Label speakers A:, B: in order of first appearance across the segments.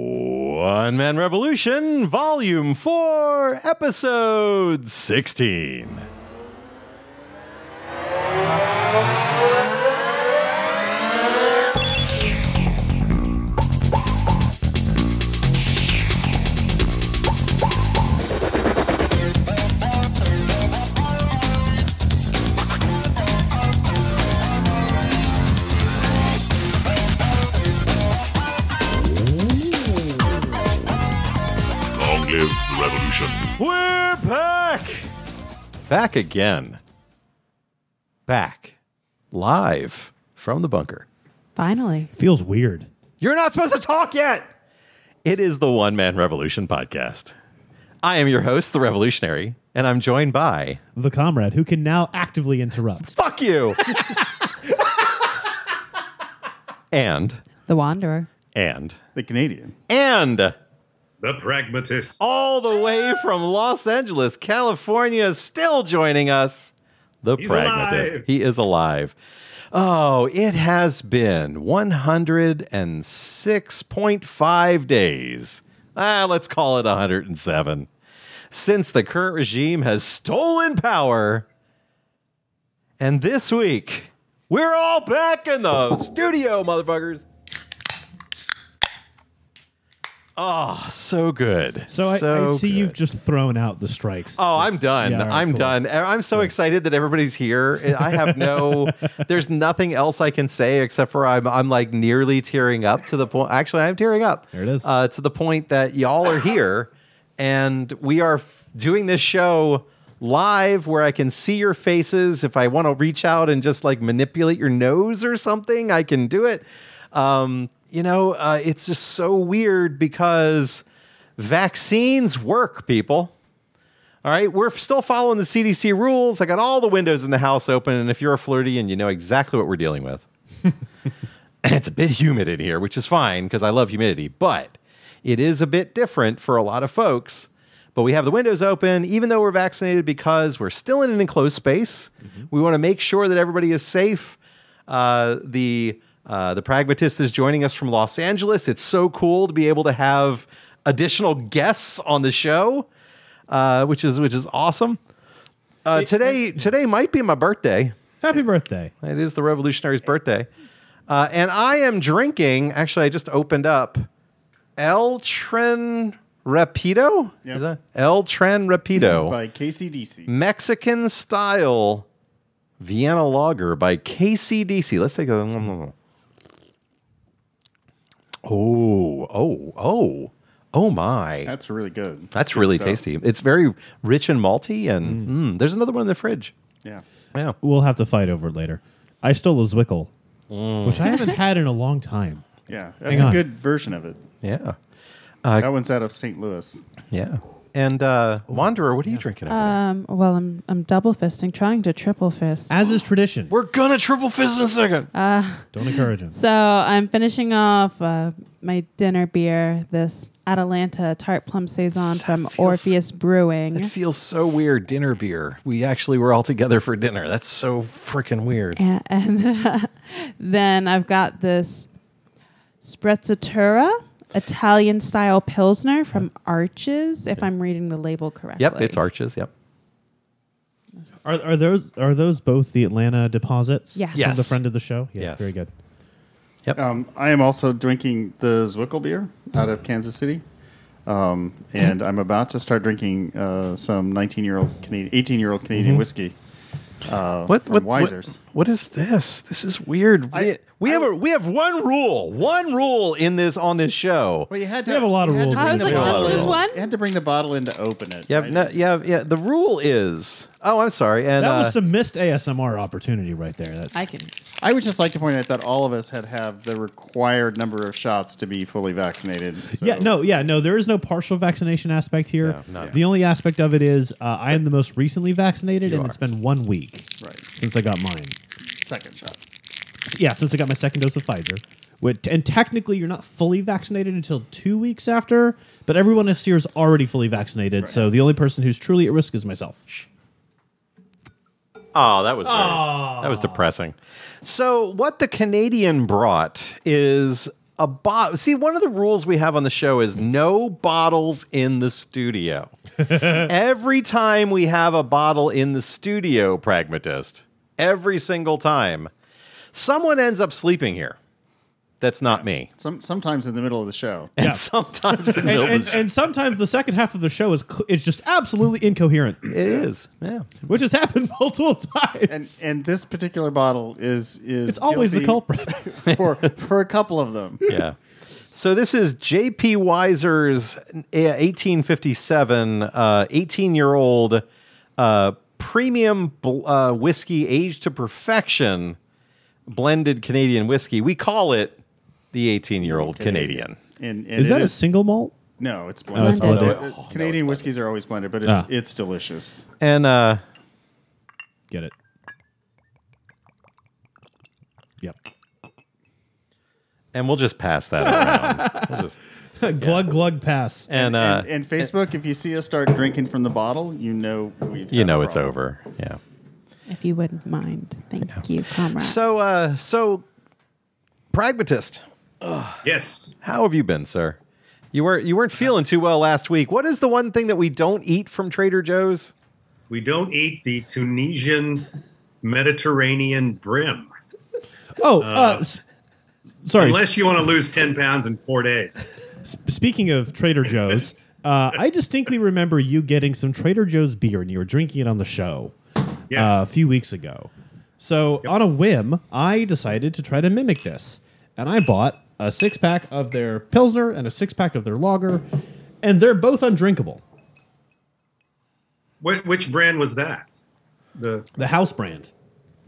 A: One Man Revolution, Volume 4, Episode 16.
B: Long live the revolution.
A: We're back! Back again. Back. Live from the bunker.
C: Finally.
D: Feels weird.
A: You're not supposed to talk yet! It is the One Man Revolution podcast. I am your host, The Revolutionary, and I'm joined by.
D: The comrade who can now actively interrupt.
A: Fuck you! and,
C: The Wanderer.
A: and,
E: The Canadian.
A: and.
B: The pragmatist.
A: all the way from Los Angeles, California, still joining us. The pragmatist.
B: alive.
A: He is alive. Oh, it has been 106.5 days. Ah, let's call it 107. Since the current regime has stolen power. And this week, we're all back in the studio, motherfuckers. Oh, so good.
D: So, I, I see you've just thrown out the strikes.
A: Oh,
D: Just-
A: I'm done.
D: yeah, all right,
A: I'm
D: cool.
A: done. And I'm so excited that everybody's here. I have no, there's nothing else I can say except for I'm, I'm like nearly tearing up to the point. Actually, I'm tearing up.
D: There it is.
A: Uh, to the point that y'all are here and we are f- doing this show live where I can see your faces. If I want to reach out and just like manipulate your nose or something, I can do it. Um, you know, uh, it's just so weird because vaccines work, people. All right, we're still following the CDC rules. I got all the windows in the house open, and if you're a flirtian, you know exactly what we're dealing with. and it's a bit humid in here, which is fine because I love humidity, but it is a bit different for a lot of folks. But we have the windows open, even though we're vaccinated, because we're still in an enclosed space. We want to make sure that everybody is safe. Uh, the uh, the pragmatist is joining us from Los Angeles. It's so cool to be able to have additional guests on the show uh, which is which is awesome. Uh, today today might be my birthday.
D: Happy birthday.
A: It is the revolutionary's birthday, uh, and I am drinking. Actually, I just opened up El Tren Rapido.
E: Yep.
A: Is that El Tren Rapido?
E: By KCDC.
A: Mexican style Vienna lager by KCDC. Let's take a. mm, Oh, oh, oh, oh my.
E: That's really good.
A: That's
E: Good
A: really
E: stuff.
A: tasty. It's very rich and malty, and mm, there's another one in the fridge.
E: Yeah.
A: Yeah.
D: We'll have to fight over it later. I stole a Zwickle,
A: Mm.
D: which I haven't had in a long time.
E: Yeah. That's
D: Hang
E: a
D: on.
E: good version of it.
A: Yeah.
E: that one's out of St. Louis.
A: Yeah. And uh, Wanderer, what are you drinking over there?
C: Um, well, I'm I'm double fisting, trying to triple fist.
D: As is tradition.
A: We're going to triple fizz in a second.
D: Don't encourage him.
C: So I'm finishing off uh, my dinner beer, this Atalanta tart plum saison from
A: feels-
C: Orpheus Brewing,
A: it feels so weird. Dinner beer. We actually were all together for dinner. That's so freaking weird.
C: and, and then I've got this Sprezzatura Italian style pilsner from Arches, if I'm reading the label correctly.
A: Yep. It's arches. Yep.
D: Are, are those are those both the Atlanta deposits?
C: Yes.
D: From
A: Yes.
D: the friend of the show? Yeah,
A: Yes.
D: Very good.
E: Um, I am also drinking the Zwickel beer out of Kansas City. Um, and I'm about to start drinking uh, some 19 year old Canadian, 18 year old Canadian
D: Mm-hmm.
E: whiskey.
A: What, what,
E: from Weiser's.
A: what- what is this? This is weird. We,
E: I-
A: we
E: I-
A: have a, we have one rule, one rule in this on this show.
E: Well, you had
D: We have a lot of
E: you had
D: rules
E: to
D: in
E: bring
D: this
E: the
C: show. I was like,
E: bottle
C: just
E: in.
C: one?
E: You had to bring the bottle in to open it.
A: Yeah,
E: I-
A: no, yeah, yeah. The rule is. Oh, I'm sorry. And
D: That
A: uh,
D: was some missed ASMR opportunity right there. That's
C: I can
E: I would just like to point out that all of us had have the required number of shots to be fully vaccinated. so-
D: Yeah, no, yeah, no. There is no partial vaccination aspect here.
A: No, none.
D: the only aspect of it is uh, I am the most recently vaccinated, and it's been one week
E: Right.
D: since I got mine.
E: Second shot.
D: yeah, since I got my second dose of Pfizer. Which, and technically, you're not fully vaccinated until two weeks after, but everyone else here is already fully vaccinated. So the only person who's truly at risk is myself.
A: Oh, that was very, that was depressing. So, what the Canadian brought is a bottle. See, one of the rules we have on the show is no bottles in the studio. every time we have a bottle in the studio, pragmatist, every single time, someone ends up sleeping here. That's not me.
E: Some, sometimes in the middle of the show.
D: Yeah.
A: And sometimes in the
D: And,
A: middle of
D: and,
A: the
D: and sometimes the second half of the show is cl- it's just absolutely incoherent,
A: show- it is. Yeah.
D: which has happened multiple times.
E: And and this particular bottle is is
D: it's always the
E: guilty
D: culprit.
E: for for a couple of them.
A: yeah. So this is J.P. Weiser's uh, 1857, uh, 18-year-old uh, premium bl- uh, whiskey aged to perfection, blended Canadian whiskey. We call it the 18-year-old Canadian.
E: And, and
D: Is
E: it
D: that a single malt?
E: no? It's
D: Oh, it's
E: blended.
D: blended.
E: But, uh, Canadian whiskeys are always blended, but it's
D: Ah.
E: it's delicious.
A: And uh,
D: Get it? Yep.
A: and we'll just pass that around. We'll just-
D: glug glug pass.
A: and, uh,
E: and, and Facebook, if you see us start drinking from the bottle, you know we've
A: you
E: had a
A: know it's
E: problem.
A: over. Yeah.
C: If you wouldn't mind. Thank you, comrade.
A: So uh, so pragmatist.
B: Yes.
A: How have you been, sir? You were you weren't feeling too well last week. What is the one thing that we don't eat from Trader Joe's?
B: We don't eat the Tunisian Mediterranean brim
D: Oh, uh, s- sorry.
B: unless you want to lose 10 pounds in four days.
D: S- speaking of Trader Joe's, uh, I distinctly remember you getting some Trader Joe's beer and you were drinking it on the show
B: Yes.
D: uh, a few weeks ago. So, on a whim, I decided to try to mimic this. And I bought a six pack of their Pilsner and a six pack of their lager, and they're both undrinkable.
B: Wh- which brand was that? The
D: The house brand.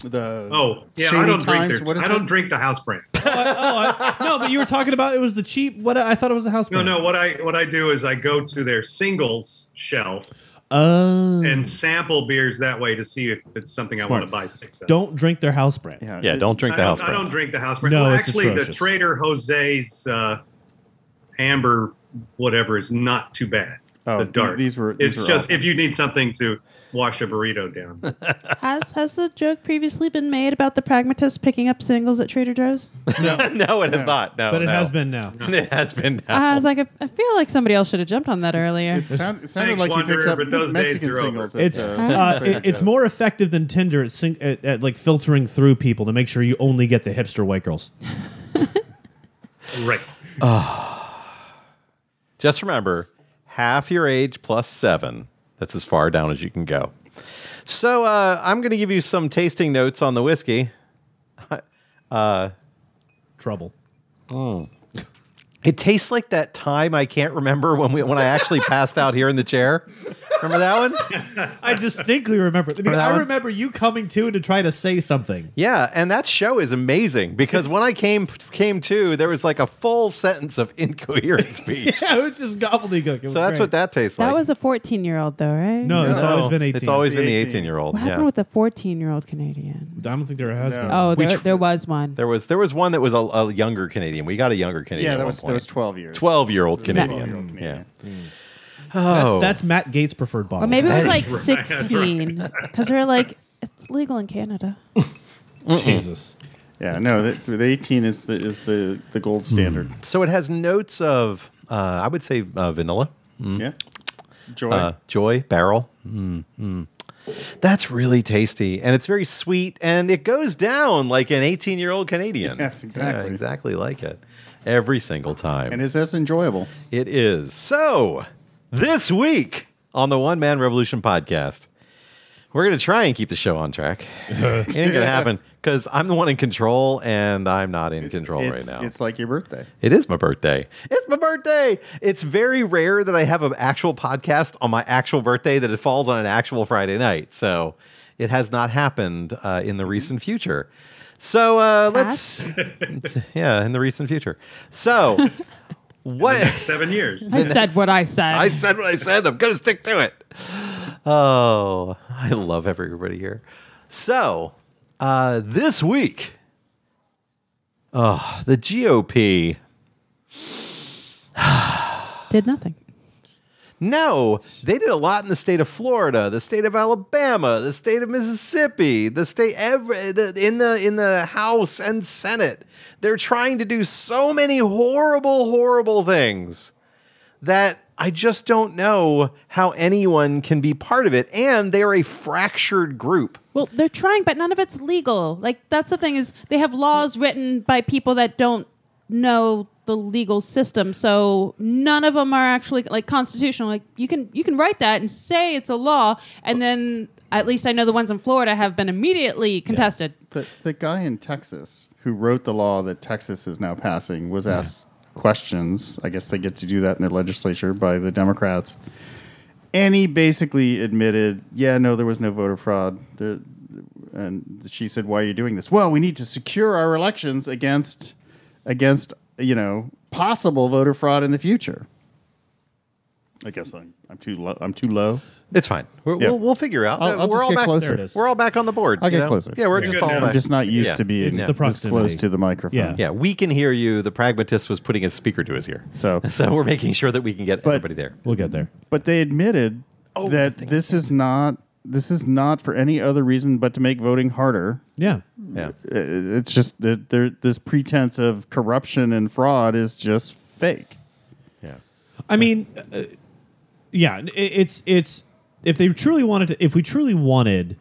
E: The
B: oh yeah, I
E: Shady
B: don't drink.
E: times.
B: Their,
E: What is
B: I don't
E: it?
B: drink the house brand.
D: Oh, no, but you were talking about it was the cheap. What I thought it was the house
B: No,
D: brand.
B: no. What I what I do is I go to their singles shelf
D: Oh.
B: and sample beers that way to see if it's something I
D: Smart.
B: want to buy six. Of.
D: don't drink their house brand.
E: Yeah,
A: Yeah,
E: it-
A: don't drink
B: I
A: the house
B: don't, I
A: brand.
B: don't drink the house brand.
D: No,
B: well,
D: it's
B: actually, the
D: atrocious.
B: Trader Jose's uh, amber whatever is not too bad.
E: Oh,
B: the
E: th-
B: dark.
E: these were-
B: It's
E: these were
B: just
E: awful.
B: if you need something to wash a burrito down.
C: has, has the joke previously been made about the pragmatist picking up singles at Trader Joe's?
A: no, it has not. No,
D: But it
A: Oh, no.
D: has been now.
A: It has been. now.
C: Uh, I was like, I, I feel like somebody else should have jumped on that earlier.
E: It, sound, it sounded
B: Thanks,
E: like he picks
B: Wanderer,
E: up
B: but those days
E: Mexican
B: are over.
E: singles. at,
D: It's
E: uh,
D: uh,
E: Trader
D: it, it's
E: Joe's.
D: more effective than Tinder at, sing, at, at like filtering through people to make sure you only get the hipster white girls.
B: right.
A: Just remember, half your age plus seven. That's as far down as you can go. So uh, I'm going to give you some tasting notes on the whiskey.
D: Trouble.
A: It tastes like that time I can't remember when we when I actually passed out here in the chair. Remember that one?
D: I distinctly remember. I, mean,
A: that
D: I
A: one?
D: remember you coming to to try to say something.
A: Yeah, and that show is amazing because when I came came to, there was like a full sentence of incoherent speech.
D: Yeah, it was just gobbledygook. It was
A: so that's
D: great.
A: what that tastes
C: that
A: like.
C: was a 14 year old, though, right?
D: No, it's
E: No.
D: always been eighteen.
A: Oh, It's always been the
E: 18.
A: 18 year old.
C: What happened
A: Yeah.
C: with the 14 year old Canadian?
D: I don't think there has
E: No.
D: been.
C: Oh, there,
E: Which-
C: there was one.
A: There was there was one that was a, a younger Canadian. We got a younger Canadian.
E: yeah,
A: at
E: that
A: one
E: was that
A: point.
E: was twelve years.
A: 12 year old
C: That-
A: Canadian.
E: 12-year-old Canadian.
A: Yeah.
D: that's,
A: Oh,
D: that's Matt Gates' preferred bottle.
C: Or maybe it was like
B: Right, that's right.
C: 16. Because we're like, it's legal in Canada.
D: Jesus.
E: Yeah, no, the, the eighteen is the is the the gold
D: Hmm.
E: standard.
A: so it has notes of uh, I would say uh, vanilla,
E: Yeah, joy.
A: uh, joy, barrel. Mm, mm. That's really tasty, and it's very sweet, and it goes down like an 18 year old Canadian.
E: Yes,
A: Yeah,
E: exactly.
A: exactly like it every single time.
E: and is as enjoyable.
A: It is. So, this week on the One Man Revolution podcast, we're going to try and keep the show on track. it ain't going to happen because I'm the one in control and I'm not in control
E: It's,
A: right now.
E: it's like your birthday.
A: It is my birthday. It's my birthday. It's very rare that I have an actual podcast on my actual birthday that it falls on an actual Friday night. So, it has not happened uh, in the recent future. So, uh, let's, yeah, in the recent future. So, what?
B: Seven years.
C: I said what I said.
A: I said what I said. I'm going to stick to it. Oh, I love everybody here. So, uh, this week, oh, the GOP
C: Did nothing.
A: No, they did a lot in the state of Florida, the state of Alabama, the state of Mississippi, the state every the, in the in the House and Senate. They're trying to do so many horrible, horrible things that I just don't know how anyone can be part of it. And they are a fractured group.
C: Well, they're trying, but none of it's legal. Like that's the thing is they have laws written by people that don't know the legal system. So none of them are actually like constitutional. Like you can you can write that and say it's a law, and then at least I know the ones in Florida have been immediately contested.
E: The, the guy in Texas who wrote the law that Texas is now passing was asked questions. I guess they get to do that in their legislature by the Democrats. And he basically admitted, yeah, no, there was no voter fraud. There, and she said, why are you doing this? Well, we need to secure our elections against, against you know, possible voter fraud in the future. I guess I'm, I'm too low. I'm too low.
A: It's fine. We're,
E: Yeah.
A: We'll, we'll figure out.
E: I'll-
A: that
E: I'll
A: we're
E: just
A: all
E: get
A: back,
E: closer.
D: There it is.
A: We're all back on the board.
E: I'll
A: you
E: get
A: know?
E: closer.
A: Yeah, we're
E: You're
A: just
B: good
A: all.
B: now. I'm
A: back.
E: I'm just not used
A: Yeah.
E: to being
A: It's
D: the
E: this close
D: proximity.
E: to the microphone.
D: Yeah.
A: Yeah, we can hear you. The pragmatist was putting a speaker to his ear.
E: So,
A: So we're making sure that we can get
E: But-
A: everybody there.
D: We'll get there.
E: but they admitted that this is not this is not for any other reason but to make voting harder.
D: Yeah.
A: Yeah.
E: Uh, It's just that there this pretense of corruption and fraud is just fake.
A: Yeah.
D: I mean, uh, yeah, it, it's it's if they truly wanted to, if we truly wanted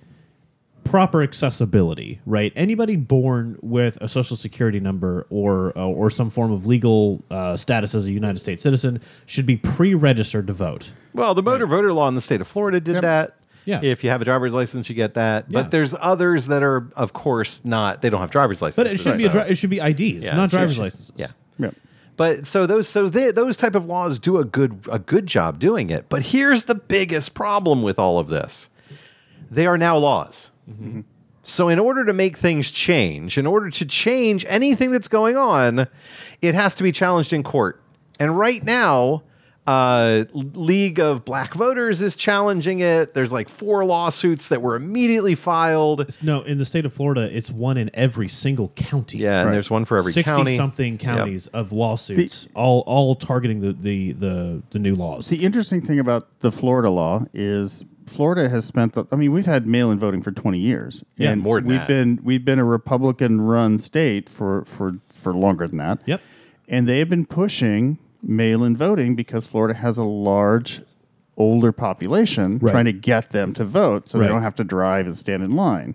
D: proper accessibility, right? Anybody born with a social security number or uh, or some form of legal uh, status as a United States citizen should be pre-registered to vote.
A: Well, the motor voter law in the state of Florida did
E: Yep.
A: that.
D: Yeah.
A: If you have a driver's license, you get that.
D: Yeah.
A: But there's others that are, of course, not. They don't have driver's licenses.
D: But it should be a
A: so-
D: dri- it should be IDs,
A: Yeah,
D: not
A: sure,
D: driver's
A: sure.
D: licenses.
A: Yeah.
E: Yeah.
A: But so those so they, those type of laws do a good a good job doing it. But here's the biggest problem with all of this: they are now laws. So in order to make things change, in order to change anything that's going on, it has to be challenged in court. And right now, uh, League of Black Voters is challenging it. There's like four lawsuits that were immediately filed.
D: No, in the state of Florida, it's one in every single county.
A: Yeah, and
E: Right.
A: there's one for every
D: 60
A: county.
D: something counties of lawsuits, all all targeting the the the, the new laws.
E: The interesting thing about the Florida law is Florida has spent the I mean we've had mail-in voting for 20 years
D: Yeah,
E: and
A: more than
E: we've
A: that.
E: been we've been a Republican run state for for for longer than that.
D: Yep.
E: And they have been pushing mail in voting because Florida has a large older population
D: Right.
E: trying to get them to vote so
D: Right.
E: they don't have to drive and stand in line.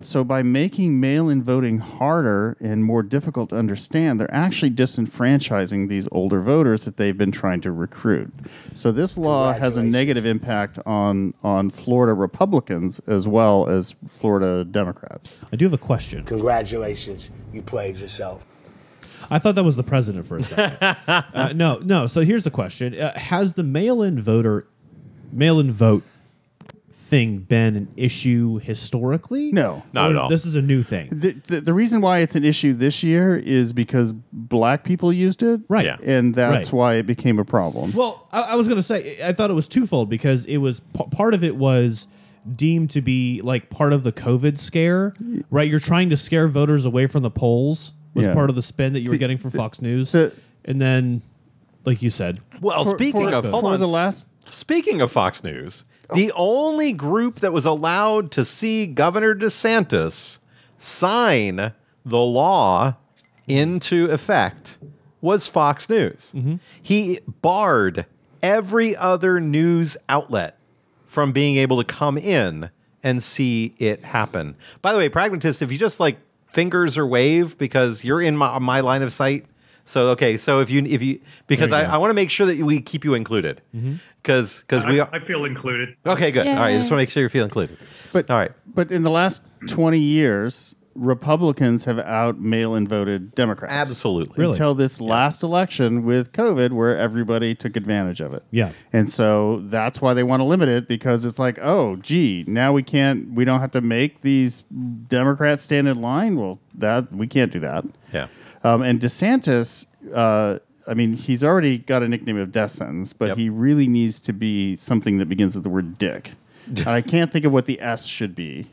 E: So by making mail in voting harder and more difficult to understand, they're actually disenfranchising these older voters that they've been trying to recruit. So this law has a negative impact on on Florida Republicans as well as Florida Democrats.
D: I do have a question.
F: Congratulations, you played yourself.
D: I thought that was the president for a second. uh, no, no. So here's the question: uh, Has the mail-in voter, mail-in vote thing been an issue historically?
E: No.
A: Not
D: Or
A: at
D: is-
A: all.
D: This is a new thing.
E: the, the, the reason why it's an issue this year is because black people used it.
D: Right. Yeah.
E: And that's
D: Right.
E: why it became a problem.
D: Well, I, I was going to say I thought it was twofold because it was p- part of it was deemed to be like part of the COVID scare, right? You're trying to scare voters away from the polls was
E: Yeah.
D: part of the spin that you were getting from Fox News,
E: the-
D: and then, like you said,
A: Well,
E: For-
A: speaking
E: for-
A: of hold
E: for
A: on.
E: the last-
A: speaking of Fox News, the only group that was allowed to see Governor DeSantis sign the law into effect was Fox News. He barred every other news outlet from being able to come in and see it happen. By the way, pragmatist, if you just like fingers or wave because you're in my, my line of sight. So okay, so if you if you because I, I want to make sure that we keep you included because because we
B: I,
A: are
B: I feel included.
A: okay good all right I just want
C: Yay.
A: to make sure you feel included.
E: But
A: all right,
E: But in the last 20 years, Republicans have out mail in voted Democrats.
A: absolutely.
E: Until this last election with COVID, where everybody took advantage of it.
D: Yeah.
E: And so that's why they want to limit it because it's like, oh, gee, now we can't, we don't have to make these Democrats stand in line. Well, that we can't do that.
A: Yeah.
E: Um, and DeSantis, uh, I mean, he's already got a nickname of death sentence, but
A: Yep.
E: he really needs to be something that begins with the word dick. and I can't think of what the S should be.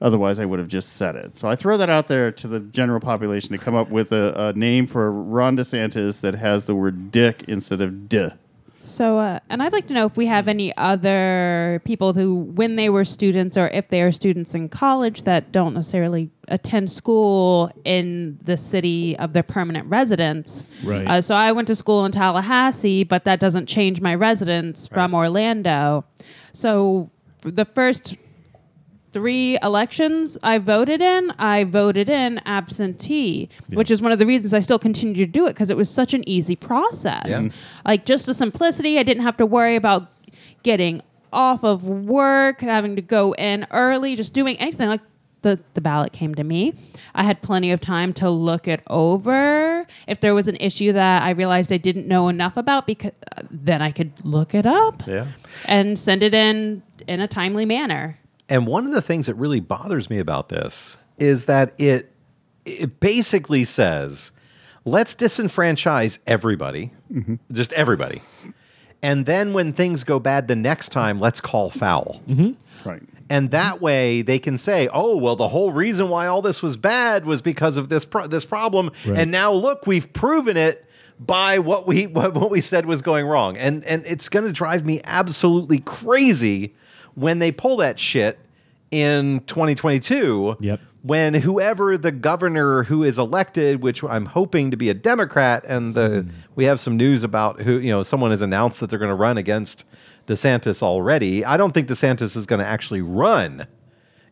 E: Otherwise, I would have just said it. So I throw that out there to the general population to come up with a, a name for Ron DeSantis that has the word dick instead of d.
C: So, uh, and I'd like to know if we have any other people who, when they were students or if they are students in college that don't necessarily attend school in the city of their permanent residence.
D: Right.
C: Uh, so I went to school in Tallahassee, but that doesn't change my residence from Orlando. So for the first three elections I voted in, I voted in absentee, which is one of the reasons I still continue to do it because it was such an easy process.
A: Yeah.
C: Like just the simplicity, I didn't have to worry about getting off of work, having to go in early, just doing anything like the, the ballot came to me. I had plenty of time to look it over. If there was an issue that I realized I didn't know enough about, because then I could look it up
A: Yeah.
C: and send it in in a timely manner.
A: And one of the things that really bothers me about this is that it it basically says, let's disenfranchise everybody, just everybody. And then when things go bad the next time, let's call foul.
E: Right.
A: And that way they can say, "Oh, well the whole reason why all this was bad was because of this pro- this problem."
D: Right.
A: And now look, we've proven it by what we what, what we said was going wrong. And and it's going to drive me absolutely crazy when they pull that shit in 2022.
D: Yep.
A: When whoever the governor who is elected, which I'm hoping to be a Democrat, and the we have some news about who you know someone has announced that they're going to run against DeSantis already. I don't think DeSantis is going to actually run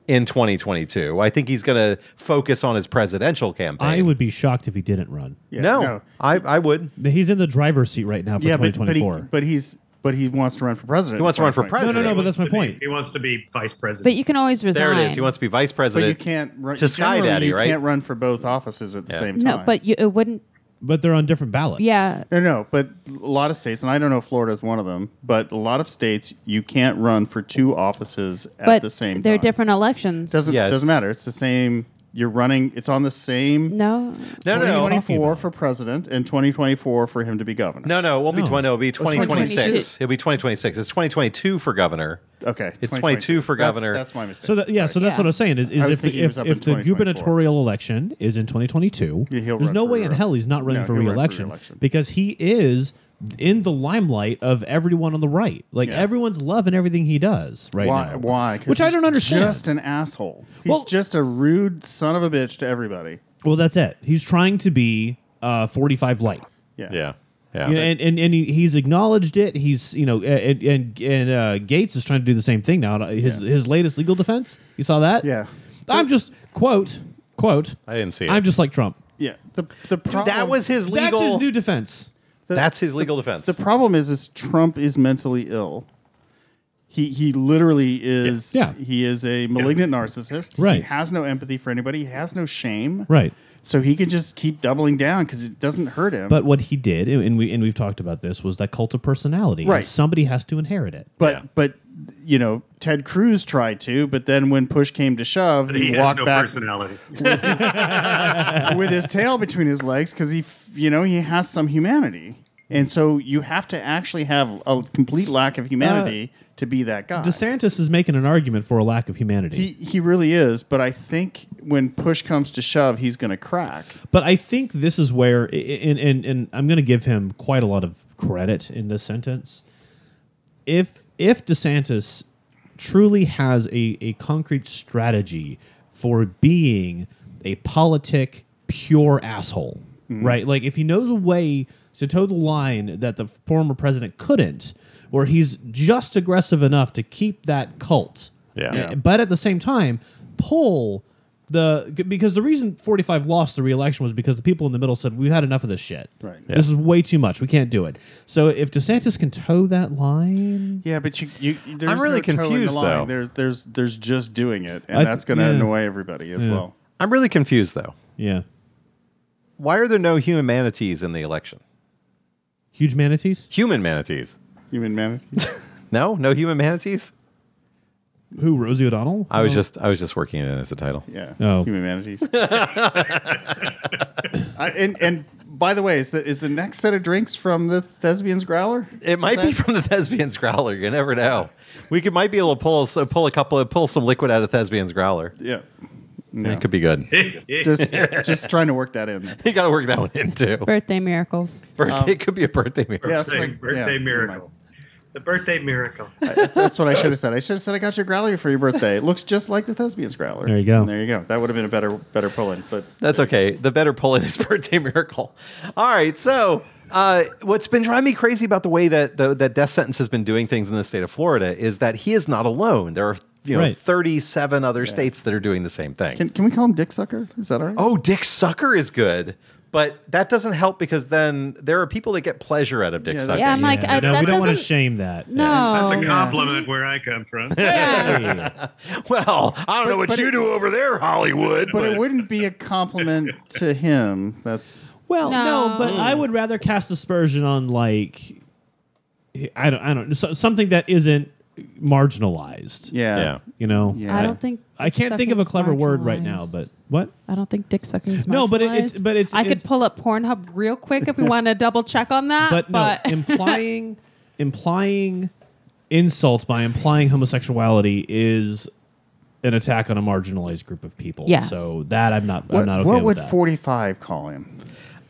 A: in 2022. I think he's going to focus on his presidential campaign.
D: I would be shocked if he didn't run.
E: Yeah,
A: no, I I would.
D: He's in the driver's seat right now for
E: Yeah, but, but, he,
D: 2024.
E: but he's but he wants to run for president.
A: He wants to run for
D: no, no, no, but that's my
B: To be-
D: point.
B: He wants to be vice
C: But
B: president.
C: you can always resign.
A: There it is. He wants to be vice
E: But you
A: president.
E: can't run
A: To Sky
E: generally,
A: Daddy,
E: you
A: right?
E: can't run for both offices at the
A: Yeah.
E: same time.
C: no, but you, it wouldn't.
D: But they're on different ballots.
C: Yeah,
E: No, no, but a lot of states, and I don't know if Florida is one of them, but a lot of states you can't run for two offices at
C: but
E: the same
C: they're
E: time.
C: different elections.
E: Doesn't
A: Yeah, it's-
E: doesn't matter. It's the same. You're running. It's on the same.
C: no,
A: No, no, no.
E: 2024 for president and 2024 for him to be governor.
A: No, no, it won't be
D: No.
A: 20. No, it'll be 2026.
C: 2026.
A: It'll be 2026. It's 2022 for governor.
E: Okay.
A: It's 22
E: 2022.
A: for
E: That's-
A: governor.
E: That's, my mistake.
D: So that, yeah, so that's
C: Yeah.
D: what I was saying is, is
E: I was
D: if
E: thinking
D: the,
E: it
D: if,
E: was up in
D: if the
E: 2024.
D: gubernatorial election is in 2022,
E: Yeah, he'll
D: there's
E: run
D: no
E: for
D: way in
E: re-
D: hell he's not running
E: No,
D: for
E: he'll run for
D: reelection
E: re-election.
D: because he is in the limelight of everyone on the right. Like
E: Yeah.
D: everyone's loving everything he does right
E: why?
D: now.
E: Why? 'Cause
D: Which I
E: he's
D: don't understand.
E: Just an asshole. He's
D: Well-
E: just a rude son of a bitch to everybody.
D: Well, that's it. He's trying to be uh, 45 light.
E: Yeah.
A: Yeah.
D: You know, and and, and he, he's acknowledged it. He's you know and and, and uh, Gates is trying to do the same thing now. uh, His
E: Yeah.
D: his latest legal defense. You saw that?
E: Yeah.
D: I'm just quote quote.
A: I didn't see it.
D: I'm just like Trump.
E: Yeah. The the problem
A: that was his legal.
D: That's his new defense.
E: the-
A: that's his legal defense.
E: The problem is, is Trump is mentally ill. He he literally is.
D: Yeah.
E: He is a malignant narcissist. He
D: Right.
E: has no empathy for anybody. He has no shame.
D: Right.
E: So he can just keep doubling down because it doesn't hurt him.
D: But what he did, and and we and we've talked about this, was that cult of personality. and
E: Right.
D: Somebody has to inherit it.
E: but but you know Ted Cruz tried to, but then when push came to shove,
B: he
E: he,
B: has
E: walked
B: no
E: back
B: personality.
E: with his tail between his legs because he f- you know he has some humanity, and so you have to actually have a complete lack of humanity to be that guy.
D: DeSantis is making an argument for a lack of humanity.
E: He he really is, but I think when push comes to shove, he's going to crack.
D: But I think this is where, i- and, and, and I'm going to give him quite a lot of credit in this sentence. If if DeSantis truly has a, a concrete strategy for being a politic pure asshole, right? Like if he knows a way to toe the line that the former president couldn't, or he's just aggressive enough to keep that cult
A: Yeah.
D: a- But at the same time, pull the g- because the reason 45 lost the reelection was because the people in the middle said we've had enough of this shit.
E: Right.
D: This is way too much. We can't do it. So if DeSantis can toe that line,
E: Yeah, but you, you there's
A: I'm really
E: no toe in the
A: confused,
E: line.
A: though.
E: There's there's there's just doing it, and
D: I th-
E: that's going to
D: yeah.
E: annoy everybody as well.
A: I'm really confused though.
D: yeah,
A: Why are there no human manatees in the election?
D: huge manatees.
A: Human manatees?
E: Human manatee.
A: No, no human manatees.
D: Who Rosie O'Donnell?
A: I was
D: Oh.
A: just I was just working it in as a title.
E: Yeah.
D: Oh.
E: Human manatees. I, and and by the way, is the is the next set of drinks from the Thespians Growler?
A: It might be from the Thespian's growler. You never know. We could might be able to pull us- pull a couple of pull some liquid out of Thespian's growler.
E: Yeah.
A: It could be good.
E: just just trying to work that in. That's-
A: you got to work that one in too.
C: Birthday miracles.
A: Birthday it could be a birthday miracle.
E: Yeah. that's
B: birthday,
E: my-
B: birthday
E: yeah,
B: miracle. The birthday miracle.
E: That's, that's what I should have said. I should have said I got your growler for your birthday. It looks just like the thespian's growler.
D: There you go.
E: There you go. That would have been a better better pull in. But
A: That's okay. The better pull in is birthday miracle. All right. So, uh, what's been driving me crazy about the way that the, that death sentence has been doing things in the state of Florida is that he is not alone. There are you know
D: Right.
A: 37 other states that are doing the same thing.
E: can, can we call him Dick Sucker? Is that all right?
A: oh, Dick Sucker is good, but that doesn't help because then there are people that get pleasure out of Dick
E: Yeah,
A: Sucker.
E: that's-
C: Yeah, I'm like, I,
D: no,
C: that
D: we don't want to
C: doesn't.
D: shame that.
C: no,
B: That's a
E: Yeah.
B: compliment where I come from.
C: yeah.
A: Well, I don't know what
E: but
A: you
E: it-
A: do over there, Hollywood.
E: But it wouldn't be a compliment to him. That's
D: Well, no.
C: No.
D: but I would rather cast aspersion on like I don't I don't so, something that isn't marginalized.
E: yeah.
A: yeah.
D: You know.
E: Yeah.
C: I don't think
D: I can't think of a
C: sucking's
D: clever word right now,
C: marginalized.
D: but what?
C: I don't think dick sucking is
D: No, but it- it's-
C: marginalized.
D: but it's-
C: I
D: it's-
C: could pull up Pornhub real quick if we want to double check on that.
D: But, no, implying implying insults by implying homosexuality is an attack on a marginalized group of people.
C: Yes.
D: So that I'm not
E: What,
D: I'm not okay
E: what
D: with
E: would
D: that.
E: 45 call him?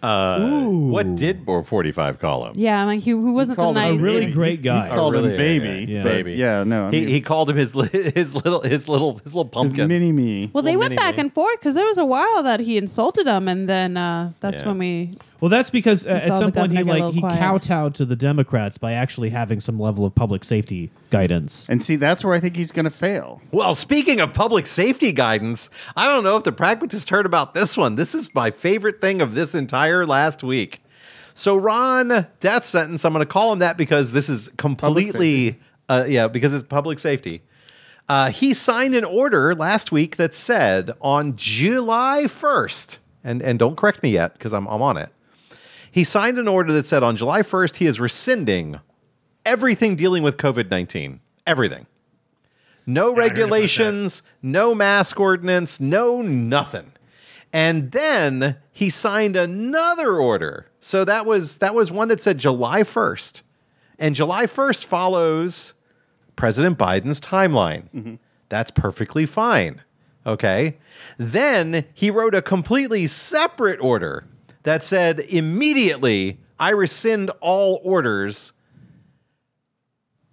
E: Uh,
A: What did 45 call him?
C: yeah, I'm like, he, who wasn't the
E: called a
D: a
C: nice?
D: really
E: He-
D: great guy?
E: He called
A: Oh, really?
E: him baby.
D: Yeah.
E: but
A: Baby.
E: Yeah, no. I
A: He,
E: mean,
A: he called him his li- his little his little his little
E: his
A: pumpkin.
E: mini me.
C: well, they
A: Well,
C: went
A: mini-me.
C: back and forth because there was a while that he insulted him, and then uh, that's
A: Yeah.
C: when we.
D: Well, that's because uh,
C: saw
D: at
C: the
D: some point
C: governor get
D: he
C: a
D: like
C: little
D: he
C: quiet.
D: kowtowed to the Democrats by actually having some level of public safety guidance.
E: And see, that's where I think he's going to fail.
A: Well, speaking of public safety guidance, I don't know if the pragmatist heard about this one. This is my favorite thing of this entire last week. So Ron, death sentence. I'm going to call him that because this is completely, uh, yeah, because it's public safety. Uh, he signed an order last week that said on July 1st, and and don't correct me yet because I'm I'm on it. He signed an order that said on July 1st he is rescinding everything dealing with COVID 19. Everything. No
B: heard about that.
A: regulations, no mask ordinance, no nothing. And then he signed another order. So that was that was one that said July 1st. And July 1st follows President Biden's timeline.
B: Mm-hmm.
A: That's perfectly fine. Okay. Then he wrote a completely separate order that said immediately, I rescind all orders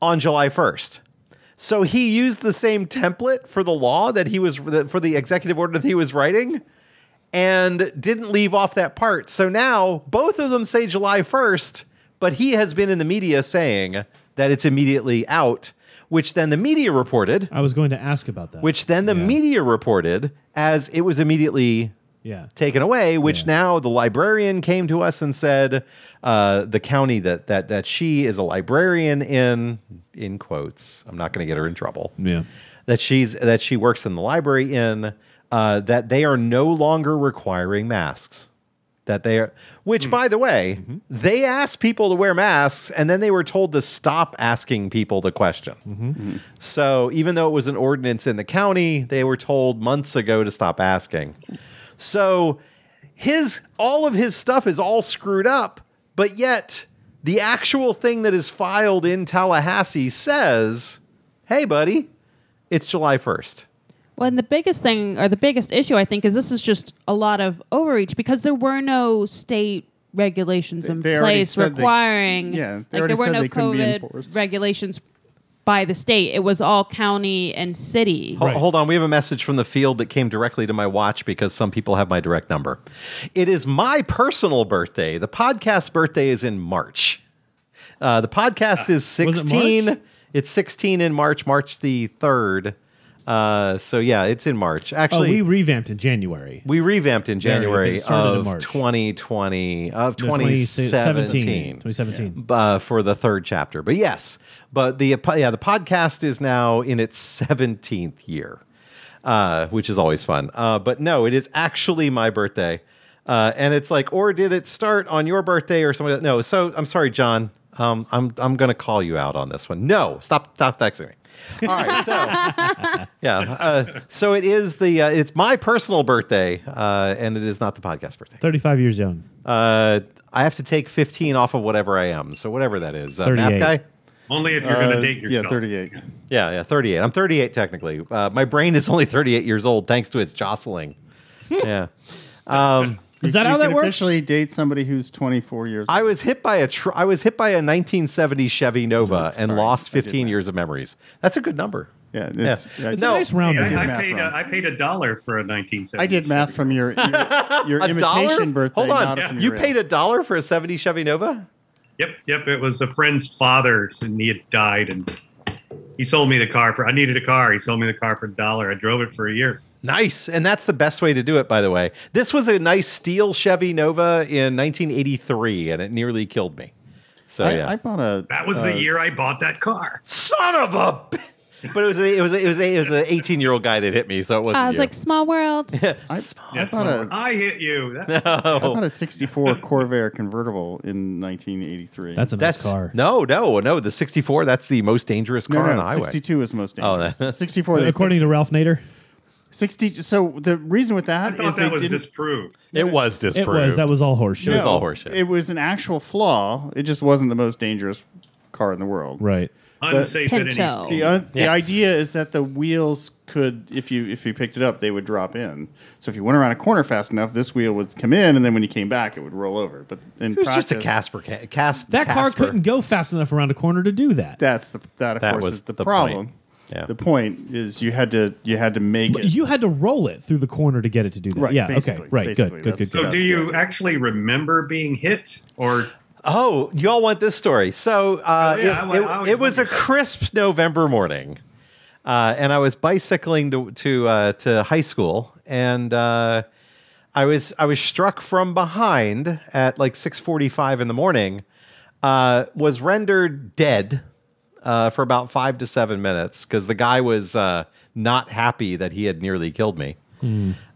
A: on July 1st. So he used the same template for the law that he was that- for the executive order that he was writing and didn't leave off that part. So now both of them say July 1st, but he has been in the media saying that it's immediately out, which then the media reported,
D: I was going to ask about that.
A: which then the
D: Yeah.
A: media reported as it was immediately
D: yeah.
A: taken away, which
D: Yeah.
A: now the librarian came to us and said, uh, the county that that that she is a librarian in in quotes. I'm not going to get her in trouble.
D: Yeah.
A: That she's that she works in the library in uh, that they are no longer requiring masks. That they are, which by the way, they asked people to wear masks, and then they were told to stop asking people the question. So even though it was an ordinance in the county, they were told months ago to stop asking. So his all of his stuff is all screwed up, but yet the actual thing that is filed in Tallahassee says, "Hey buddy, it's July 1st."
C: Well, and the biggest thing, or the biggest issue, I think, is this is just a lot of overreach because there were no state regulations in
E: They already
C: place
E: said they-
C: requiring.
E: yeah,
C: like
E: they already
C: there were
E: said
C: no
E: they couldn't be enforced.
C: COVID regulations by the state. It was all county and city.
A: Ho-
D: Right.
A: Hold on, we have a message from the field that came directly to my watch because some people have my direct number. It is my personal birthday. The podcast birthday is in March. Uh, the podcast is
D: was it
A: 16.
D: March?
A: It's 16 in March, March the 3rd. Uh, so yeah, it's in March.
D: Oh,
A: Actually,
D: we revamped in January.
A: we revamped in
D: Yeah, it
A: January
D: started in
A: of
D: March.
A: 2020 of
D: No,
A: 2017
D: 2017.
A: uh, for the third chapter. But yes, but the uh, yeah the podcast is now in its seventeenth year, uh, which is always fun. Uh, but no, it is actually my birthday, uh, and it's like, or did it start on your birthday or something? No, so I'm sorry, John. Um, I'm I'm gonna call you out on this one. No, stop stop texting me. All right, so yeah, uh, so it is the uh, it's my personal birthday, uh, and it is not the podcast birthday.
D: 35 years young.
A: Uh, I have to take 15 off of whatever I am. So whatever that is. Uh, math
D: 38.
A: guy?
B: Only if you're going
E: Uh,
B: to date yourself.
E: Yeah, 38.
A: Yeah, yeah, 38. I'm 38 technically. Uh, my brain is only 38 years old thanks to its jostling. yeah.
D: Is that
E: you
D: how that
E: can
D: works?
E: Officially date somebody who's 24 years.
A: I was hit by a tr- I was hit by a 1970 Chevy Nova and
E: sorry,
A: lost
E: I did
A: 15
E: that.
A: years of memories. That's a good number.
E: yeah, it's,
A: Yeah.
E: I-
D: it's
A: No.
D: a nice
B: Hey,
D: round.
E: I did
B: I, I
E: math
B: paid
E: wrong.
B: a, I paid a dollar for a 1970.
E: I did math from your your, your
A: A
E: imitation
A: dollar?
E: birthday.
A: Hold on.
E: not from
A: You
E: your
A: paid
E: real.
A: a dollar for a 70 Chevy Nova?
B: Yep, yep. It was a friend's father, and he had died, and he sold me the car for. I needed a car. He sold me the car for a dollar. I drove it for a year.
A: Nice. And that's the best way to do it, by the way. This was a nice steel Chevy Nova in 1983, and it nearly killed me. So,
E: I,
A: yeah.
E: I bought a.
B: That was
E: uh,
B: the year I bought that car.
A: Son of a. b- But it was a, it was a, it was a, it was an 18 year old guy that hit me, so it wasn't.
C: I was
A: you.
C: like, small world.
E: I, I
B: Yeah,
E: bought a.
B: I hit you. That-
E: I
A: Oh.
E: bought a 64 Corvair convertible in 1983.
D: That's a nice
A: that's
D: car.
A: no, no, no. The 64. That's the most dangerous
E: no,
A: car on
E: no,
A: the highway.
E: 62 is the most
A: Oh,
E: dangerous.
A: that's-
E: 64. They
D: According to Ralph Nader,
E: 60. So the reason with
B: I
E: that
B: thought
E: is they
B: that was
E: didn't.
B: disproved.
A: It was
D: it
A: disproved.
D: was that was all horseshit.
A: It was
E: No,
A: all horseshit.
E: It was an actual flaw. It just wasn't the most dangerous car in the world.
D: Right.
B: Unsafe at any
C: Pinto.
E: The,
B: speed.
E: un- the
A: Yes.
E: idea is that the wheels could, if you if you picked it up, they would drop in. So if you went around a corner fast enough, this wheel would come in, and then when you came back, it would roll over. But in
A: It was
E: practice,
A: just a Casper ca- cast.
D: That car
A: Casper.
D: couldn't go fast enough around a corner to do that.
E: That's the that of
A: That
E: course
A: was
E: is the,
A: the
E: problem.
A: point. Yeah.
E: The point is you had to you had to make it.
D: you had to roll it through the corner to get it to do that.
E: Right,
D: yeah.
E: basically,
D: Okay. Right. Good.
E: basically,
D: Good. Good.
E: that's-
D: Good.
B: So, do you actually remember being hit, or
A: Oh, y'all want this story? So uh,
B: Oh, yeah, I
A: it-
B: wa-
A: it,
B: I always
A: it was a
B: wondered that.
A: crisp November morning, uh, and I was bicycling to to uh, to high school, and uh, I was I was struck from behind at like six forty five in the morning. Uh, was rendered dead uh, for about five to seven minutes because the guy was uh, not happy that he had nearly killed me.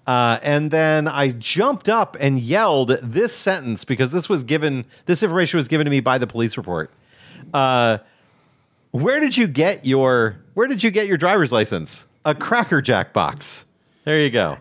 A: Uh, and then I jumped up and yelled this sentence because this was given, this information was given to me by the police report. Uh, where did you get your, where did you get your driver's license? A Cracker Jack box. There you go.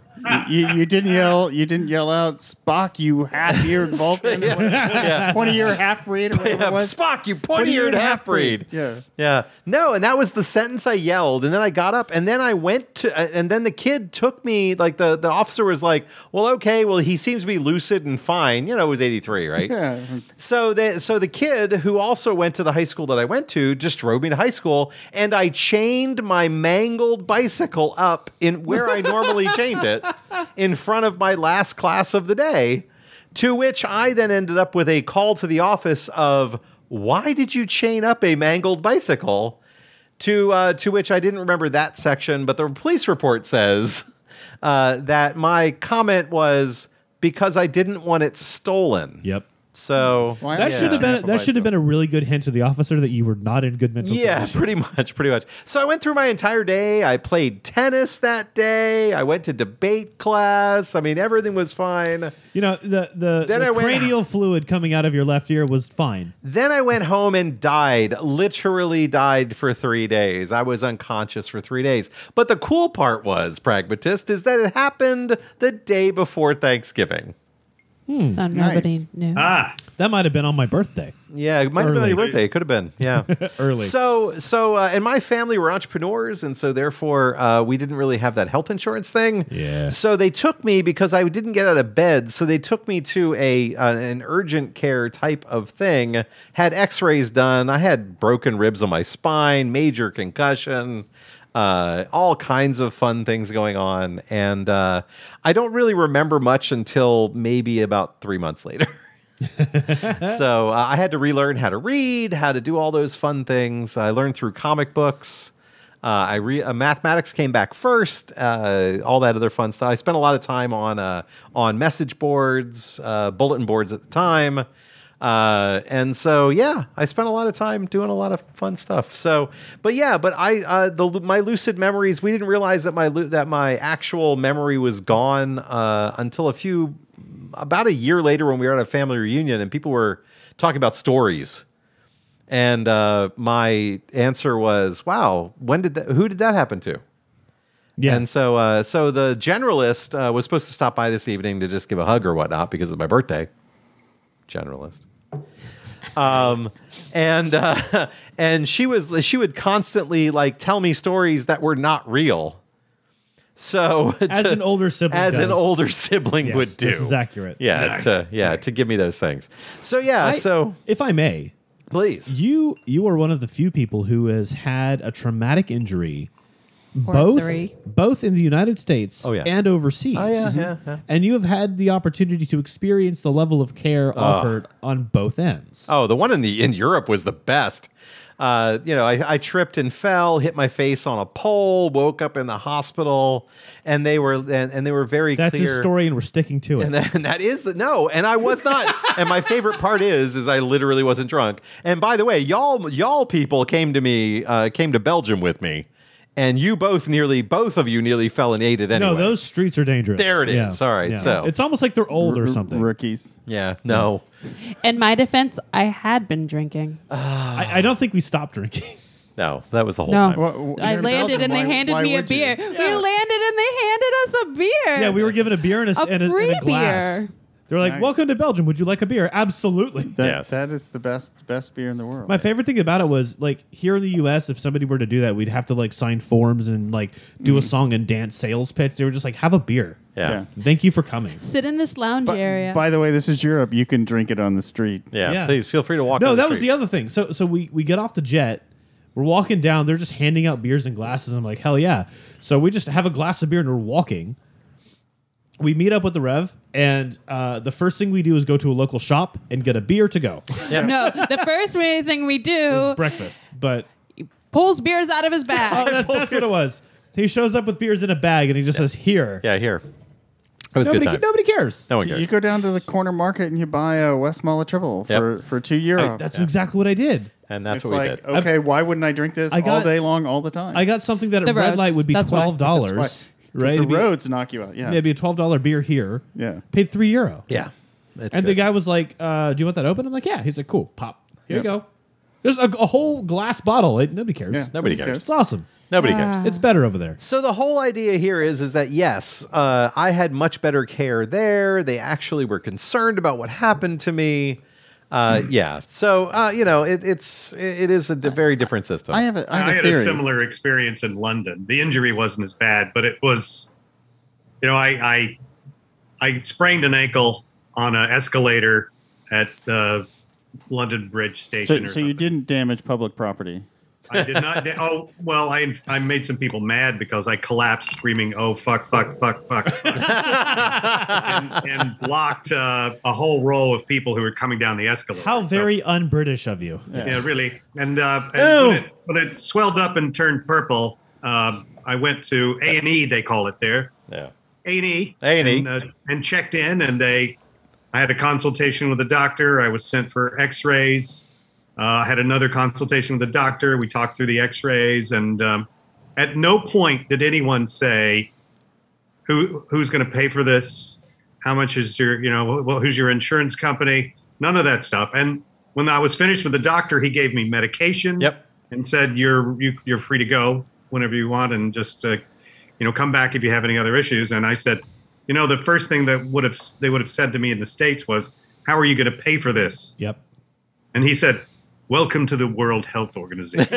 E: you, you didn't yell you didn't yell out Spock you half eared Vulcan or
A: Yeah.
E: whatever twenty year half breed or whatever
A: Yeah,
E: it was.
A: Spock, you pointy-eared half-breed.
E: Yeah.
A: Yeah. No, and that was the sentence I yelled, and then I got up, and then I went to, uh, and then the kid took me. Like the the officer was like, "Well, okay, well he seems to be lucid and fine." You know, it was eighty three, right?
E: Yeah.
A: So they, so the kid who also went to the high school that I went to just drove me to high school, and I chained my mangled bicycle up in where I normally chained it, in front of my last class of the day. To which I then ended up with a call to the office of why did you chain up a mangled bicycle? To uh, to which I didn't remember that section, but the police report says uh, that my comment was because I didn't want it stolen.
D: Yep.
A: So
E: Why
D: That
E: Yeah.
D: should have
E: Yeah.
D: been that should have been a really good hint to the officer that you were not in good mental
A: yeah,
D: condition.
A: pretty much, pretty much. So I went through my entire day. I played tennis that day. I went to debate class. I mean, everything was fine.
D: You know the the,
A: Then
D: the
A: I went-
D: cranial fluid coming out of your left ear was fine.
A: Then I went home and died, literally died for three days. I was unconscious for three days. But the cool part was, pragmatist, is that it happened the day before Thanksgiving.
C: so nobody
E: Nice.
C: knew.
D: Uh,
B: ah,
D: That might have been on my birthday.
A: Yeah, it might have been on
D: Early.
A: your birthday. It could have been. Yeah.
D: Early.
A: So, so, uh, and my family were entrepreneurs, and so therefore uh, we didn't really have that health insurance thing.
D: Yeah.
A: So they took me because I didn't get out of bed. So they took me to a uh, an urgent care type of thing. Had X rays done. I had broken ribs on my spine, major concussion. Uh, all kinds of fun things going on, and uh, I don't really remember much until maybe about three months later. so uh, I had to relearn how to read, how to do all those fun things. I learned through comic books. Uh, I re- uh, mathematics came back first. Uh, all that other fun stuff. I spent a lot of time on uh, on message boards, uh, bulletin boards at the time, uh, and so yeah, I spent a lot of time doing a lot of fun stuff. So, but yeah, but I uh, the my lucid memories. We didn't realize that my lu- that my actual memory was gone uh, until a few about a year later when we were at a family reunion and people were talking about stories and uh, my answer was wow when did that who did that happen to
D: Yeah.
A: and so uh, so the generalist uh, was supposed to stop by this evening to just give a hug or whatnot because it's my birthday generalist um, and uh, and she was she would constantly like tell me stories that were not real. So
D: As
A: to-
D: an older sibling
A: as an
D: does.
A: older sibling
D: Yes,
A: would do,
D: This is accurate.
A: yeah,
B: Nice.
A: to, yeah, to give me those things. So yeah,
D: I-
A: so
D: if I may,
A: please,
D: you you are one of the few people who has had a traumatic injury,
G: Or
D: both
G: three.
D: both in the United States
A: Oh, yeah.
D: and overseas.
A: Oh, yeah, yeah, yeah.
D: And you have had the opportunity to experience the level of care
A: Ah.
D: offered on both ends.
A: Oh, the one in the in Europe was the best. Uh, you know, I, I tripped and fell, hit my face on a pole, woke up in the hospital, and they were and, and they were very
D: That's
A: clear.
D: his story, and we're sticking to it.
A: And, that- and that is the no, and I was not. and my favorite part is, is I literally wasn't drunk. And by the way, y'all, y'all people came to me, uh, came to Belgium with me, and you both nearly, both of you nearly fell and ate it anyway.
D: No, those streets are dangerous.
A: There it is. All right, so-
D: it's almost like they're old or
E: R-
D: something.
E: Rookies.
A: Yeah, no.
C: In my defense, I had been drinking.
D: I, I don't think we stopped drinking.
A: No, that was the whole
C: No.
A: time.
E: Wha- wha-
C: I
E: you're in
C: landed
E: Belgium,
C: and they
E: why-
C: handed
E: why
C: me a
E: would you?
C: beer. We landed and they handed us a beer.
D: yeah, we were given a beer and a, s-
C: A
D: and, a, and
C: free
D: a glass.
C: beer.
D: They're like,
E: Nice.
D: "Welcome to Belgium. Would you like a beer?" Absolutely.
E: That,
A: Yes.
E: that is the best best beer in the world.
D: My favorite thing about it was like here in the U.S. If somebody were to do that, we'd have to like sign forms and like do
A: Mm.
D: a song and dance sales pitch. They were just like, "Have a beer.
A: Yeah,
D: Thank you for coming."
C: Sit in this lounge area.
E: By the way, this is Europe. You can drink it on the street.
A: yeah.
D: Yeah.
A: Please feel free to walk.
D: No,
A: on
D: that was
A: street.
D: the other thing. So so we we get off the jet. We're walking down. They're just handing out beers and glasses. I'm like, hell yeah! So we just have a glass of beer and we're walking. We meet up with the rev, and uh, the first thing we do is go to a local shop and get a beer to go.
C: no, the first main thing we do
D: breakfast, but
C: pulls beers out of his
D: oh,
C: bag.
D: that's, that's what it was. He shows up with beers in a bag, and he just says, "Here."
A: Yeah, here. That was a good
D: Nobody,
A: time.
D: nobody cares.
A: No one
E: You
A: cares.
E: go down to the corner market and you buy a Westmalle Triple
A: Yep.
E: for, for two euro.
D: I- that's exactly what I did.
A: and that's
E: it's
A: what we
E: like,
A: did.
E: okay, why wouldn't I drink this
D: I got-
E: all day long, all the time?
D: I got something that at
C: The
D: red
C: roads.
D: light would be
C: That's why.
D: twelve
C: That's
D: dollars,
E: Why-
D: right?
E: 'cause The
D: It'd be-
E: roads knock you out. Yeah.
D: yeah, it'd be a twelve dollar beer here.
E: Yeah.
D: paid three euro.
A: yeah, that's
D: and the
A: good.
D: guy was like, uh, "Do you want that open?" I'm like, "Yeah." He's like, "Cool, pop. Here you
E: Yeah.
D: go." There's a, a whole glass bottle. It, nobody cares.
E: Yeah.
A: Nobody
E: Who
A: cares.
D: It's awesome.
A: nobody
G: Ah.
A: cares.
D: It's better over there.
A: So the whole idea here is is that yes, uh, I had much better care there. They actually were concerned about what happened to me. Uh, yeah, so uh, you know it, it's it is a di- very different system.
E: I have a, I
B: I,
E: have a
B: had
E: theory.
B: a similar experience in London. The injury wasn't as bad, but it was, you know, I I, I sprained an ankle on an escalator at the London Bridge station.
E: so
B: or
E: so you
B: something.
E: didn't damage public property.
B: I did not. da- oh well, I I made some people mad because I collapsed screaming, "Oh fuck, fuck, fuck, fuck,", fuck. and, and blocked uh, a whole row of people who were coming down the escalator.
D: How
B: So-
D: very un-British of you.
E: Yeah.
B: yeah, really. And, uh, and when,
D: Ew.
B: it, when it swelled up and turned purple, uh, I went to A and E. They call it there.
A: yeah.
B: A and E.
A: A&E.
B: uh, And checked in, and they. I had a consultation with a doctor. I was sent for X-rays. Uh, I had another consultation with the doctor. We talked through the X-rays, and um, at no point did anyone say, "Who who's going to pay for this? How much is your you know well who's your insurance company?" None of that stuff. And when I was finished with the doctor, he gave me medication
A: Yep.
B: and said you're you, you're free to go whenever you want and just uh, you know come back if you have any other issues and i said you know the first thing that would have they would have said to me in the states was how are you going to pay for this
D: Yep.
B: and he said welcome to the world health organization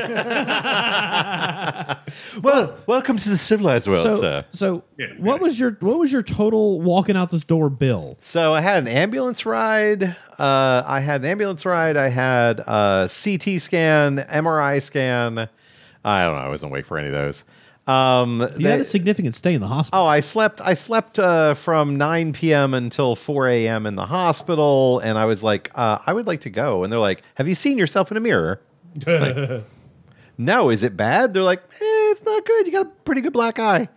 A: Well, welcome to the civilized world,
D: So,
A: sir.
D: so
B: Yeah.
D: what was your what was your total walking out this door bill?
A: So I had an ambulance ride. Uh, I had an ambulance ride. I had a CT scan, MRI scan. I don't know. I wasn't awake for any of those. Um,
D: You
A: they-
D: had a significant stay in the hospital.
A: Oh, I slept. I slept uh, from 9 p.m. until 4 a.m. in the hospital, and I was like, uh, I would like to go. And they're like, Have you seen yourself in a mirror? Like, no. Is it bad? They're like, eh, It's not good. You got a pretty good black eye,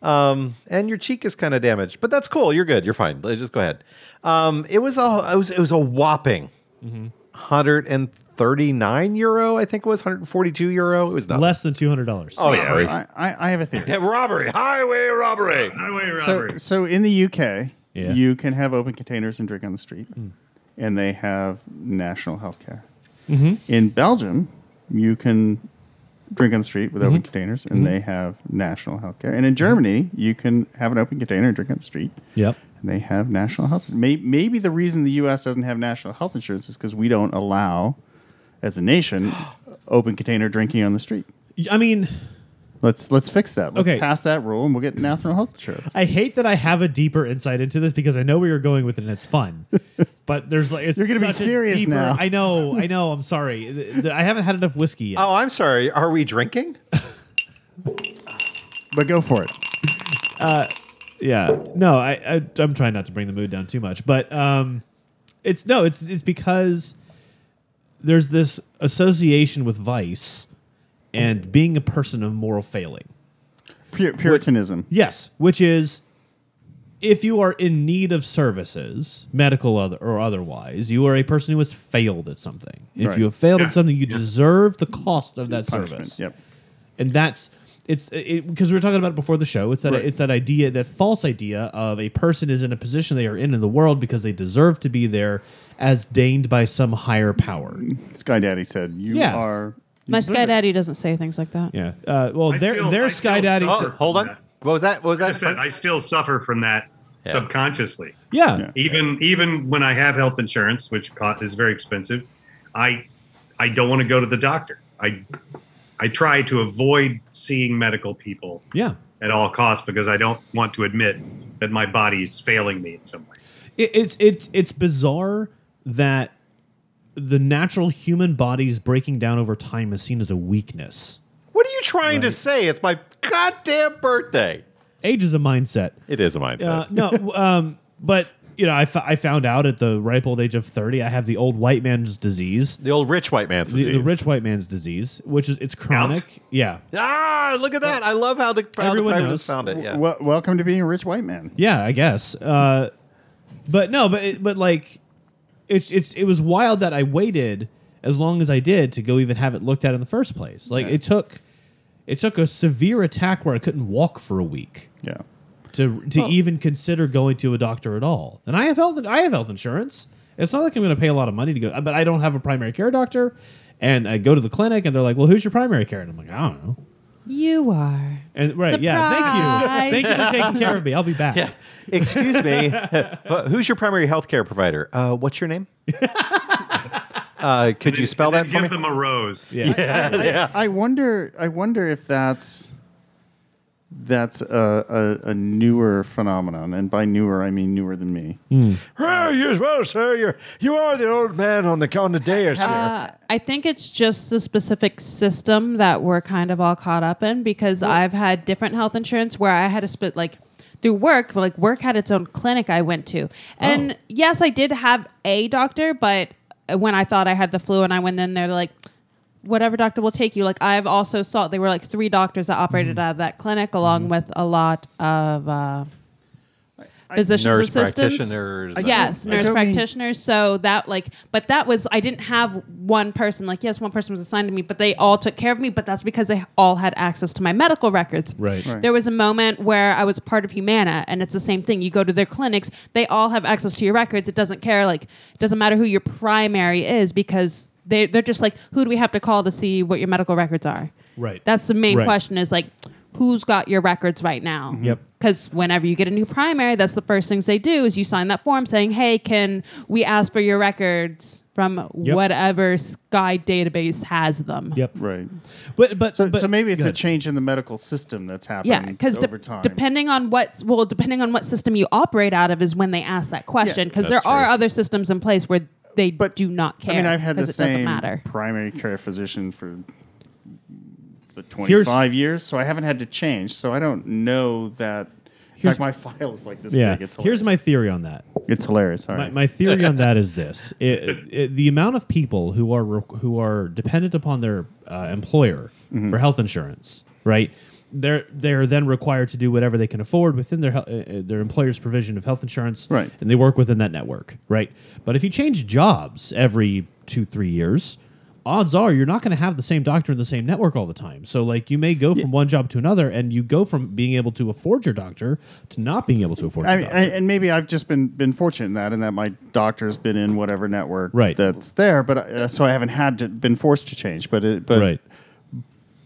A: um, and your cheek is kind of damaged, but that's cool. You're good. You're fine. Let's Just go ahead. Um, it was a. It was. It was a whopping 139 euro. I think it was 142 euro. It was not.
D: Less than two hundred dollars.
A: oh yeah. it was-
E: I, I, I have a theory.
A: Yeah, robbery, highway robbery.
B: highway
E: So,
B: robbery
E: so in the UK,
D: Yeah. Hmm.
E: you can have open containers and drink on the street, and they have national health care.
D: Mm-hmm.
E: In Belgium, you can drink on the street with
D: Mm-hmm.
E: open containers, and they have national health care. And in Germany, you can have an open container and drink on the street,
D: Yep.
E: And they have national health. May, maybe the reason the U.S. doesn't have national health insurance is because we don't allow, as a nation, open container drinking on the street.
D: I mean,
E: Let's let's fix that. Let's
D: Okay.
E: pass that rule, and we'll get national health insurance.
D: I hate that I have a deeper insight into this because I know where you're going with it and it's fun. but there's like it's
E: You're gonna be
D: such a
E: serious
D: deeper-
E: now.
D: I know, I know. I'm sorry. Th- th- I haven't had enough whiskey yet.
A: Oh, I'm sorry. Are we drinking?
E: But go for it.
D: yeah no I, I i'm trying not to bring the mood down too much but um it's no it's it's because there's this association with vice and being a person of moral failing
E: Pur- Puritanism.
D: yes which is if you are in need of services medical other, or otherwise you are a person who has failed at something if
E: Right.
D: you have failed
B: Yeah.
D: at something you deserve the cost of that
E: Punishment.
D: service
E: Yep.
D: and that's it's because we were talking about it before the show. It's that
E: Right.
D: it's that idea, that false idea of a person is in a position they are in in the world because they deserve to be there, as deigned by some higher power.
B: Mm.
E: Sky Daddy said, "You
D: Yeah.
E: are." you
C: My
E: deserve
C: Sky
E: it."
C: daddy doesn't say things like that.
D: Yeah. Uh, well,
B: I
D: their
B: feel-
D: their
B: I
D: sky
B: feel
D: daddy.
B: sorry.
A: Oh, hold on. What was that? What was
B: I said
A: that?
B: I still suffer from that subconsciously.
D: Yeah.
E: Yeah.
B: Even even when I have health insurance, which co- is very expensive, I I don't want to go to the doctor. I I try to avoid seeing medical people
D: Yeah.
B: at all costs because I don't want to admit that my body is failing me in some way.
D: It, it's it's it's bizarre that the natural human body's breaking down over time is seen as a weakness.
A: What are you trying to say? It's my goddamn birthday.
D: Age is a mindset.
A: It is a mindset.
D: Uh, no, w- um, but you know, I, f- I found out at the ripe old age of thirty, I have the old white man's disease,
A: the old rich white man's
D: the, the
A: disease.
D: rich white man's disease, which is it's chronic. Yeah,
A: Ah, look at that! I love how the how the
D: Everyone
A: privatists
D: knows.
A: found it. Yeah.
E: Wel- welcome to being a rich white man.
D: yeah, I guess. Uh, but no, but it, but like, it's it's it was wild that I waited as long as I did to go even have it looked at in the first place. Like
E: Yeah.
D: it took. It took a severe attack where I couldn't walk for a week
E: Yeah.
D: to to even consider going to a doctor at all. And I have health I have health insurance. It's not like I'm going to pay a lot of money to go, uh, but I don't have a primary care doctor. And I go to the clinic, and they're like, "Well, who's your primary care?" And I'm like, "I don't know."
C: You are.
D: And right, yeah,
C: Surprise!
D: thank you, thank you for taking care of me. I'll be back.
A: Excuse me. Uh, Who's your primary healthcare provider? Uh, what's your name? uh, could you spell that
B: And
A: for
B: give
A: me?
B: them a rose.
D: Yeah.
E: I, I wonder. I wonder if that's that's a, a, a newer phenomenon, and by newer I mean newer than me.
D: Mm.
A: Oh, you as well, sir. You're you are the old man on the on the dais
C: Uh, I think it's just the specific system that we're kind of all caught up in because I've had different health insurance where I had to split like through work, like work had its own clinic I went to.
E: Oh.
C: And yes, I did have a doctor, but when I thought I had the flu and I went in there, like, whatever doctor will take you. Like, I've also saw, they were like three doctors that operated
E: Mm-hmm.
C: out of that clinic along with a lot of, uh, physicians
A: Nurse
C: assistants
A: practitioners. I
C: yes
E: don't- I
C: nurse
E: don't mean-
C: practitioners so that like but that was i didn't have one person like yes one person was assigned to me but they all took care of me but that's because they all had access to my medical records
D: Right. Right.
C: there was a moment where i was a part of humana and it's the same thing you go to their clinics they all have access to your records it doesn't care like it doesn't matter who your primary is because they, they're just like who do we have to call to see what your medical records are
D: Right.
C: that's the main
D: Right.
C: question is like who's got your records right now
D: Yep.
C: because whenever you get a new primary that's the first things they do is you sign that form saying hey can we ask for your records from
D: Yep.
C: whatever sky database has them
D: Yep.
E: Right.
D: But but
E: So,
D: but,
E: so maybe it's
D: go
E: a
D: ahead.
E: change in the medical system that's
C: yeah
E: happening.
C: because
E: over time.
C: depending on what well depending on what system you operate out of is when they ask that question because there
A: that's
C: are
A: true.
C: other systems in place where they
E: But,
C: do not care
E: I mean, I've had the
C: 'cause it doesn't
E: same
C: matter
E: primary care physician for the
D: Here's-
E: 25 years, so I haven't had to change. So I don't know that. In fact, my file is like this
D: yeah.
E: big. It's hilarious.
D: Here's my theory on that.
E: It's hilarious. All
D: My,
E: right.
D: my theory on that is this: It- it- the amount of people who are re- who are dependent upon their uh, employer
E: Mm-hmm.
D: for health insurance, right? They're they're then required to do whatever they can afford within their hel- uh, uh, their employer's provision of health insurance,
E: Right.
D: And they work within that network, right? But if you change jobs every two three years. Odds are you're not going to have the same doctor in the same network all the time. So, like, you may go from one job to another, and you go from being able to afford your doctor to not being able to afford.
E: I
D: your
E: mean,
D: doctor.
E: and and maybe I've just been been fortunate in that, in that my doctor's been in whatever network
D: Right.
E: that's there, but I, so I haven't had to been forced to change. But it, but
D: right?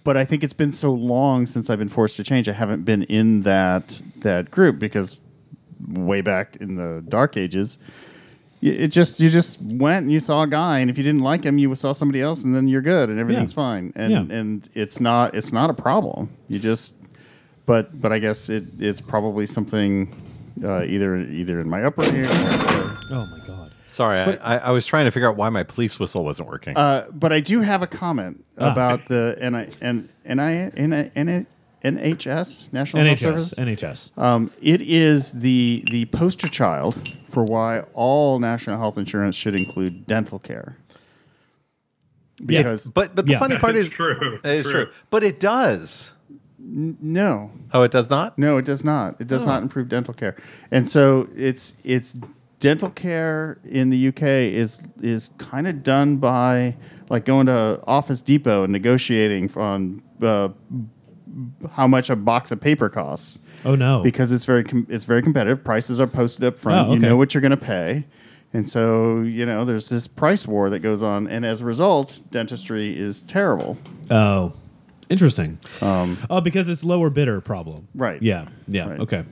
E: but I think it's been so long since I've been forced to change. I haven't been in that that group because way back in the dark ages. Y- It just you just went and you saw a guy, and if you didn't like him, you saw somebody else, and then you're good, and everything's fine, and
D: Yeah.
E: and it's not it's not a problem. You just, but but I guess it it's probably something uh, either either in my upbringing. Or,
D: Oh my god.
A: Sorry, I, I, I was trying to figure out why my police whistle wasn't working.
E: Uh, but I do have a comment
D: Ah.
E: about the and I and and I and NHS National
D: NHS.
E: Health Service.
D: NHS.
E: Um, it is the the poster child for why all national health insurance should include dental care. Because
A: but but the
D: yeah,
A: funny
D: that
A: part
B: is
A: is
B: true,
A: It is
B: true.
A: true. But it does.
E: no,
A: Oh, it does not.
E: no, it does not. It does not improve dental care, and so it's it's dental care in the UK is is kind of done by like going to Office Depot and negotiating on uh, how much a box of paper costs.
D: Oh no.
E: because it's very com- it's very competitive. Prices are posted up front.
D: Oh,
E: You
D: okay.
E: know what you're going to pay, and so you know there's this price war that goes on, and as a result, dentistry is terrible.
D: oh, interesting.
A: Um,
D: oh, because it's lower bidder problem.
E: Right.
D: Yeah. Yeah.
E: Right.
D: Okay.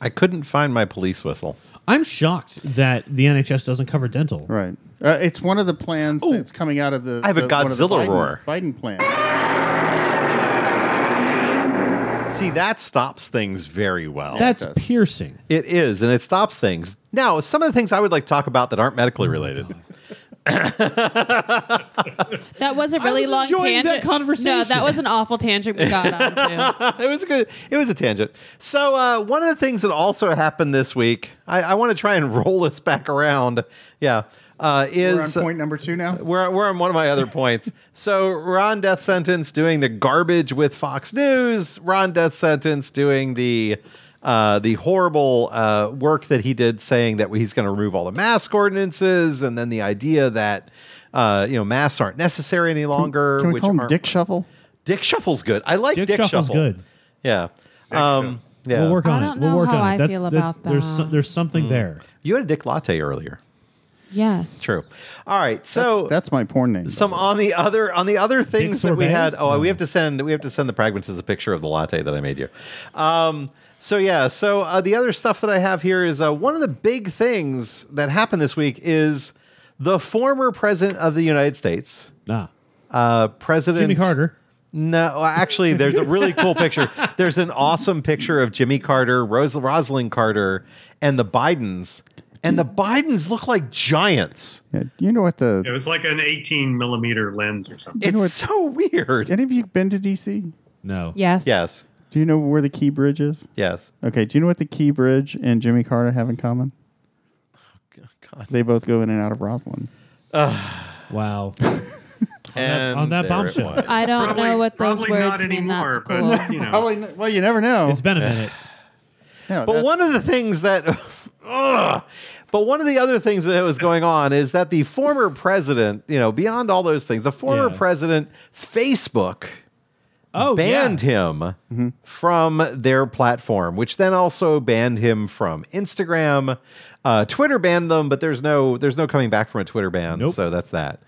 A: I couldn't find my police whistle.
D: I'm shocked that the NHS doesn't cover dental.
E: Right. Uh, it's one of the plans that's coming out of the.
A: I have a
E: the- one of the
A: Godzilla
E: Biden,
A: roar.
E: Biden plan.
A: See, that stops things very well.
D: That's
E: does.
D: piercing.
A: It is, and it stops things. Now, some of the things I would like to talk about that aren't medically related.
C: That was a really
D: was
C: long
D: enjoying
C: tangent.
D: that conversation.
C: No, that was an awful tangent we got onto.
A: it was a good. It was a tangent. So uh, one of the things that also happened this week, I, I want to try and roll this back around. Yeah, uh,
E: We're on
A: is
E: point number two now.
A: we're, we're on one of my other points. So Ron Death Sentence doing the garbage with Fox News. Ron Death Sentence doing the uh, the horrible uh, work that he did saying that he's going to remove all the mask ordinances, and then the idea that uh, you know masks aren't necessary any longer.
E: Can we
A: which
E: call him
A: aren't-
E: Dick Shovel?
A: Dick Shuffle's good. I like Dick,
D: Dick Shuffle's
A: Shuffle.
D: good.
A: Yeah. Um, yeah. Mm.
D: We'll work
C: I
D: on
C: don't
D: it. We'll
C: know
D: work
C: how
D: on it.
C: I
D: That's,
C: feel
D: that's-
C: about
D: There's
C: that.
D: some, there's something there.
A: You had a Dick Latte earlier.
C: Yes.
A: True. All right. So
E: That's my porn name.
A: some on the other on the other things that we
D: sorbet?
A: had. Oh, we have to send we have to send the pragmatists a picture of the latte that I made you. Um, so yeah, so uh, the other stuff that I have here is uh, one of the big things that happened this week is the former president of the United States,
D: Nah.
A: uh, President
D: Jimmy Carter.
A: No, actually, there's a really cool picture. There's an awesome picture of Jimmy Carter, Rose, Rosalind Carter, and the Bidens. And the Bidens look like giants.
E: Yeah, you know what the?
B: It was like an 18 millimeter lens or something.
E: You know
A: It's so weird.
E: Any of you been to DC?
D: No.
C: Yes.
A: Yes,
E: Do you know where the Key Bridge is?
A: yes.
E: Okay. Do you know what the Key Bridge and Jimmy Carter have in common?
A: God.
E: They both go in and out of Roslyn.
D: Wow.
A: And
D: on that
A: there
D: bombshell.
A: it was.
C: I don't know what those
B: probably
C: words
B: not
C: mean.
B: anymore,
C: That's cool.
B: but you know.
E: Probably. n- Oh, Well, you never know.
D: it's been a minute.
E: No,
A: But
E: that's-
A: one of the things that, Ugh. but one of the other things that was going on is that the former president, you know, beyond all those things, the former
D: Yeah.
A: president, Facebook
D: Oh,
A: banned
D: yeah.
A: him from their platform, which then also banned him from Instagram. Uh, Twitter banned them, but there's no there's no coming back from a Twitter ban,
D: Nope.
A: so that's that.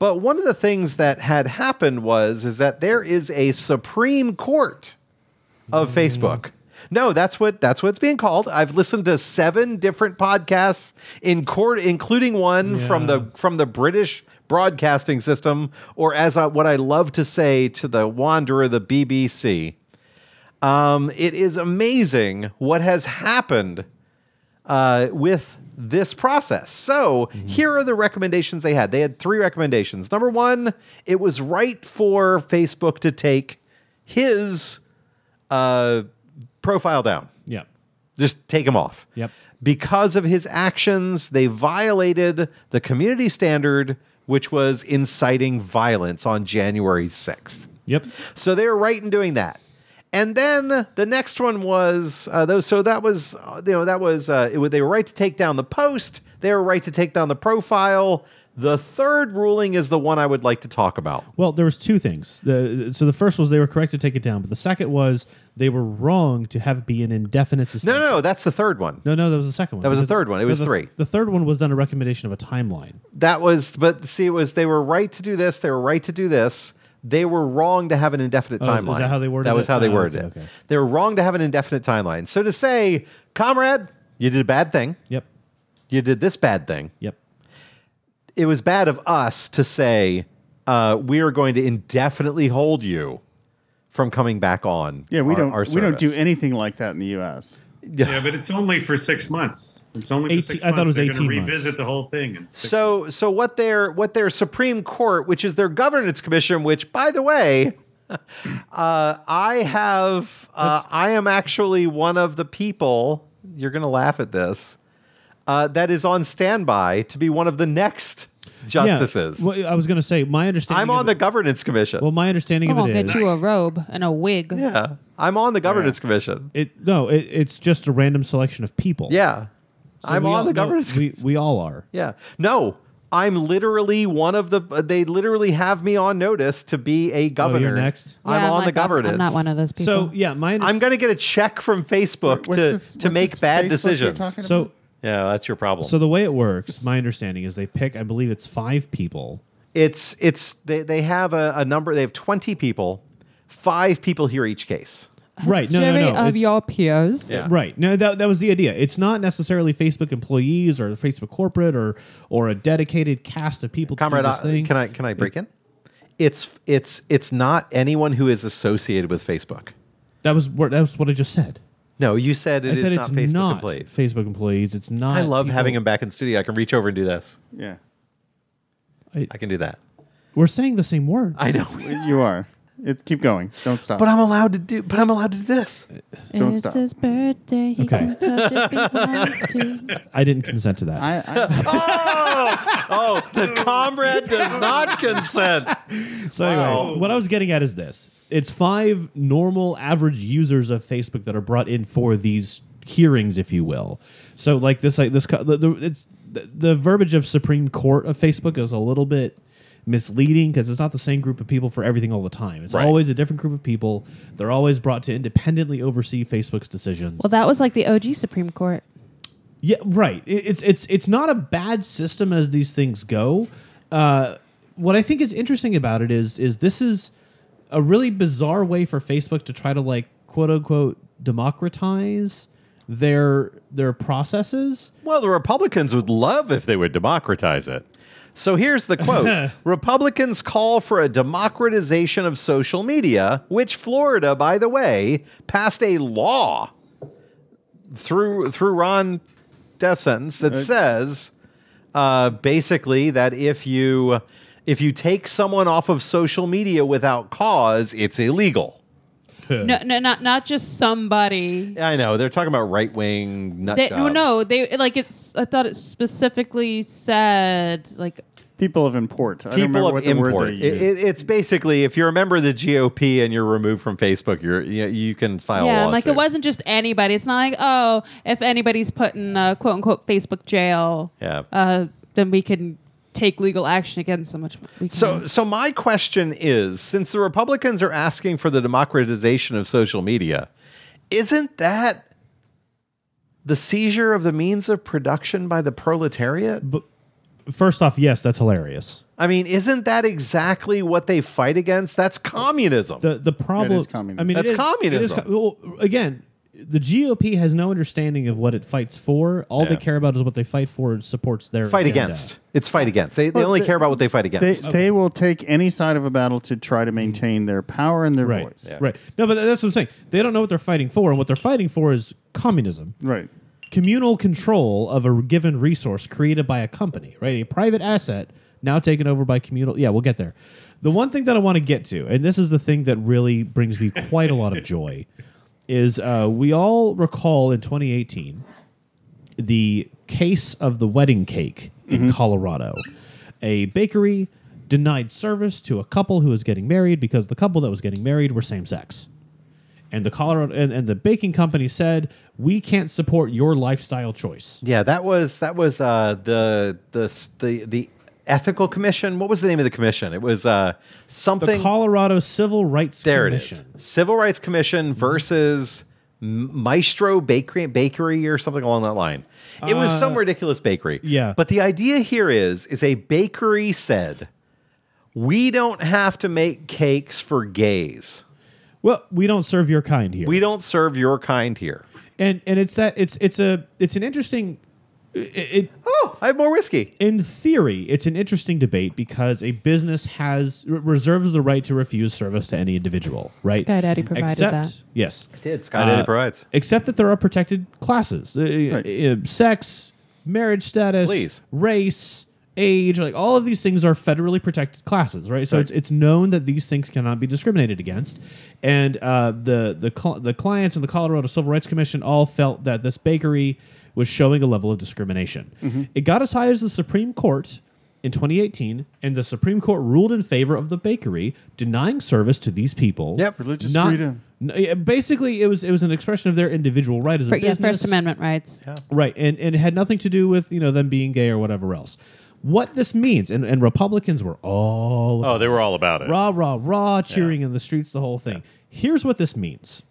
A: But one of the things that had happened was is that there is a Supreme Court of Facebook. No, that's what that's what it's being called. I've listened to seven different podcasts in court, including one from
D: Yeah.
A: the from the British broadcasting system, or as I, what I love to say to the wanderer, the BBC. Um, it is amazing what has happened uh, with this process. So here are the recommendations they had. They had three recommendations. Number one, it was right for Facebook to take his uh, profile down.
D: Yeah.
A: Just take him off.
D: Yep.
A: Because of his actions, they violated the community standard, which was inciting violence on January 6th.
D: Yep.
A: So they were right in doing that. And then the next one was uh, those. So that was uh, you know that was uh, it, was- they were right to take down the post. They were right to take down the profile. The third ruling is the one I would like to talk about.
D: Well, there was two things. The, so the first was they were correct to take it down, but the second was they were wrong to have it be an indefinite
A: No,
D: suspension.
A: no, that's the third one.
D: No, no, that was the second one.
A: That was the
D: Because-
A: third one. It
D: no,
A: was
D: the-
A: three.
D: The third one was then a recommendation of a timeline.
A: That was, but see, it was they were right to do this. They were right to do this. They were wrong to have an indefinite
D: Oh, is- is
A: timeline.
D: that how they worded
A: That
D: it?
A: was how they
D: Oh,
A: worded
D: okay,
A: it.
D: okay.
A: They were wrong to have an indefinite timeline. So to say, comrade, You did a bad thing.
D: Yep.
A: You did this bad thing.
D: Yep.
A: It was bad of us to say uh, we are going to indefinitely hold you from coming back on.
E: Yeah, we
A: our-
E: don't
A: Our
E: we don't do
A: service."
E: anything like that in the U.S.
B: Yeah, but it's only for six months. It's only for
D: 18
B: six
D: I thought it
B: months.
D: was
B: They're
D: 18
B: gonna
D: months.
B: revisit the whole thing. in six
A: So so what their what their Supreme Court, which is their governance commission, which by the way, uh, I have uh, I am actually one of the people. You're going to laugh at this. Uh, that is on standby to be one of the next justices.
D: Yeah. Well, I was going to say my understanding.
A: I'm on
D: of
A: the
D: it,
A: governance commission.
D: Well, my understanding
C: I'm
D: of
C: gonna
D: it
C: get
D: is
C: you a robe and a wig.
A: yeah, I'm on the governance commission.
D: it no, it, it's just a random selection of people.
A: Yeah,
D: So
A: I'm
D: we
A: on
D: all-
A: the
D: no,
A: governance.
D: we we all are.
A: Yeah. No, I'm literally one of the. They literally have me on notice to be a governor.
D: Oh, next?
A: I'm on
C: Yeah,
A: the
C: like, I'm-
A: governance.
C: I'm not one of those people.
D: So yeah, my under-
A: I'm going to get a check from Facebook
E: What's
A: to
E: this-
A: to
E: what's
A: make
E: this
A: bad
E: Facebook you're
A: decisions.
E: talking about?
D: so
A: Yeah, that's your problem.
D: so the way it works. My understanding is they pick. I believe it's five people.
A: it's it's they they have a, a number. They have 20 people. Five people hear each case.
D: Right. No,
C: Jury
D: no, no.
C: of
D: it's-
C: your peers.
A: Yeah.
D: Right. No, that, that was the idea. It's not necessarily Facebook employees or Facebook corporate or or a dedicated cast of people.
A: Comrade,
D: to do this
A: uh,
D: thing.
A: can I can I break in? It's it's it's not anyone who is associated with Facebook.
D: That was where- that was what I just said.
A: No, you said it
D: I
A: is
D: said
A: not
D: it's
A: Facebook
D: not
A: employees.
D: Facebook employees. It's not.
A: I love
D: people-
A: having him back in studio. I can reach over and do this.
E: Yeah,
A: I can do that.
D: We're saying the same word.
A: I know.
E: you are. It, keep going. Don't stop.
A: But I'm allowed to do. But I'm allowed to do this.
E: Don't
C: it's
E: stop.
C: his birthday. He
D: Okay.
C: can touch if he wants to.
D: I didn't consent to that.
E: I, I,
A: Oh, the comrade does not consent.
D: So anyway, what I was getting at is this: it's five normal, average users of Facebook that are brought in for these hearings, if you will. So like this, like this, co- the, the, it's the, the verbiage of Supreme Court of Facebook is a little bit misleading because it's not the same group of people for everything all the time. It's
A: Right.
D: always a different group of people. They're always brought to independently oversee Facebook's decisions.
C: Well, that was like the OG Supreme Court.
D: Yeah, right. It- It's it's it's not a bad system as these things go. Uh, what I think is interesting about it is is this is a really bizarre way for Facebook to try to like quote unquote democratize their their processes.
A: Well, the Republicans would love if they would democratize it. So here's the quote Republicans call for a democratization of social media, which Florida, by the way, passed a law through through Ron Death Sentence that says uh, basically that if you if you take someone off of social media without cause, it's illegal.
C: No, no, not not just somebody.
A: I know they're talking about right wing nut
C: They, no,
A: jobs.
C: no, they like it's. I thought it specifically said like
E: people of import. I don't
A: people
E: remember
A: of
E: what the
A: import.
E: word they
A: It,
E: used.
A: it- it's basically if you're a member of the GOP and you're removed from Facebook, you're you, know, you can file.
C: yeah,
A: a
C: I'm like it
A: lawsuit.
C: wasn't just anybody. It's not like oh, if anybody's put in uh, quote unquote Facebook jail,
A: Yeah.
C: uh, then we can take legal action against them. Which we can.
A: So, so my question is, since the Republicans are asking for the democratization of social media, isn't that the seizure of the means of production by the proletariat?
D: First off, yes, that's hilarious.
A: I mean, isn't that exactly what they fight against? That's communism.
D: The the problem
E: That is communism.
D: I mean, it
A: That's
D: is- it is
A: communism.
D: co- well, again, the GOP has no understanding of what it fights for. All they
A: Yeah.
D: care about is what they fight for and supports their
A: fight
D: agenda.
A: against. It's fight against. They, they only
E: they-
A: care about what they fight
E: They,
A: against.
E: they will take any side of a battle to try to maintain their power and their
D: Right.
E: voice.
D: Right. No, but that's what I'm saying. They don't know what they're fighting for, and what they're fighting for is communism,
E: Right.
D: communal control of a given resource created by a company, right? A private asset now taken over by communal. Yeah, we'll get there. The one thing that I want to get to, and this is the thing that really brings me quite a lot of joy, is uh, we all recall in 2018 the case of the wedding cake in Colorado. A bakery denied service to a couple who was getting married because the couple that was getting married were same sex. And the Colorado and, and the baking company said, "We can't support your lifestyle choice."
A: Yeah, that was that was uh, the the the the ethical commission. What was the name of the commission? It was uh,
D: The
A: something.
D: Colorado Civil Rights
A: there it is.
D: Commission. Mm-hmm.
A: Civil Rights Commission versus M- Maestro Bakery Bakery or something along that line. It was some ridiculous bakery.
D: Uh, yeah.
A: But the idea here is is a bakery said, "We don't have to make cakes for gays.
D: Well, we don't serve your kind here.
A: We don't serve your kind here."
D: and and it's that it's it's a it's an interesting it, it
A: Oh, I have more whiskey.
D: in theory, it's an interesting debate because a business has r- reserves the right to refuse service to any individual, right?
C: Skydaddy provided
D: Except,
C: that.
D: Yes.
A: did. Skydaddy
D: Uh,
A: provides.
D: Except that there are protected classes. uh, uh, sex, marriage status,
A: Please.
D: race, age, like all of these things are federally protected classes, right? So it's it's known that these things cannot be discriminated against. And uh, the the cl- the clients and the Colorado Civil Rights Commission all felt that this bakery was showing a level of discrimination. It got as high as the Supreme Court in 2018, and the Supreme Court ruled in favor of the bakery, denying service to these people.
A: Yep.
E: Religious freedom.
D: n- yeah, basically, it was it was an expression of their individual right as a
C: For, yeah,
D: business.
C: First Amendment rights.
D: Right, and, and it had nothing to do with you know them being gay or whatever else. What this means, and, and Republicans were all
G: Oh, they were all about it.
D: rah rah rah cheering in the streets the whole thing. Here's what this means: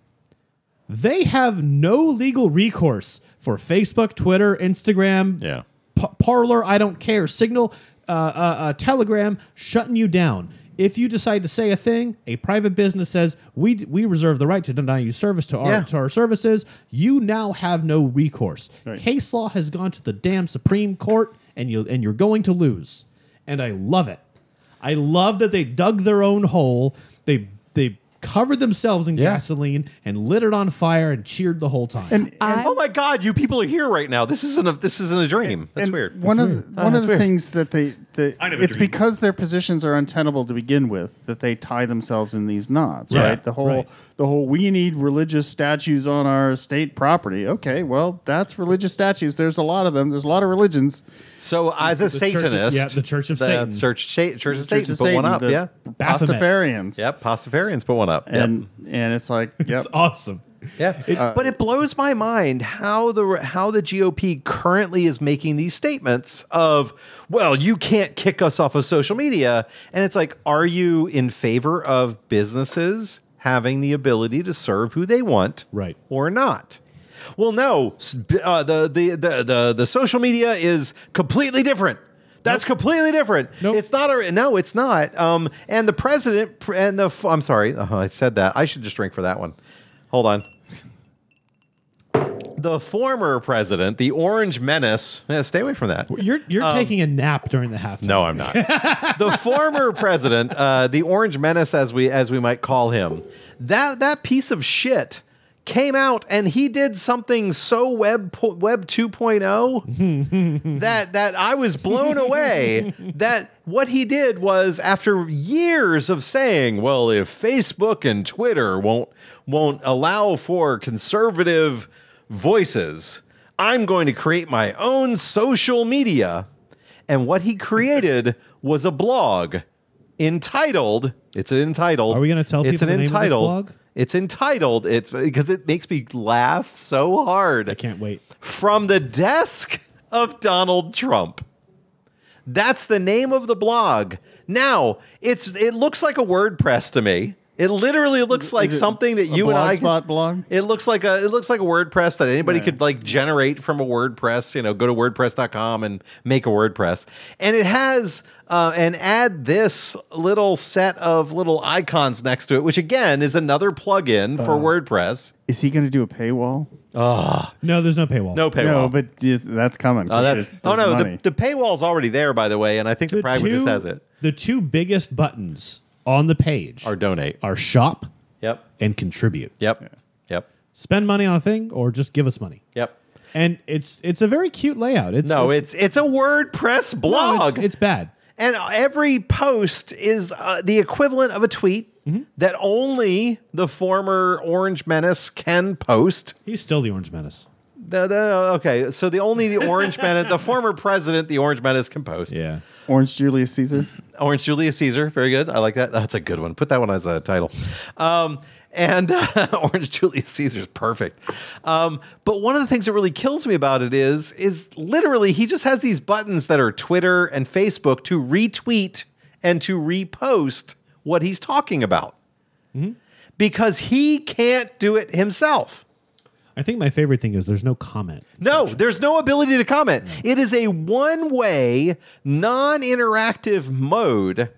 D: they have no legal recourse for Facebook, Twitter, Instagram,
G: Yeah.
D: P- Parlor, I don't care, Signal, uh, uh, uh, Telegram, shutting you down. If you decide to say a thing, a private business says we we reserve the right to deny you service to our
A: Yeah.
D: to our services. You now have no recourse.
E: Right.
D: Case law has gone to the damn Supreme Court, and you and you're going to lose. And I love it. I love that they dug their own hole. They they covered themselves in gasoline and lit it on fire and cheered the whole time.
E: And,
C: I-
A: oh my God, you people are here right now. This isn't a this isn't a dream. That's
E: and
A: weird.
E: One of the, one
A: that's
E: of the
A: weird.
E: things that they that
B: I never
E: it's
B: dreamed.
E: because their positions are untenable to begin with that they tie themselves in these knots,
D: Yeah,
E: right? The whole
D: right.
E: the whole we need religious statues on our state property. Okay, well that's religious statues. There's a lot of them. There's a lot of religions.
A: so as a
D: the Church of-
A: Satanist,
D: yeah, the Church of
A: the
D: Satan.
A: Church, Sha- Church of
E: Church
A: Satan,
E: of
A: put one
E: Satan,
A: up.
E: the
A: yeah,
D: Baphomet.
E: Pastafarians.
A: yep. Pastafarians, put one up. Yep.
E: And and it's like yep.
D: It's awesome.
A: Yeah, but it blows my mind how the how the GOP currently is making these statements of, well, you can't kick us off of social media, and it's like, are you in favor of businesses having the ability to serve who they want,
D: Right.
A: or not? Well, no, s- b- uh, the, the the the the social media is completely different. That's completely different.
D: Nope.
A: It's not a no. It's not. Um, and the president pr- and the f- I'm sorry, oh, I said that. I should just drink for that one. Hold on. The former president, the Orange Menace. Yeah, stay away from that.
D: You're you're taking a nap during the halftime.
A: Um, No, I'm not. the former president, uh, the Orange Menace, as we as we might call him, that that piece of shit came out and he did something so web po- web 2.0 that that I was blown away that what he did was after years of saying well if Facebook and Twitter won't won't allow for conservative voices I'm going to create my own social media and what he created was a blog entitled. It's entitled.
D: Are we gonna tell
A: It's
D: people
A: an
D: the name of this
A: entitled.
D: blog?
A: It's entitled. It's because it makes me laugh so hard.
D: I can't wait.
A: From the desk of Donald Trump. That's the name of the blog. Now it's it looks like a WordPress to me. It literally looks like
E: is it
A: something that
E: a
A: you and I could-
E: Blogspot blog?
A: it looks like a it looks like a WordPress that anybody
E: Yeah.
A: could like generate from a WordPress. You know, go to WordPress.com and make a WordPress, and it has uh, and add this little set of little icons next to it, which again is another plugin for
E: Uh,
A: WordPress.
E: Is he going to do a paywall?
D: No, there's no paywall.
A: No paywall.
E: No, but is, that's coming.
A: oh, that's
E: There's-
A: oh
E: there's
A: no, the,
E: money.
A: the paywall's already there by the way, and I think the, private just
D: two-
A: has it.
D: The two biggest buttons on the page
A: Or
D: are,
A: donate.
D: shop
A: Yep.
D: and contribute.
A: Yep. Yep.
D: Spend money on a thing or just give us money.
A: Yep.
D: And it's it's a very cute layout. It's
A: No, it's it's a WordPress
D: no,
A: blog.
D: it's- it's, bad.
A: And every post is uh, the equivalent of a tweet that only the former Orange Menace can post.
D: He's still the Orange Menace.
A: The, the, okay, so the only the Orange Menace, the former president, the Orange Menace can post.
D: Yeah.
E: Orange Julius Caesar.
A: Orange Julius Caesar, very good. I like that. That's a good one. Put that one as a title. Um, and uh, Orange Julius Caesar is perfect. Um, but one of the things that really kills me about it is, is literally he just has these buttons that are Twitter and Facebook to retweet and to repost what he's talking about because he can't do it himself.
D: I think my favorite thing is there's no comment.
A: No, there's no ability to comment.
D: Hmm.
A: It is a one way, non interactive mode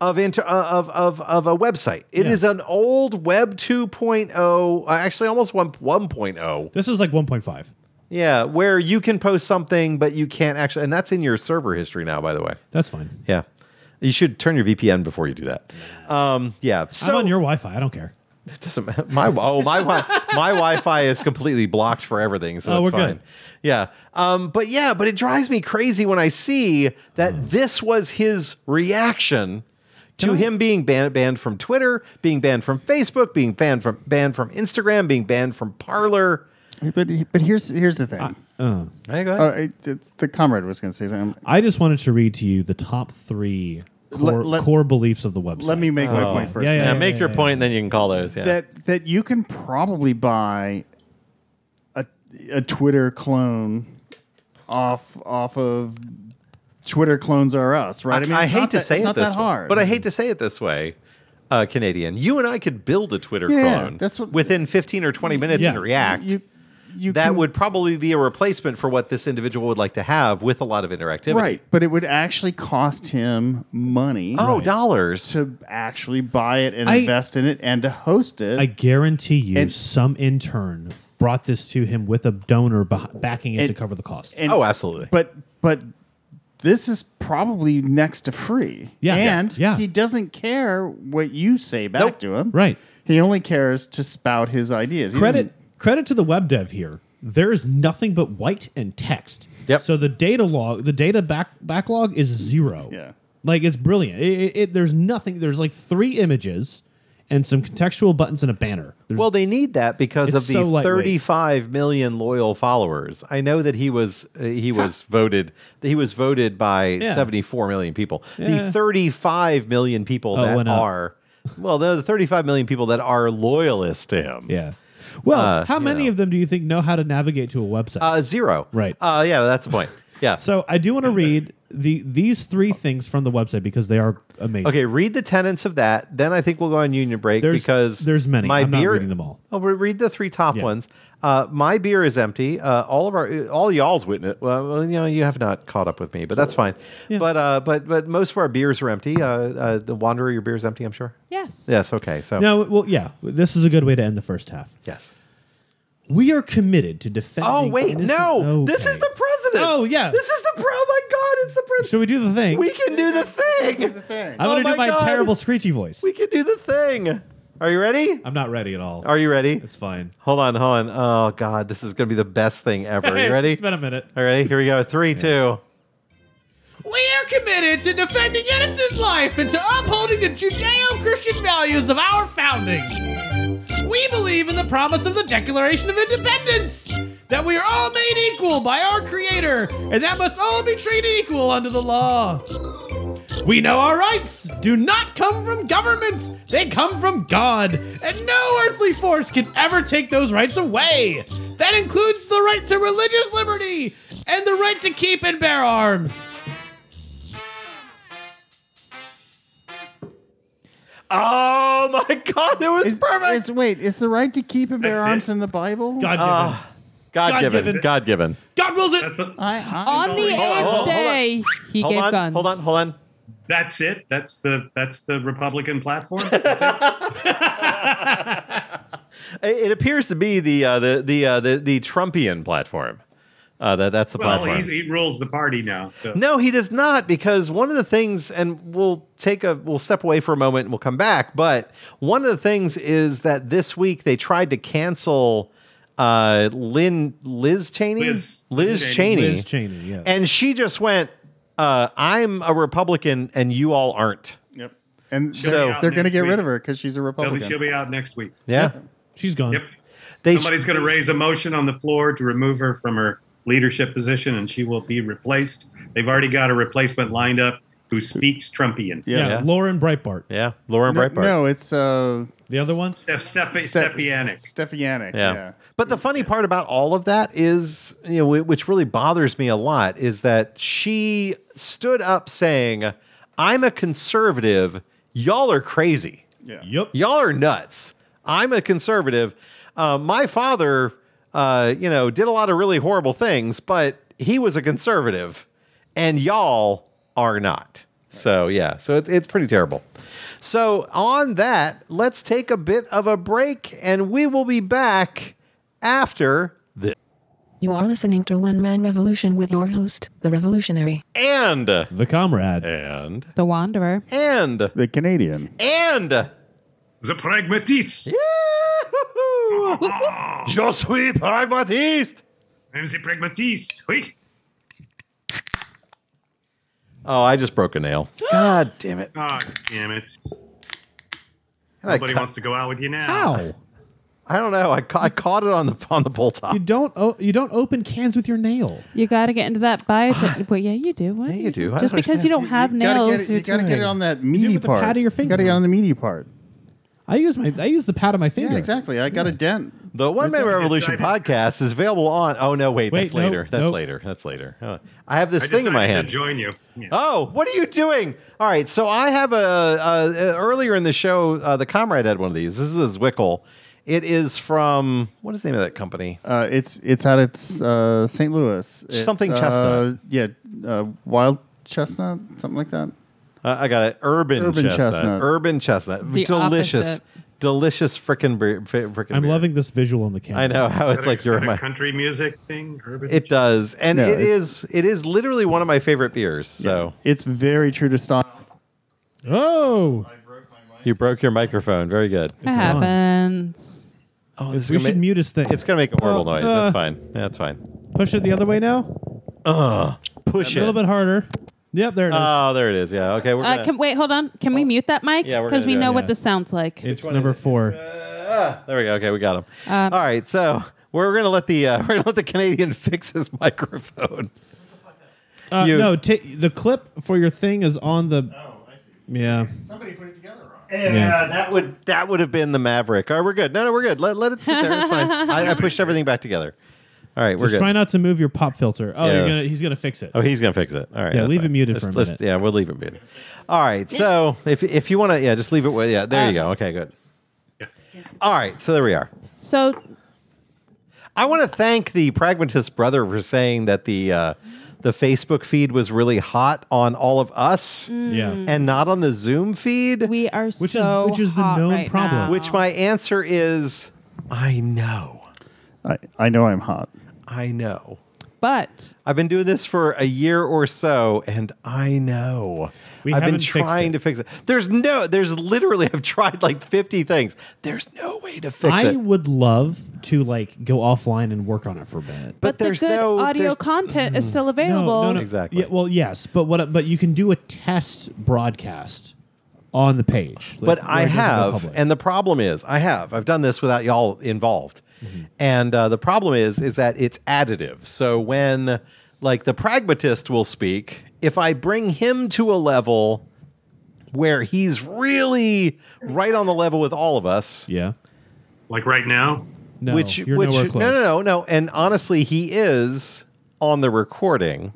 A: of inter, uh, of of of a website. It
D: Yeah.
A: is an old web 2.0, uh, actually almost 1 1.0.
D: This is like 1.5.
A: oh, Yeah, where you can post something but you can't actually and that's in your server history now by the way.
D: That's fine.
A: Yeah. You should turn your VPN before you do that. Um, yeah. So
D: I'm on your Wi-Fi. I don't care.
A: it doesn't matter. My oh my wi- my Wi-Fi is completely blocked for everything, so
D: Oh,
A: it's
D: we're
A: fine.
D: good.
A: Yeah. Um, but yeah, but it drives me crazy when I see that this was his reaction to
D: Can I-
A: him being ban- banned from Twitter, being banned from Facebook, being banned from banned from Instagram, being banned from Parlor.
E: But but here's here's the thing.
D: Uh,
A: Hey, go ahead.
E: Uh, I- the comrade was going to say something.
D: I just wanted to read to you the top three core,
E: Let- let-
D: core beliefs of the website.
E: Let me make my point first.
D: Oh.
A: yeah,
D: yeah,
A: make your point, and then you can call those. Yeah.
E: That that you can probably buy a a Twitter clone off off of Twitter clones are us, right?
A: I, I
E: it's
A: hate
E: not
A: to
E: that-
A: say
E: it's
A: it
E: not
A: this
E: that
A: way,
E: hard,
A: but I hate to say it this way, uh, Canadian. You and I could build a Twitter
E: Yeah,
A: clone
E: that's what-
A: within 15 or 20 minutes
D: Yeah.
A: and react.
E: you. You
A: that
E: can-
A: would probably be a replacement for what this individual would like to have with a lot of interactivity.
E: right, but it would actually cost him money
A: Oh, dollars.
E: to actually buy it and
D: I-
E: invest in it and to host it.
D: I guarantee you,
E: And-
D: some intern brought this to him with a donor beh- backing it
E: And-
D: to cover the cost.
E: And
A: Oh,
E: s-
A: absolutely.
E: But but this is probably next to free.
D: Yeah. Yeah.
E: And
D: Yeah.
E: he doesn't care what you say back
A: Nope.
E: to him.
D: Right.
E: He only cares to spout his ideas. He
D: credit credit to the web dev here. There is nothing but white and text.
A: Yep.
D: So the data log, the data back backlog is zero.
E: Yeah.
D: Like it's brilliant. It, it, it- there's nothing. There's like three images and some contextual buttons and a banner. There's-
A: Well, they need that because
D: It's
A: of the
D: so lightweight.
A: 35 million loyal followers. I know that he was uh, he was voted he was voted by 74 million people.
D: Yeah.
A: The 35 million people
D: Oh, it
A: that
D: went up.
A: are well, the the 35 million people that are loyalists to him.
D: yeah. Well,
A: Uh,
D: how
A: you
D: many
A: know.
D: of them do you think know how to navigate to a website?
A: Uh, zero.
D: Right.
A: Uh, yeah, that's the point. Yeah.
D: so I do want to read the these three things from the website because they are amazing.
A: Okay, read the tenets of that. Then I think we'll go on union break
D: There's-
A: because
D: there's many.
A: My
D: I'm not
A: beer,
D: reading them all.
A: Oh, we read the three top
D: Yeah.
A: ones. Uh, my beer is empty. Uh, all of our, all y'all's witness. Well, you know, you have not caught up with me, but that's fine.
D: Yeah.
A: But uh, but but most of our beers are empty. Uh, uh, the Wanderer, your beer's empty. I'm sure.
C: Yes.
A: Yes. Okay. So
D: No. Well, yeah. This is a good way to end the first half.
A: yes.
D: We are committed to defending.
A: Oh wait,
D: innocent-
A: no! This is
D: Okay.
A: the president.
D: Oh, yeah.
A: This is the pro. Oh my God! It's the president.
D: Should we do the thing?
A: We can do the
E: The
A: thing.
E: thing.
D: I'm
A: Oh
D: gonna
A: my
D: do my
A: God.
D: terrible screechy voice.
A: We can do the thing. Are you ready?
D: I'm not ready at all.
A: Are you ready?
D: It's fine.
A: Hold on, hold on. Oh God, this is gonna be the best thing ever. You ready?
D: it's been a minute.
A: All right, here we go. Three, two.
G: We are committed to defending innocent life and to upholding the Judeo Christian values of our founding. We believe in the promise of the Declaration of Independence that we are all made equal by our Creator and that must all be treated equal under the law. We know our rights do not come from government, they come from God, and no earthly force can ever take those rights away. That includes the right to religious liberty and the right to keep and bear arms.
A: Oh my God, it was
E: Is,
A: perfect.
E: is- wait, is the right to keep and bear
B: That's
E: arms
B: it.
E: in the Bible?
D: God
A: Ah. God, given,
D: God-given.
A: God given.
G: God wills it.
B: That's, a,
E: I, I,
C: On the eighth
A: on, hold on.
C: day, he
A: Hold
C: gave
A: on,
C: guns.
A: hold on, hold on.
B: that's it. That's the that's the Republican platform. That's it.
A: It, it appears to be the uh, the the uh, the the Trumpian platform. Uh, that that's the
B: Well,
A: platform.
B: he, he rules the party now. So
A: No, he does not, because one of the things, and we'll take a we'll step away for a moment and we'll come back. But one of the things is that this week they tried to cancel uh, Lynn Liz Cheney,
B: Liz.
A: Liz
B: Cheney.
A: Cheney,
D: Liz Cheney, yeah.
A: and she just went, uh, "I'm a Republican, and you all aren't."
E: Yep. And
A: So-
E: they're,
B: Out
E: they're going to
B: next
E: get
B: week.
E: rid of her because she's a
B: she'll be,
E: Republican.
B: she'll be out next week.
A: Yeah,
D: She's gone.
B: Yep.
A: they
B: Somebody's going to raise a motion on the floor to remove her from her leadership position, and she will be replaced. They've already got a replacement lined up who speaks Trumpian.
D: Yeah.
A: Yeah.
D: Lauren Breitbart.
A: yeah, Lauren
E: No,
A: Breitbart.
E: no, it's uh,
D: The other one.
B: Steph, Steph,
E: Step-
B: Stepianic.
E: Stefanik.
A: Yeah.
E: yeah.
A: But the funny part about all of that is, you know, wh- which really bothers me a lot is that she stood up saying, I'm a conservative. Y'all are crazy.
E: Yeah.
D: Yep.
A: Y'all are nuts. I'm a conservative. Uh, my father, uh, you know, did a lot of really horrible things, but he was a conservative, and y'all are not. So yeah, so it's it's pretty terrible. So on that, let's take a bit of a break, and we will be back after this.
H: You are listening to One Man Revolution with your host, The Revolutionary.
A: And
D: The comrade.
A: and
C: The Wanderer.
A: and
E: The Canadian.
A: and.
B: The pragmatist.
A: Yahoo! Je suis pragmatiste.
B: I'm the pragmatist. Oi.
A: Oh, I just broke a nail. God damn it!
B: Ah, damn it.
A: And I,
B: Nobody
A: ca-
B: wants to go out with you now.
D: How?
A: I don't know. I, ca- I caught it on the on the pole top.
D: You don't o- you don't open cans with your nail.
C: You got to get into that biotech. well, yeah, you do. What?
A: Yeah, you do. I
C: Just
A: don't
C: because you don't have
E: Gotta
C: nails.
E: get it, you got to get it on that meaty
D: with the
E: part.
D: pad of your
E: You got to
D: finger.
E: get on the meaty part.
D: I use my I use the pad of my finger.
E: Yeah, exactly. I got a dent.
A: The One Man Revolution
B: diabetic.
A: podcast is available on. Oh no, wait, that's
D: Wait, no,
A: later. That's
D: nope.
A: later. That's later. Huh. I have
B: I
A: this thing in my
B: decided
A: hand.
B: To join you. Yeah.
A: Oh, what are you doing? All right, so I have a, a, a- earlier in the show, uh, the comrade had one of these. This is a Zwickle. It is from what is the name of that company?
E: Uh, it's it's out at uh, St. Louis. It's,
A: Something
E: Uh,
A: chestnut.
E: yeah, uh, wild chestnut, something like that.
A: Uh, I got it. Urban,
E: Urban
A: chestnut.
E: chestnut.
A: Urban chestnut.
C: The
A: delicious,
C: opposite.
A: delicious frickin' beer. Frickin
D: I'm
A: beer.
D: loving this visual on the camera.
A: I know how it's
B: Is
A: like
B: that
A: you're
B: a
A: my.
B: country music thing. Urban
A: It does, and
E: No,
A: it
E: it's-
A: is. It is literally one of my favorite beers. So
E: It's very true to style.
D: Oh,
A: you broke your microphone. Very good.
C: It happens.
A: Oh, this
D: we
A: is gonna
D: should
A: ma-
D: mute his thing.
A: It's gonna make a horrible
D: Oh,
A: noise.
D: uh,
A: That's fine. That's fine.
D: push it the other way now.
A: Uh, Push
D: A little bit harder. Yep, there it is.
A: Oh, there it is. Yeah. Okay. We're
C: Uh,
A: gonna,
C: can, wait, hold on. Can we mute that mic?
A: Yeah, we're
C: Because
A: gonna
C: we
A: do it,
C: know
D: yeah.
C: what this sounds like.
D: it's number four.
A: there we go. Okay, we got him.
C: Um.
A: All right. So we're gonna let the uh, we're gonna let the Canadian fix his microphone.
D: Uh,
A: You-
D: No, ta the clip for your thing is on the. Oh, I see. Yeah.
E: Somebody put it together wrong.
A: Yeah, that would that would have been the Maverick. All right, we're good. No, no, we're good. Let, let it sit there. It's fine. I, I pushed everything back together. All right, we're
D: Just
A: good.
D: try not to move your pop filter. Oh, you're
A: Yeah.
D: gonna, he's gonna fix it.
A: Oh, he's gonna fix it. All right.
D: Yeah,
A: that's
D: leave it
A: fine.
D: muted
A: Let's-
D: for a
A: let's-
D: minute.
A: Yeah, we'll leave it muted. All right. So if if you want to, yeah, just leave it. with Yeah, there you
C: Uh,
A: go. Okay, good. All right. So there we are.
C: So
A: I want to thank the pragmatist brother for saying that the uh, the Facebook feed was really hot on all of us
D: Yeah.
A: and not on the Zoom feed.
C: we are
D: Which is-
C: so
D: which is the
C: hot
D: known
C: right
D: problem.
C: now.
A: which my answer is, I know,
E: I, I know I'm hot.
A: I know.
C: but
A: I've been doing this for a year or so, and I know.
D: We
A: I've been
D: haven't fixed
A: trying
D: it.
A: to fix it. There's no, there's literally, I've tried like 50 things. There's no way to fix
D: I
A: it.
D: would love to like go offline and work on it for a minute.
A: But,
C: the
A: there's
C: good
A: no
C: audio
A: there's- Mm.
C: content is still available.
A: Exactly.
D: Yeah, well, yes, but what? But you can do a test broadcast on the page. like,
A: but
D: where
A: I
D: it doesn't go
A: have,
D: public.
A: and the problem is, I have. I've done this without y'all involved,
D: Mm-hmm.
A: and uh, the problem is, is that it's additive. So when, like, the pragmatist will speak, if I bring him to a level where he's really right on the level with all of us,
D: yeah,
B: Like right now.
D: no,
A: which
D: you're
A: which
D: nowhere
A: no
D: close.
A: no no no, and honestly, he is on the recording.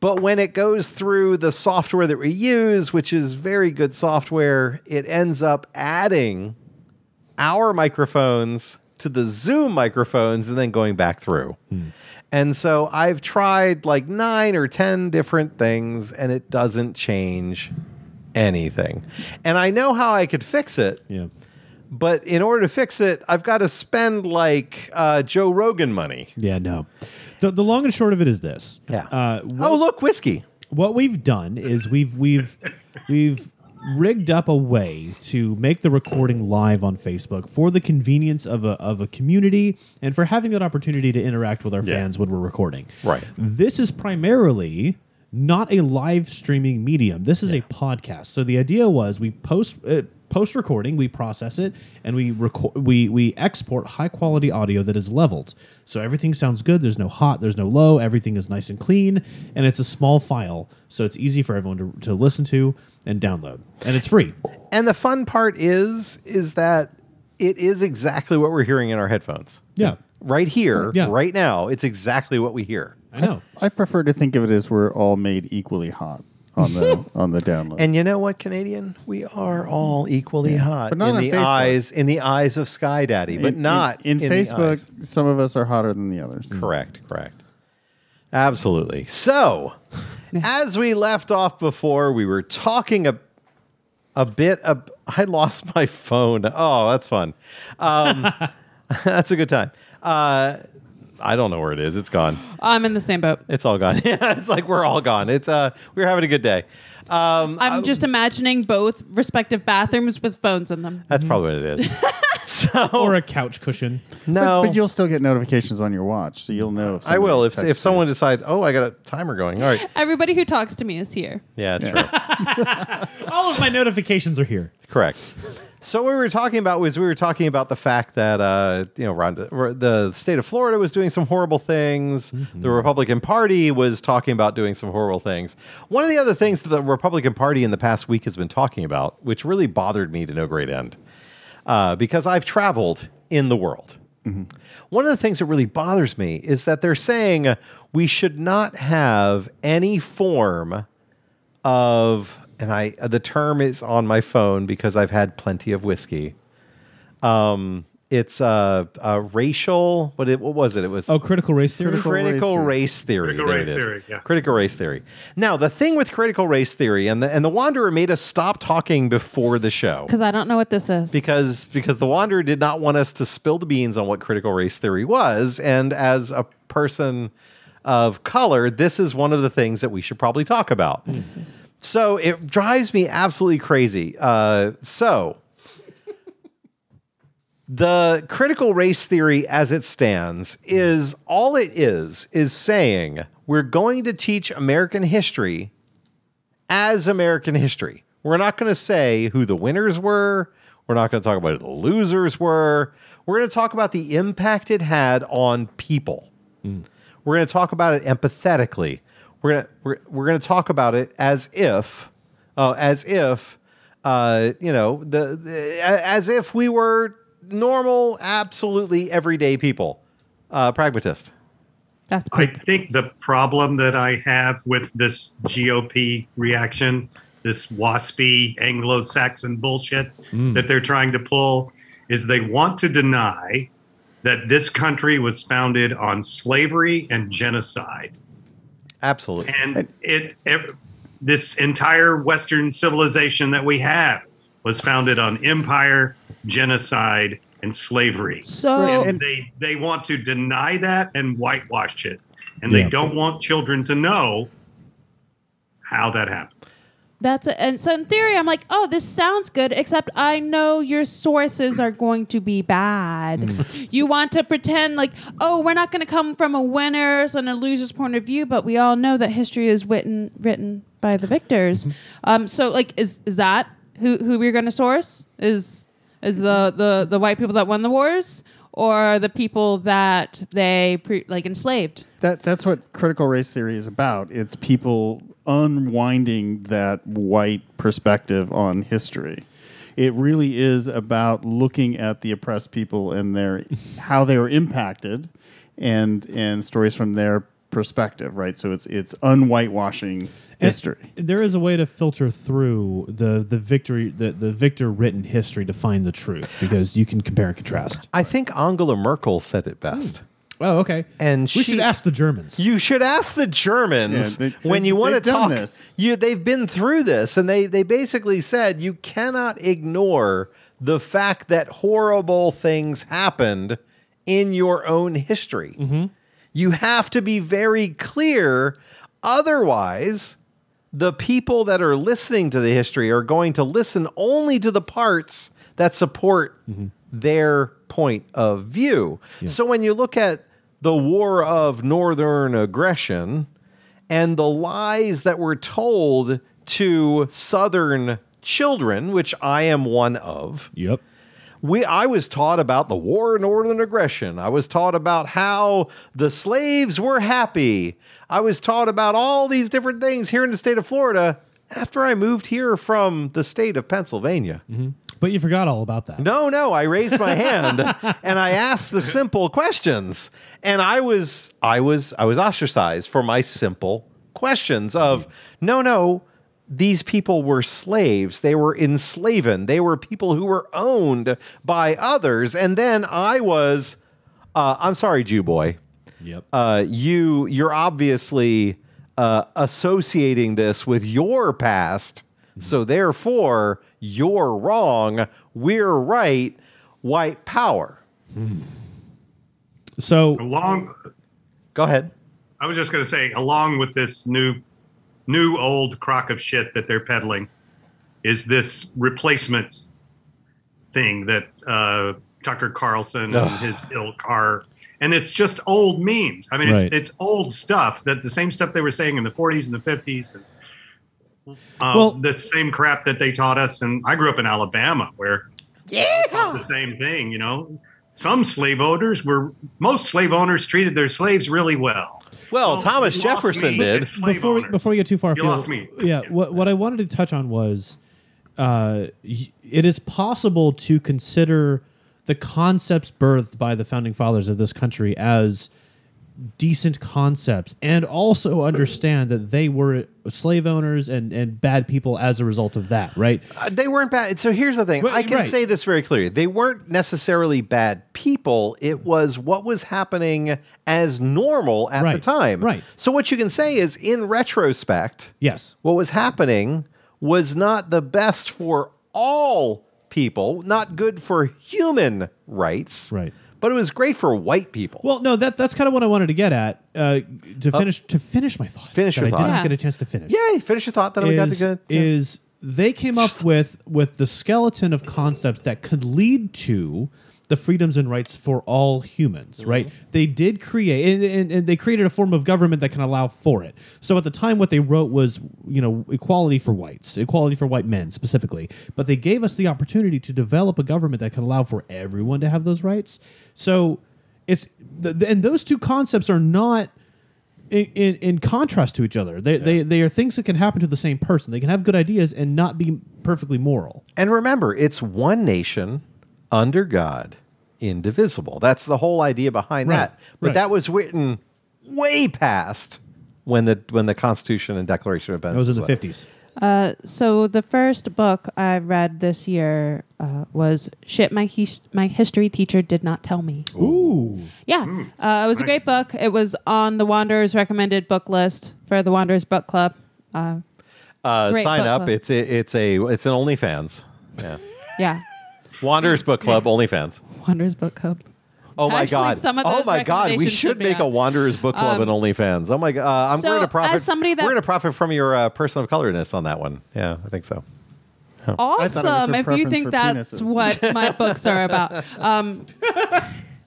A: But when it goes through the software that we use, which is very good software, it ends up adding our microphones to the Zoom microphones and then going back through.
D: Hmm.
A: And so I've tried like nine or 10 different things and it doesn't change anything. And I know how I could fix it,
D: Yeah,
A: but in order to fix it, I've got to spend like uh, Joe Rogan money.
D: yeah, no. The, the long and short of it is this. Uh,
A: oh, look, whiskey.
D: what we've done is we've we've we've rigged up a way to make the recording live on Facebook for the convenience of a of a community and for having that opportunity to interact with our fans when we're recording.
A: Right.
D: This is primarily not a live streaming medium. This is a podcast. So the idea was we post uh, post recording, we process it, and we record we we export high quality audio that is leveled. So everything sounds good. There's no hot. There's no low. Everything is nice and clean, and it's a small file, so it's easy for everyone to, to listen to and download, and it's free.
A: And the fun part is, is that it is exactly what we're hearing in our headphones.
D: Yeah,
A: Right here,
D: Yeah.
A: right now, it's exactly what we hear.
D: I know.
E: I prefer to think of it as we're all made equally hot on the on the download.
A: And you know what, Canadian? We are all equally hot
E: But not
A: in
E: on
A: the
E: Facebook.
A: eyes in the eyes of Sky Daddy, but
E: In- in-
A: not
E: in,
A: the eyes.
E: Facebook. Some of us are hotter than the others.
A: Correct, correct. Absolutely. So, As we left off before, we were talking a, a bit. Ab- I lost my phone. Oh, that's fun. Um, that's a good time. Uh, I don't know where it is. It's gone.
C: I'm in the same boat.
A: It's all gone. Yeah, it's like we're all gone. It's uh, we were having a good day. Um,
C: I'm just imagining both respective bathrooms with phones in them.
A: that's probably what it is. so
D: or a couch cushion.
A: no,
E: But, but you'll still get notifications on your watch, so you'll know if
A: I will if
E: somebody
A: if
E: texts
A: someone decides. Oh, I got a timer going. All right.
C: Everybody who talks to me is here.
A: Yeah, true.
D: All of my notifications are here.
A: Correct. So what we were talking about was we were talking about the fact that uh, you know Ron, the state of Florida was doing some horrible things. The Republican Party was talking about doing some horrible things. One of the other things that the Republican Party in the past week has been talking about, which really bothered me to no great end, uh, because I've traveled in the world. One of the things that really bothers me is that they're saying we should not have any form of and I the term is on my phone because I've had plenty of whiskey. Um, it's uh, uh racial. What it what was it? It was
D: Oh, critical race theory.
A: critical, race,
E: race
A: theory.
B: Critical
A: There
B: race
A: it is.
B: theory, yeah.
A: Critical race theory. Now the thing with critical race theory and the and the Wanderer made us stop talking before the show
C: Because I don't know what this is.
A: because because the wanderer did not want us to spill the beans on what critical race theory was and as a person of color this is one of the things that we should probably talk about so it drives me absolutely crazy uh, so the critical race theory as it stands is all it is is saying we're going to teach american history as American history. We're not going to say who the winners were. We're not going to talk about who the losers were. We're going to talk about the impact it had on people. We're going to talk about it empathetically. We're going to we're, we're going to talk about it as if uh, as if uh, you know the, the a- as if we were normal, absolutely everyday people. Uh, pragmatist.
C: That's
B: I think the problem that I have with this GOP reaction, this waspy Anglo Saxon bullshit
A: Hmm.
B: that they're trying to pull, is they want to deny that this country was founded on slavery and genocide.
A: Absolutely.
B: And it, ev this entire Western civilization that we have was founded on empire, genocide, and slavery
C: so.
B: and they they want to deny that and whitewash it and they
D: Yeah.
B: don't want children to know how that happened
C: That's it. And so in theory, I'm like, oh, this sounds good, except I know your sources are going to be bad. you want to pretend like, oh, we're not going to come from a winner's and a loser's point of view, but we all know that history is written written by the victors. um, so like, is is that who who we're going to source? Is is the, the the white people that won the wars or the people that they pre- like enslaved?
E: That that's what critical race theory is about. It's people unwinding that white perspective on history. It really is about looking at the oppressed people and their how they were impacted and and stories from their perspective, right? So it's it's unwhitewashing history.
D: There is a way to filter through the the victory the, the victor written history to find the truth because you can compare and contrast.
A: I think Angela Merkel said it best.
D: Oh, okay.
A: And
D: we
A: she-
D: should ask the Germans.
A: You should ask the Germans
E: Yeah, they-
A: when
E: they-
A: you want to
E: they've done
A: talk.
E: this.
A: You, they've been through this, and they they basically said you cannot ignore the fact that horrible things happened in your own history.
E: Mm-hmm.
A: You have to be very clear, otherwise. The people that are listening to the history are going to listen only to the parts that support their point of view. So when you look at the war of northern aggression and the lies that were told to southern children, which I am one of,
D: yep.
A: we I was taught about the war of northern aggression. I was taught about how the slaves were happy. I was taught about all these different things here in the state of Florida after I moved here from the state of Pennsylvania.
D: But you forgot all about that.
A: No, no, I raised my hand and I asked the simple questions. And I was I was I was ostracized for my simple questions of no, no, these people were slaves. They were enslaven. They were people who were owned by others. And then I was uh, I'm sorry, Jew boy
D: Yep.
A: uh, you you're obviously
G: uh, associating this with your past. So therefore, you're wrong. We're right. White power.
D: So
B: Along,
G: Go ahead.
B: I was just going to say, along with this new, new old crock of shit that they're peddling, is this replacement thing that uh, Tucker Carlson and his ilk are, and it's just old memes. I mean,
D: Right.
B: it's it's old stuff that the same stuff they were saying in the '40s and the '50s, and uh,
D: Well-
B: the same crap that they taught us. And I grew up in Alabama, where the same thing, you know. Some slave owners were most slave owners treated their slaves really well.
G: Well,
B: Oh,
G: Thomas
B: you lost
G: Jefferson
B: me.
G: did.
B: It's slave
D: before we,
B: owners.
D: before we get too far,
B: You
D: afield,
B: lost me.
D: Yeah, what what I wanted to touch on was, uh, y- it is possible to consider the concepts birthed by the founding fathers of this country as decent concepts, and also understand that they were slave owners and and bad people as a result of that. Right?
G: Uh, they weren't bad. So here's the thing.
D: Right,
G: I can
D: right.
G: say this very clearly. They weren't necessarily bad people. It was what was happening as normal at the
D: Right,
G: time.
D: right.
G: So what you can say is, in retrospect,
D: Yes.
G: what was happening was not the best for all people, not good for human rights.
D: Right.
G: But it was great for white people.
D: Well, no, that that's kind of what I wanted to get at. Uh, to finish to finish my thought.
G: Finish
D: that
G: your
D: I
G: thought.
D: didn't
C: Yeah.
D: get a chance to finish.
G: Yay, finish your thought, then we got to
D: is,
G: good.
D: is they came up with with the skeleton of concepts that could lead to the freedoms and rights for all humans,
G: Mm-hmm.
D: right? They did create, and, and, and they created a form of government that can allow for it. So at the time, what they wrote was, you know, equality for whites, equality for white men specifically. But they gave us the opportunity to develop a government that could allow for everyone to have those rights. So it's, th- th- and those two concepts are not in, in, in contrast to each other. They, they, they are things that can happen to the same person. They can have good ideas and not be perfectly moral.
G: And remember, it's one nation under God, indivisible. That's the whole idea behind
D: Right,
G: that. But
D: right.
G: that was written way past when the when the Constitution and Declaration of
D: That was
G: Independence.
D: in the
G: was up.
D: 50s.
C: So the first book I read this year uh, was "Shit My His- My History Teacher Did Not Tell Me."
D: Ooh.
C: Yeah, uh, it was a great book. It was on the Wanderers recommended book list for the Wanderers Book Club. Uh,
G: Uh,
C: Great
G: sign
C: book
G: up.
C: club.
G: It's a, it's a it's an OnlyFans. Yeah.
C: yeah,
G: Wanderers Book Club OnlyFans.
C: Wanderers Book Club.
G: Oh my
C: Actually,
G: god!
C: some of
G: oh
C: those
G: my god! We
C: recommendations
G: should
C: should be
G: make a
C: on. um,
G: Wanderers Book Club and OnlyFans. Oh my god! Uh, I'm
C: so
G: going to
C: as
G: profit.
C: somebody that-
G: we're going to profit from your uh, person of colorness on that one. Yeah, I think so.
E: thought it was
C: Awesome!
E: her
C: If you
E: preference
C: think
E: for
C: that's
E: penises.
C: what my books are about, um,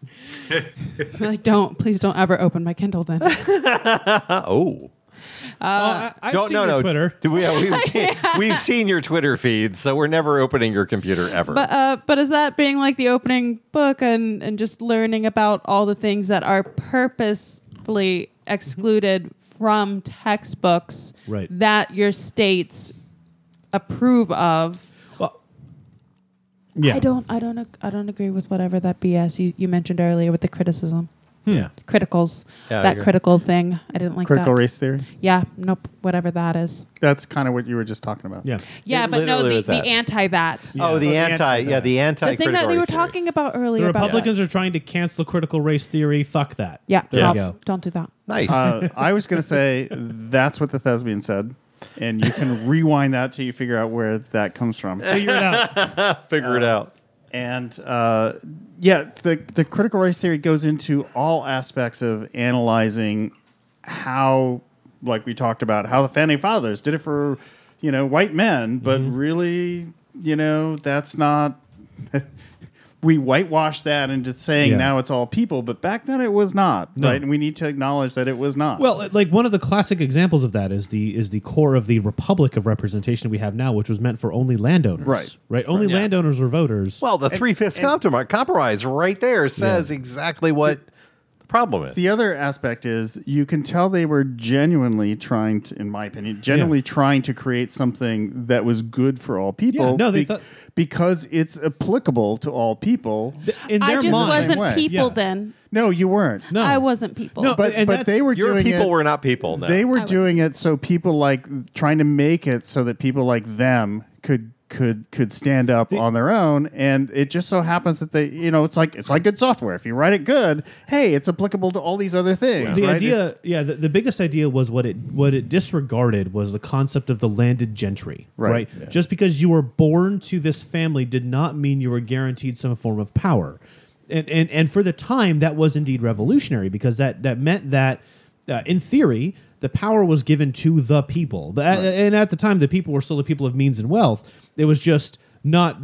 C: like don't please don't ever open my Kindle then.
G: Uh, oh.
C: Uh,
D: I, have
G: Don't
D: seen
G: no
D: your
G: no
D: Twitter.
G: Do we, uh, we've, seen, we've seen your Twitter feed, so we're never opening your computer ever.
C: But uh, but is that being like the opening book and and just learning about all the things that are purposefully excluded from textbooks
D: Right.
C: that your states approve of?
D: Well, yeah.
C: I don't I don't ag- I don't agree with whatever that BS you, you mentioned earlier with the criticism.
G: yeah.
C: Criticals.
G: Yeah, I
C: that
G: agree.
C: critical thing. I didn't like
E: Critical
C: that.
E: race theory.
C: Yeah, nope, whatever that is.
E: That's kind of what you were just talking about.
D: Yeah.
C: Yeah,
G: It
C: but no,
G: literally
C: the,
G: was that.
C: the anti that.
G: Oh, the
E: the
G: anti,
E: anti-
G: yeah, the anti.
C: The thing that we were talking about earlier
D: The
C: about
D: Republicans are trying to cancel critical race theory. Fuck that.
C: Yeah,
D: There you
C: no,
D: go.
C: don't do that.
G: Nice.
E: Uh, I was going to say that's what the thespian said, and you can rewind that till you figure out where that comes from.
D: Figure it out.
G: Figure
E: uh,
G: it out.
E: And uh, yeah, the the critical race theory goes into all aspects of analyzing how, like we talked about, how the founding fathers did it for you know white men, but
D: Mm-hmm.
E: really, you know, that's not. we whitewashed that into saying
D: Yeah.
E: now it's all people, but back then it was not,
D: No.
E: right? And we need to acknowledge that it was not.
D: Well, uh, like one of the classic examples of that is the is the core of the republic of representation we have now, which was meant for only landowners.
E: Right.
D: Right. Only landowners were voters.
G: Well, the three fifths compromise, compromise right there says exactly what the problem is.
E: the other aspect is you can tell they were genuinely trying to in my opinion genuinely trying to create something that was good for all people
D: Yeah, no, they thought-
E: because it's applicable to all people
D: in
C: I
D: their
C: just
D: mind,
E: Same way.
C: wasn't people
D: Yeah.
C: then.
E: no you weren't
D: No.
C: I wasn't people.
D: No,
E: but
D: and
E: but they
D: that's-
E: were
G: Your
E: doing
G: people
E: it,
G: were not people. No.
E: they were
C: was-
E: doing it so people like trying to make it so that people like them could could could stand up on their own and it just so happens that they you know it's like it's like good software if you write it good hey it's applicable to all these other things
D: the
E: right?
D: idea,
E: It's-
D: yeah, the, the biggest idea was what it what it disregarded was the concept of the landed gentry,
E: Right.
D: right? Just because you were born to this family did not mean you were guaranteed some form of power, and and and for the time that was indeed revolutionary because that that meant that, uh, in theory, the power was given to the people, but uh, and at the time the people were still the people of means and wealth. It was just not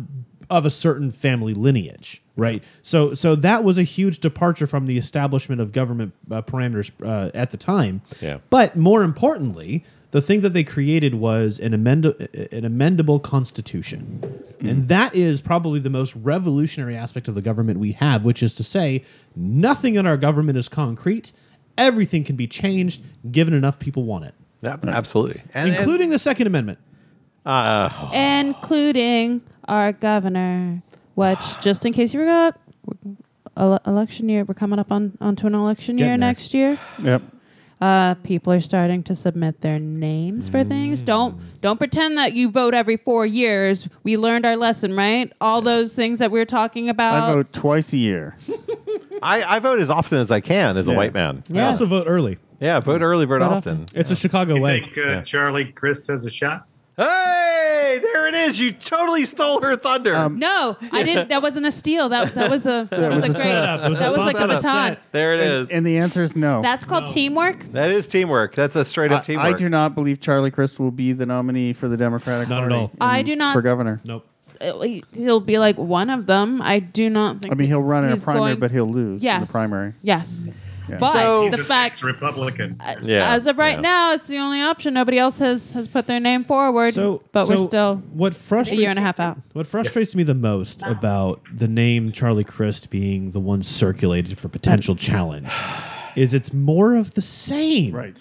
D: of a certain family lineage, right? So, so that was a huge departure from the establishment of government uh, parameters uh, at the time.
I: Yeah.
D: But more importantly, the thing that they created was an amend- an amendable constitution, and that is probably the most revolutionary aspect of the government we have, which is to say, nothing in our government is concrete. Everything can be changed given enough people want it,
A: Yeah, absolutely. And, and-
D: including the Second Amendment.
C: including our governor. Which, just in case you forgot, ele- election year. We're coming up on onto an election year
D: Getting there.
C: next year.
E: yep
C: Uh, people are starting to submit their names for
D: Mm.
C: things. Don't don't pretend that you vote every four years. We learned our lesson, right? All those things that we were talking about.
E: i vote twice a year
A: I, I vote as often as I can as a
E: Yeah.
A: white man.
D: I
C: Yeah.
D: also vote early.
A: Yeah, vote early, vote
C: Vote
A: often.
D: It's a Chicago
B: You
D: way.
B: think uh, Charlie Crist has a shot?
A: Hey, there it is. You totally stole her thunder.
C: No, I didn't. That wasn't a steal. That that was a that was,
E: was
C: a
E: a
C: great.
D: setup. It was
C: that
D: a
C: was like a
A: setup.
C: baton.
A: there it is.
E: and the answer is no
C: That's called teamwork.
A: that is teamwork. That's a straight up
E: I,
A: teamwork.
E: I do not believe charlie crist will be the nominee for the democratic
D: Not at
E: Party
D: all.
C: I
E: in-
C: do not-
E: for governor
D: Nope.
C: It- He'll be uh, like one of them. I do not think.
E: i mean he'll run in a
C: he's
E: primary
C: going-
E: but he'll lose in
C: Yes.
E: the primary
C: Yes.
E: Yeah.
C: But
A: So-
C: the
B: He's a
C: fact,
B: Republican.
A: Yeah,
C: as of right
A: yeah.
C: now, it's the only option. Nobody else has has put their name forward.
D: So,
C: but
D: so
C: we're still
D: what
C: a
D: frustrates
C: year and a half out.
D: What frustrates me the most about the name Charlie Crist being the one circulated for potential challenge is it's more of the same.
E: Right.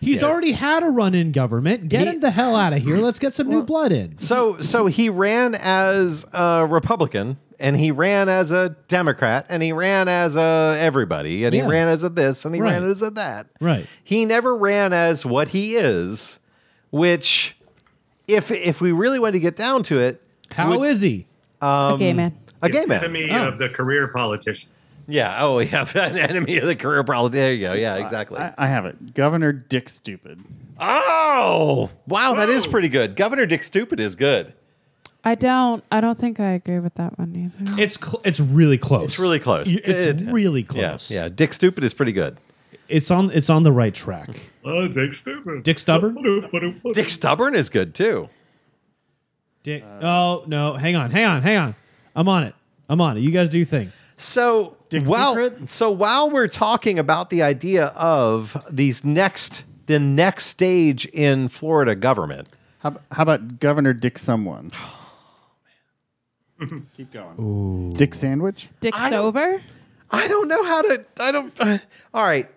D: He's already had a run in government. Get him the hell out of here. Let's get some new blood in.
A: So so he ran as a Republican and he ran as a Democrat and he ran as a everybody and he
D: Yeah.
A: ran as a this and he ran
D: Right.
A: as a that.
D: Right.
A: He never ran as what he is, which if if we really want to get down to it,
D: How is he?
C: a
A: um,
C: gay man.
A: a gay man.
B: Enemy
D: Oh.
B: of the career politician.
A: Yeah. Oh, yeah. An enemy of the career politics. There you go. Yeah, exactly.
E: I, I have it governor dick stupid
A: oh, wow. That is
B: Whoa.
A: pretty good. Governor Dick Stupid is good.
C: I don't. I don't think I agree with that one either.
D: It's cl- it's really close.
A: It's really close.
D: Y- It's
A: It-
D: really
A: yeah,
D: close.
A: Yeah, Dick Stupid is pretty good.
D: It's on it's on the right track.
B: Oh, Dick Stupid.
D: Dick Stubborn?
A: Dick Stubborn is good too.
D: Dick. oh no, hang on, hang on, hang on. I'm on it. I'm on it. You guys do your thing.
A: So
E: Dick
A: while
E: Secret?
A: so while we're talking about the idea of these next the next stage in Florida government,
E: How, how about Governor Dick someone? Oh, Keep going. Dick sandwich?
C: Dick Sober.
A: I don't know how to. I don't. uh, all right.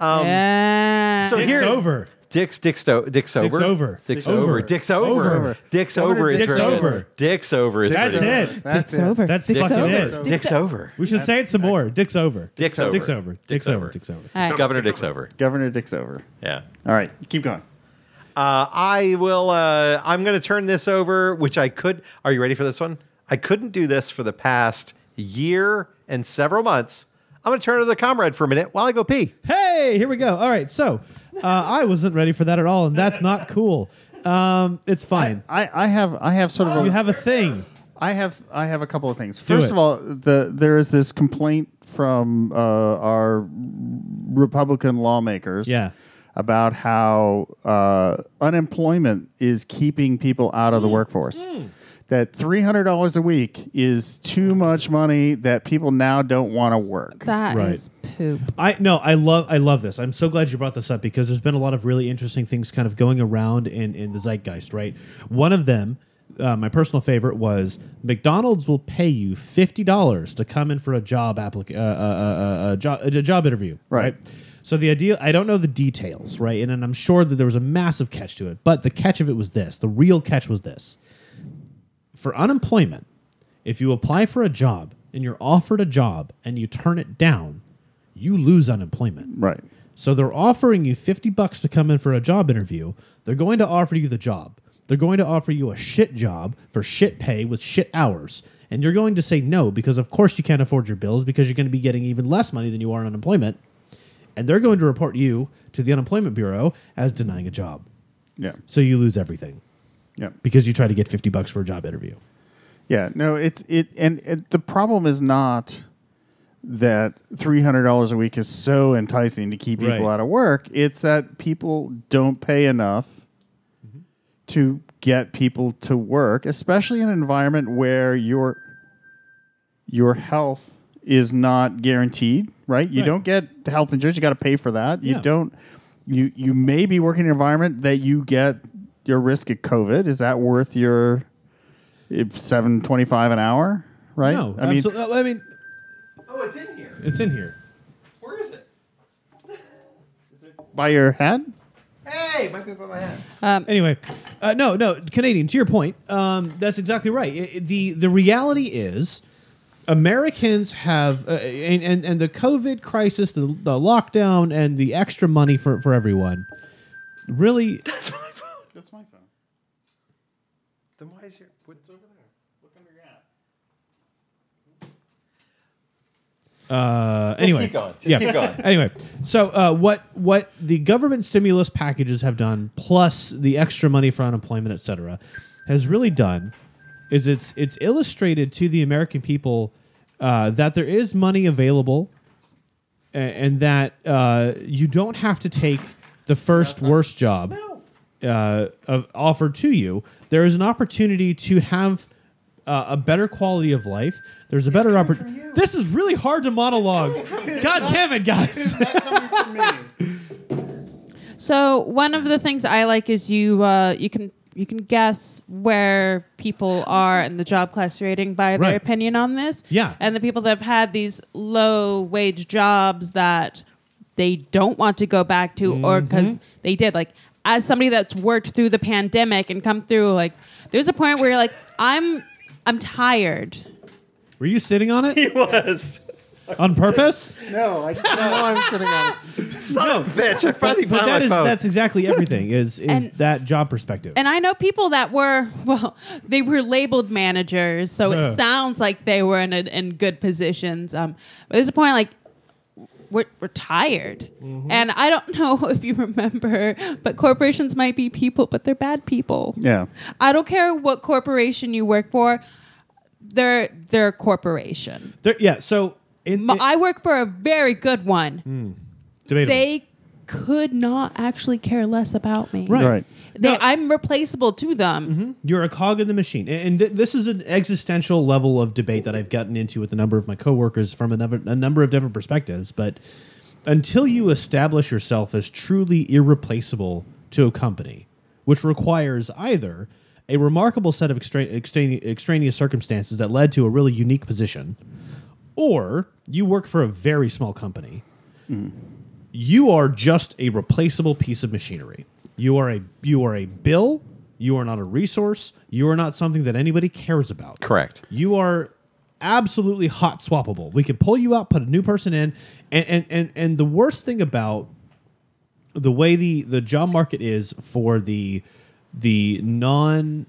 A: um,
C: yeah.
A: So
D: Dick's
A: here,
D: over.
A: Dick's Dick's Sto- Dick's over.
D: over.
A: Dick's over. Dick's over.
E: Over.
A: Dick's
E: Over.
A: over. is
E: Dick's
A: very good.
D: over.
A: Dick's over. Is
D: That's
A: very good.
D: it.
E: That's
C: Dick Sober.
D: That's
C: Dick
D: fucking
C: Sober.
D: it.
A: Dick's over.
D: We should say it some more. Dick's over.
A: Dick's over.
D: Dick's over. Dick's over. Dick's over.
C: All right.
A: Governor Dick's over.
E: Governor Dick's over.
A: Yeah.
E: All right, keep going.
A: Uh, I will. Uh, I'm going to turn this over, which I could. Are you ready for this one? I couldn't do this for the past year and several months. I'm going to turn it to the comrade for a minute while I go pee.
D: Hey, here we go. All right, so uh, I wasn't ready for that at all, and that's not cool. Um, it's fine.
E: I, I have I have sort of
D: You
E: a,
D: have a thing.
E: I have I have a couple of things. First
D: it.
E: of all, the there is this complaint from uh, our Republican lawmakers
D: Yeah.
E: about how uh, unemployment is keeping people out
D: Mm.
E: of the workforce. That three hundred dollars a week is too much money that people now don't want to work.
C: That
D: Right.
C: is poop.
D: I no, I love I love this. I'm so glad you brought this up because there's been a lot of really interesting things kind of going around in in the zeitgeist, right? One of them, uh, my personal favorite was McDonald's will pay you fifty dollars to come in for a job applic- uh, uh, uh, uh, job a job interview,
E: Right.
D: So the idea, I don't know the details, right? And, and I'm sure that there was a massive catch to it, but the catch of it was this. The real catch was this. For unemployment, if you apply for a job and you're offered a job and you turn it down, you lose unemployment.
E: Right.
D: So they're offering you 50 bucks to come in for a job interview. They're going to offer you the job. They're going to offer you a shit job for shit pay with shit hours. And you're going to say no because, of course, you can't afford your bills because you're going to be getting even less money than you are on unemployment. And they're going to report you to the Unemployment Bureau as denying a job.
E: Yeah.
D: So you lose everything
E: Yeah.
D: because you try to get 50 bucks for a job interview.
E: Yeah, no, it's it, and it, the problem is not that three hundred dollars a week is so enticing to keep people
D: Right.
E: out of work. It's that people don't pay enough
D: Mm-hmm.
E: to get people to work, especially in an environment where your your health is not guaranteed. Right, you
D: Right.
E: don't get health insurance; you got to pay for that. You
D: Yeah.
E: don't. You you may be working in an environment that you get your risk of COVID. Is that worth your seven twenty five an hour, right?
D: No,
E: I mean,
D: absol- uh, I mean,
A: Oh, it's in here.
D: it's in here.
A: Where is it?
E: by your head.
A: Hey, my by my hand.
D: Anyway, uh, no, no, Canadian. To your point, um, that's exactly right. I- I- the The reality is, Americans have, uh, and, and and the COVID crisis, the, the lockdown, and the extra money for for everyone, really
E: That's my phone.
A: Then why is your what's over there?
E: Look under your hat.
D: Uh, anyway,
A: keep going. Just
D: yeah.
A: keep going.
D: anyway, so uh, what what the government stimulus packages have done, plus the extra money for unemployment, et cetera, has really done is it's it's illustrated to the American people uh, that there is money available, a- and, that uh, you don't have to take the first worst job uh, of, offered to you. There is an opportunity to have. Uh, a better quality of life. There's a better opportunity. This is really hard to monologue. God damn it, guys!
C: So one of the things I like is you uh, you can you can guess where people are in the job class rating by
D: Right.
C: their opinion on this.
D: Yeah.
C: And the people that have had these low wage jobs that they don't want to go back to
D: Mm-hmm.
C: or cuz they did like as somebody that's worked through the pandemic and come through like there's a point where you're like I'm I'm tired.
D: Were you sitting on it? He was. On purpose?
E: No, I just don't know I'm sitting on.
A: Son of a bitch! I finally
D: But
A: found
D: that
A: my
D: is
A: phone.
D: that's exactly everything is is
C: And-
D: that job perspective.
C: And I know people that were well, they were labeled managers, so
D: Yeah.
C: it sounds like they were in a, in good positions. Um, but there's a point like we're, we're tired,
D: Mm-hmm.
C: and I don't know if you remember, but corporations might be people, but they're bad people.
E: Yeah,
C: I don't care what corporation you work for. They're, they're a corporation.
D: There- yeah, so in
C: But
D: it- Mm.
C: I work for a very good one.
D: debatable.
C: They could not actually care less about me.
D: Right.
E: right.
C: They,
D: No. Mm-hmm.
C: I'm replaceable to them.
D: You're a cog in the machine. A- And th- this is an existential level of debate that I've gotten into with a number of my coworkers from a number, a number of different perspectives. But until you establish yourself as truly irreplaceable to a company, which requires either a remarkable set of extra- extra- extraneous circumstances that led to a really unique position, or you work for a very small company you are just a replaceable piece of machinery. You are a you are a bill. You are not a resource. You are not something that anybody cares about.
A: Correct.
D: You are absolutely hot swappable. We can pull you out, put a new person in, and and and, and the worst thing about the way the the job market is for the the non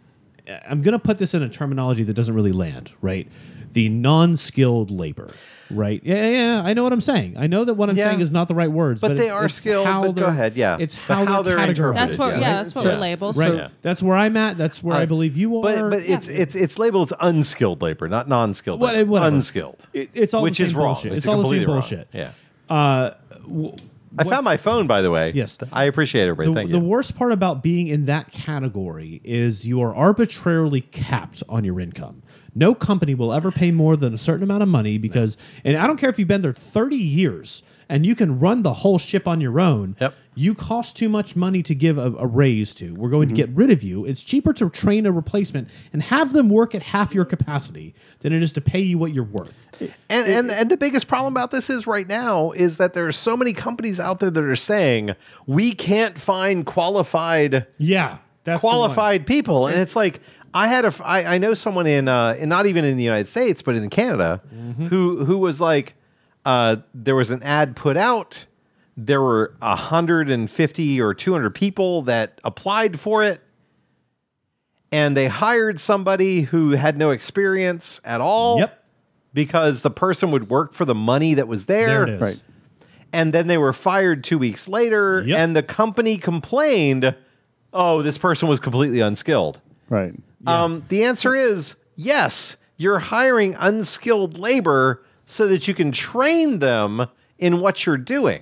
D: I'm going to put this in a terminology that doesn't really land, right? The non-skilled labor, right? Yeah, yeah, yeah, I know what I'm saying. I know that what I'm
A: Yeah.
D: saying is not the right words,
A: But they
D: it's-
A: are
D: it's
A: skilled,
D: how
A: but go
D: they're-
A: ahead, yeah.
D: It's
A: But
D: how,
A: how
D: they're,
A: they're
D: categorized,
A: interpreted,
C: That's
A: Yeah.
C: what, yeah,
A: Right?
C: that's what
E: So-
C: we're labeled.
D: Right.
A: Yeah.
D: That's where I'm at. That's where I
A: Uh,
D: believe you are.
A: But but it's it's it's labeled as unskilled labor, not non-skilled.
D: What-
A: labor.
D: whatever.
A: Unskilled.
D: It- it's all the
A: which
D: same
A: is wrong.
D: bullshit.
A: It's,
D: It's all the same
A: completely wrong.
D: bullshit.
A: Yeah.
D: uh, w-
A: I
D: what-
A: found my phone, by the way.
D: Yes.
A: I appreciate it, everybody.
D: the,
A: Thank
D: the
A: you.
D: worst part about being in that category is you are arbitrarily capped on your income. No company will ever pay more than a certain amount of money because, and I don't care if you've been there 30 years and you can run the whole ship on your own.
A: Yep.
D: You cost too much money to give a, a raise to. We're going
A: Mm-hmm.
D: to get rid of you. It's cheaper to train a replacement and have them work at half your capacity than it is to pay you what you're worth.
A: and, and and the biggest problem about this is right now is that there are so many companies out there that are saying we can't find qualified
D: Yeah. That's the one.
A: qualified people, and it's like I had a f- I, I know someone in uh, in not even in the United States, but in Canada, who who was like uh, there was an ad put out. There were 150 or 200 people that applied for it. and they hired somebody who had no experience at all.
D: Yep.
A: Because the person would work for the money that was there.
D: There it is.
E: Right.
A: And then they were fired two weeks later,
D: Yep.
A: and the company complained, oh, this person was completely unskilled.
E: Right.
A: Um, the answer is yes, you're hiring unskilled labor so that you can train them in what you're doing.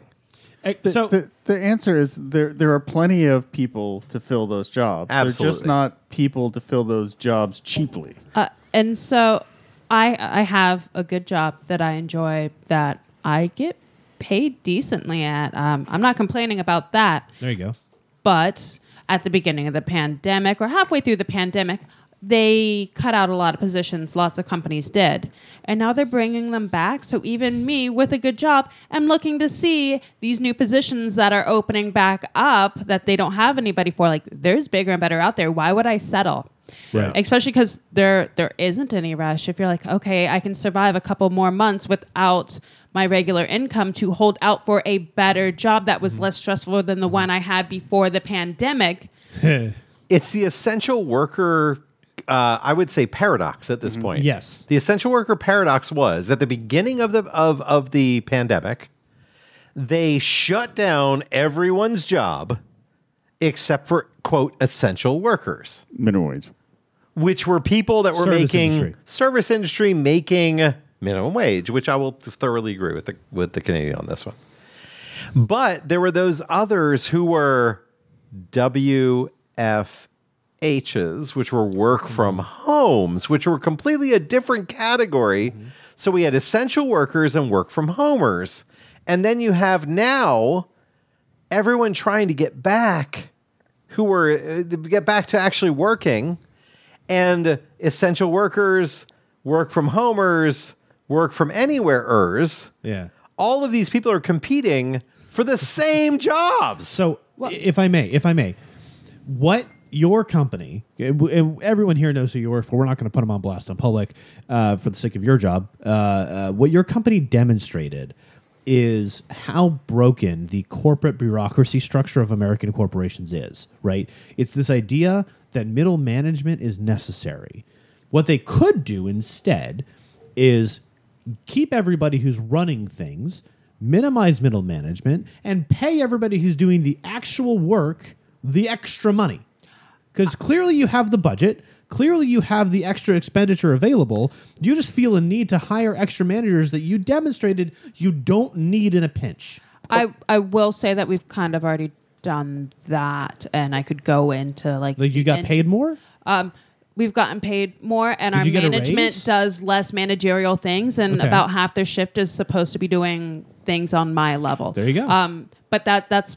D: Eh,
E: The,
D: so
E: the, the answer is there. There are plenty of people to fill those jobs. They're just
A: Absolutely.
E: not people to fill those jobs cheaply.
C: Uh, and so I I have a good job that I enjoy that I get paid decently at. Um, I'm not complaining about that,
D: there you go.
C: but at the beginning of the pandemic or halfway through the pandemic, they cut out a lot of positions. Lots of companies did, and now they're bringing them back. So even me with a good job, I'm looking to see these new positions that are opening back up that they don't have anybody for. Like there's bigger and better out there. Why would I settle?
D: Right.
C: especially because there there isn't any rush if you're like okay i can survive a couple more months without my regular income to hold out for a better job that was less stressful than the one i had before the pandemic
A: It's the essential worker, uh, I would say, paradox at
D: Mm-hmm.
A: this point.
D: Yes.
A: the essential worker paradox was at the beginning of the of of the pandemic, they shut down everyone's job except for quote essential workers,
E: Minimum wage.
A: which were people that were
D: Service
A: making
D: industry.
A: service industry making minimum wage, which I will thoroughly agree with the with the Canadian on this one. But there were those others who were WFHs, which were work
D: Mm-hmm.
A: from homes, which were completely a different category.
D: Mm-hmm.
A: So we had essential workers and work from homers. And then you have now everyone trying to get back who were uh, to get back to actually working and essential workers, work from homers, work from anywhere-ers
D: Yeah.
A: all of these people are competing for the same jobs.
D: So, i- if I may, if I may, what your company and w- and everyone here knows who you work for. We're not going to put them on blast in public uh, for the sake of your job. Uh, uh, what your company demonstrated is how broken the corporate bureaucracy structure of American corporations is. Right? It's this idea that middle management is necessary. What they could do instead is keep everybody who's running things, minimize middle management, and pay everybody who's doing the actual work the extra money. Because clearly you have the budget, clearly you have the extra expenditure available. You just feel a need to hire extra managers that you demonstrated you don't need in a pinch.
C: i i will say that we've kind of already done that and i could go into like
D: Like you got
C: and-
D: paid more?
C: um, we've gotten paid more and
D: Did
C: our
D: you get a
C: management
D: raise?
C: does less managerial things and
D: Okay.
C: about half their shift is supposed to be doing things on my level
D: There you go.
C: um, but that that's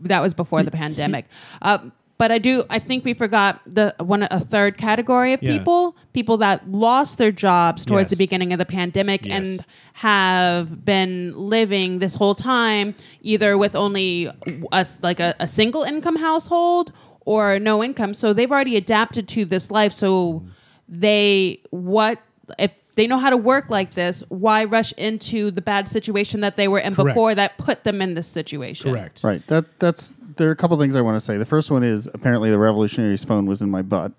C: that was before the pandemic um, but i do i think we forgot the one a third category of
D: Yeah.
C: people people that lost their jobs towards
D: Yes.
C: the beginning of the pandemic
D: Yes.
C: and have been living this whole time either with only us like a, a single income household or no income so they've already adapted to this life so they what if they know how to work like this why rush into the bad situation that they were in
D: Correct.
C: before that put them in this situation
E: Right. That that's there are a couple things I want to say. The first one is apparently the revolutionary's phone was in my butt.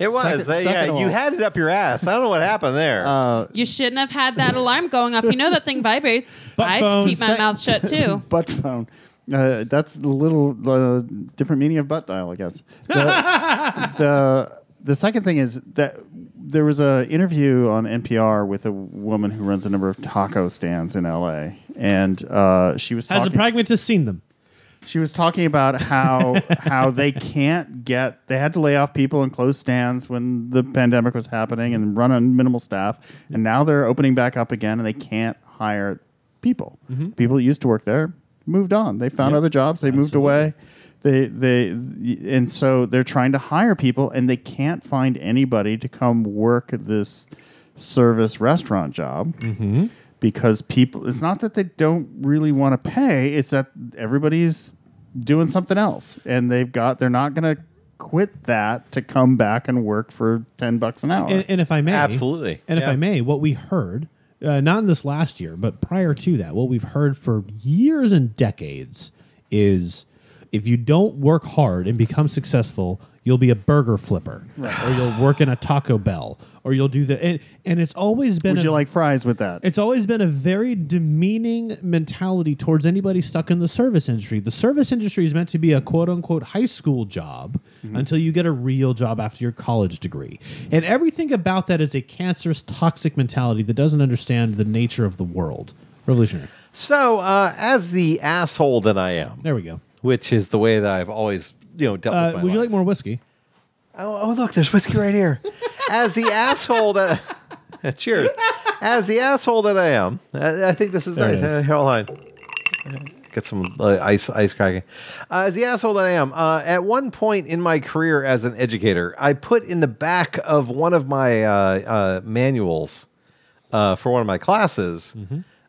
A: It was.
E: Second-
A: uh, yeah,
E: second of
A: you
E: all-
A: had it Uh, up your ass. I don't know what happened there.
C: you shouldn't have had that alarm going off you know that thing vibrates
D: But
C: i
D: phone
C: keep my
E: sec-
C: mouth shut too
E: butt phone. Uh, that's a little uh, different meaning of butt dial, I guess. The, the the second thing is that there was a interview on NPR with a woman who runs a number of taco stands in LA, and uh, she was
D: Has
E: talking.
D: the pragmatist seen them?
E: She was talking about how how they can't get they had to lay off people and close stands when the pandemic was happening and run on minimal staff, and now they're opening back up again and they can't hire people. People that used to work there moved on. They found other jobs. They moved away. They they and so they're trying to hire people and they can't find anybody to come work at this service restaurant job because people it's not that they don't really want to pay it's that everybody's doing something else and they've got they're not going to quit that to come back and work for 10 bucks an hour
D: and, and if I may,
A: Absolutely.
D: And
A: Yeah.
D: if I may, what we heard, uh, not in this last year, but prior to that, what we've heard for years and decades is if you don't work hard and become successful, you'll be a burger flipper, or you'll work in a Taco Bell, or you'll do the and, and it's always been
E: Would
D: a-
E: you like fries with that?
D: it's always been a very demeaning mentality towards anybody stuck in the service industry. The service industry is meant to be a quote unquote high school job
G: Mm-hmm.
D: until you get a real job after your college degree. And everything about that is a cancerous, toxic mentality that doesn't understand the nature of the world. Revolutionary.
G: So, uh, as the asshole that I am,
D: There we go.
G: which is the way that I've always, you know, dealt
D: Uh,
G: with my
D: would you
G: life.
D: like more whiskey?
G: Oh, oh, look, there's whiskey right here. As the asshole that. cheers. As the asshole that I am, I, I think this is
D: There it
G: nice.
D: is.
G: Uh, Here, hold on. Get some uh, ice, ice cracking. Uh, as the asshole that I am, uh, at one point in my career as an educator, I put in the back of one of my uh, uh, manuals uh, for one of my classes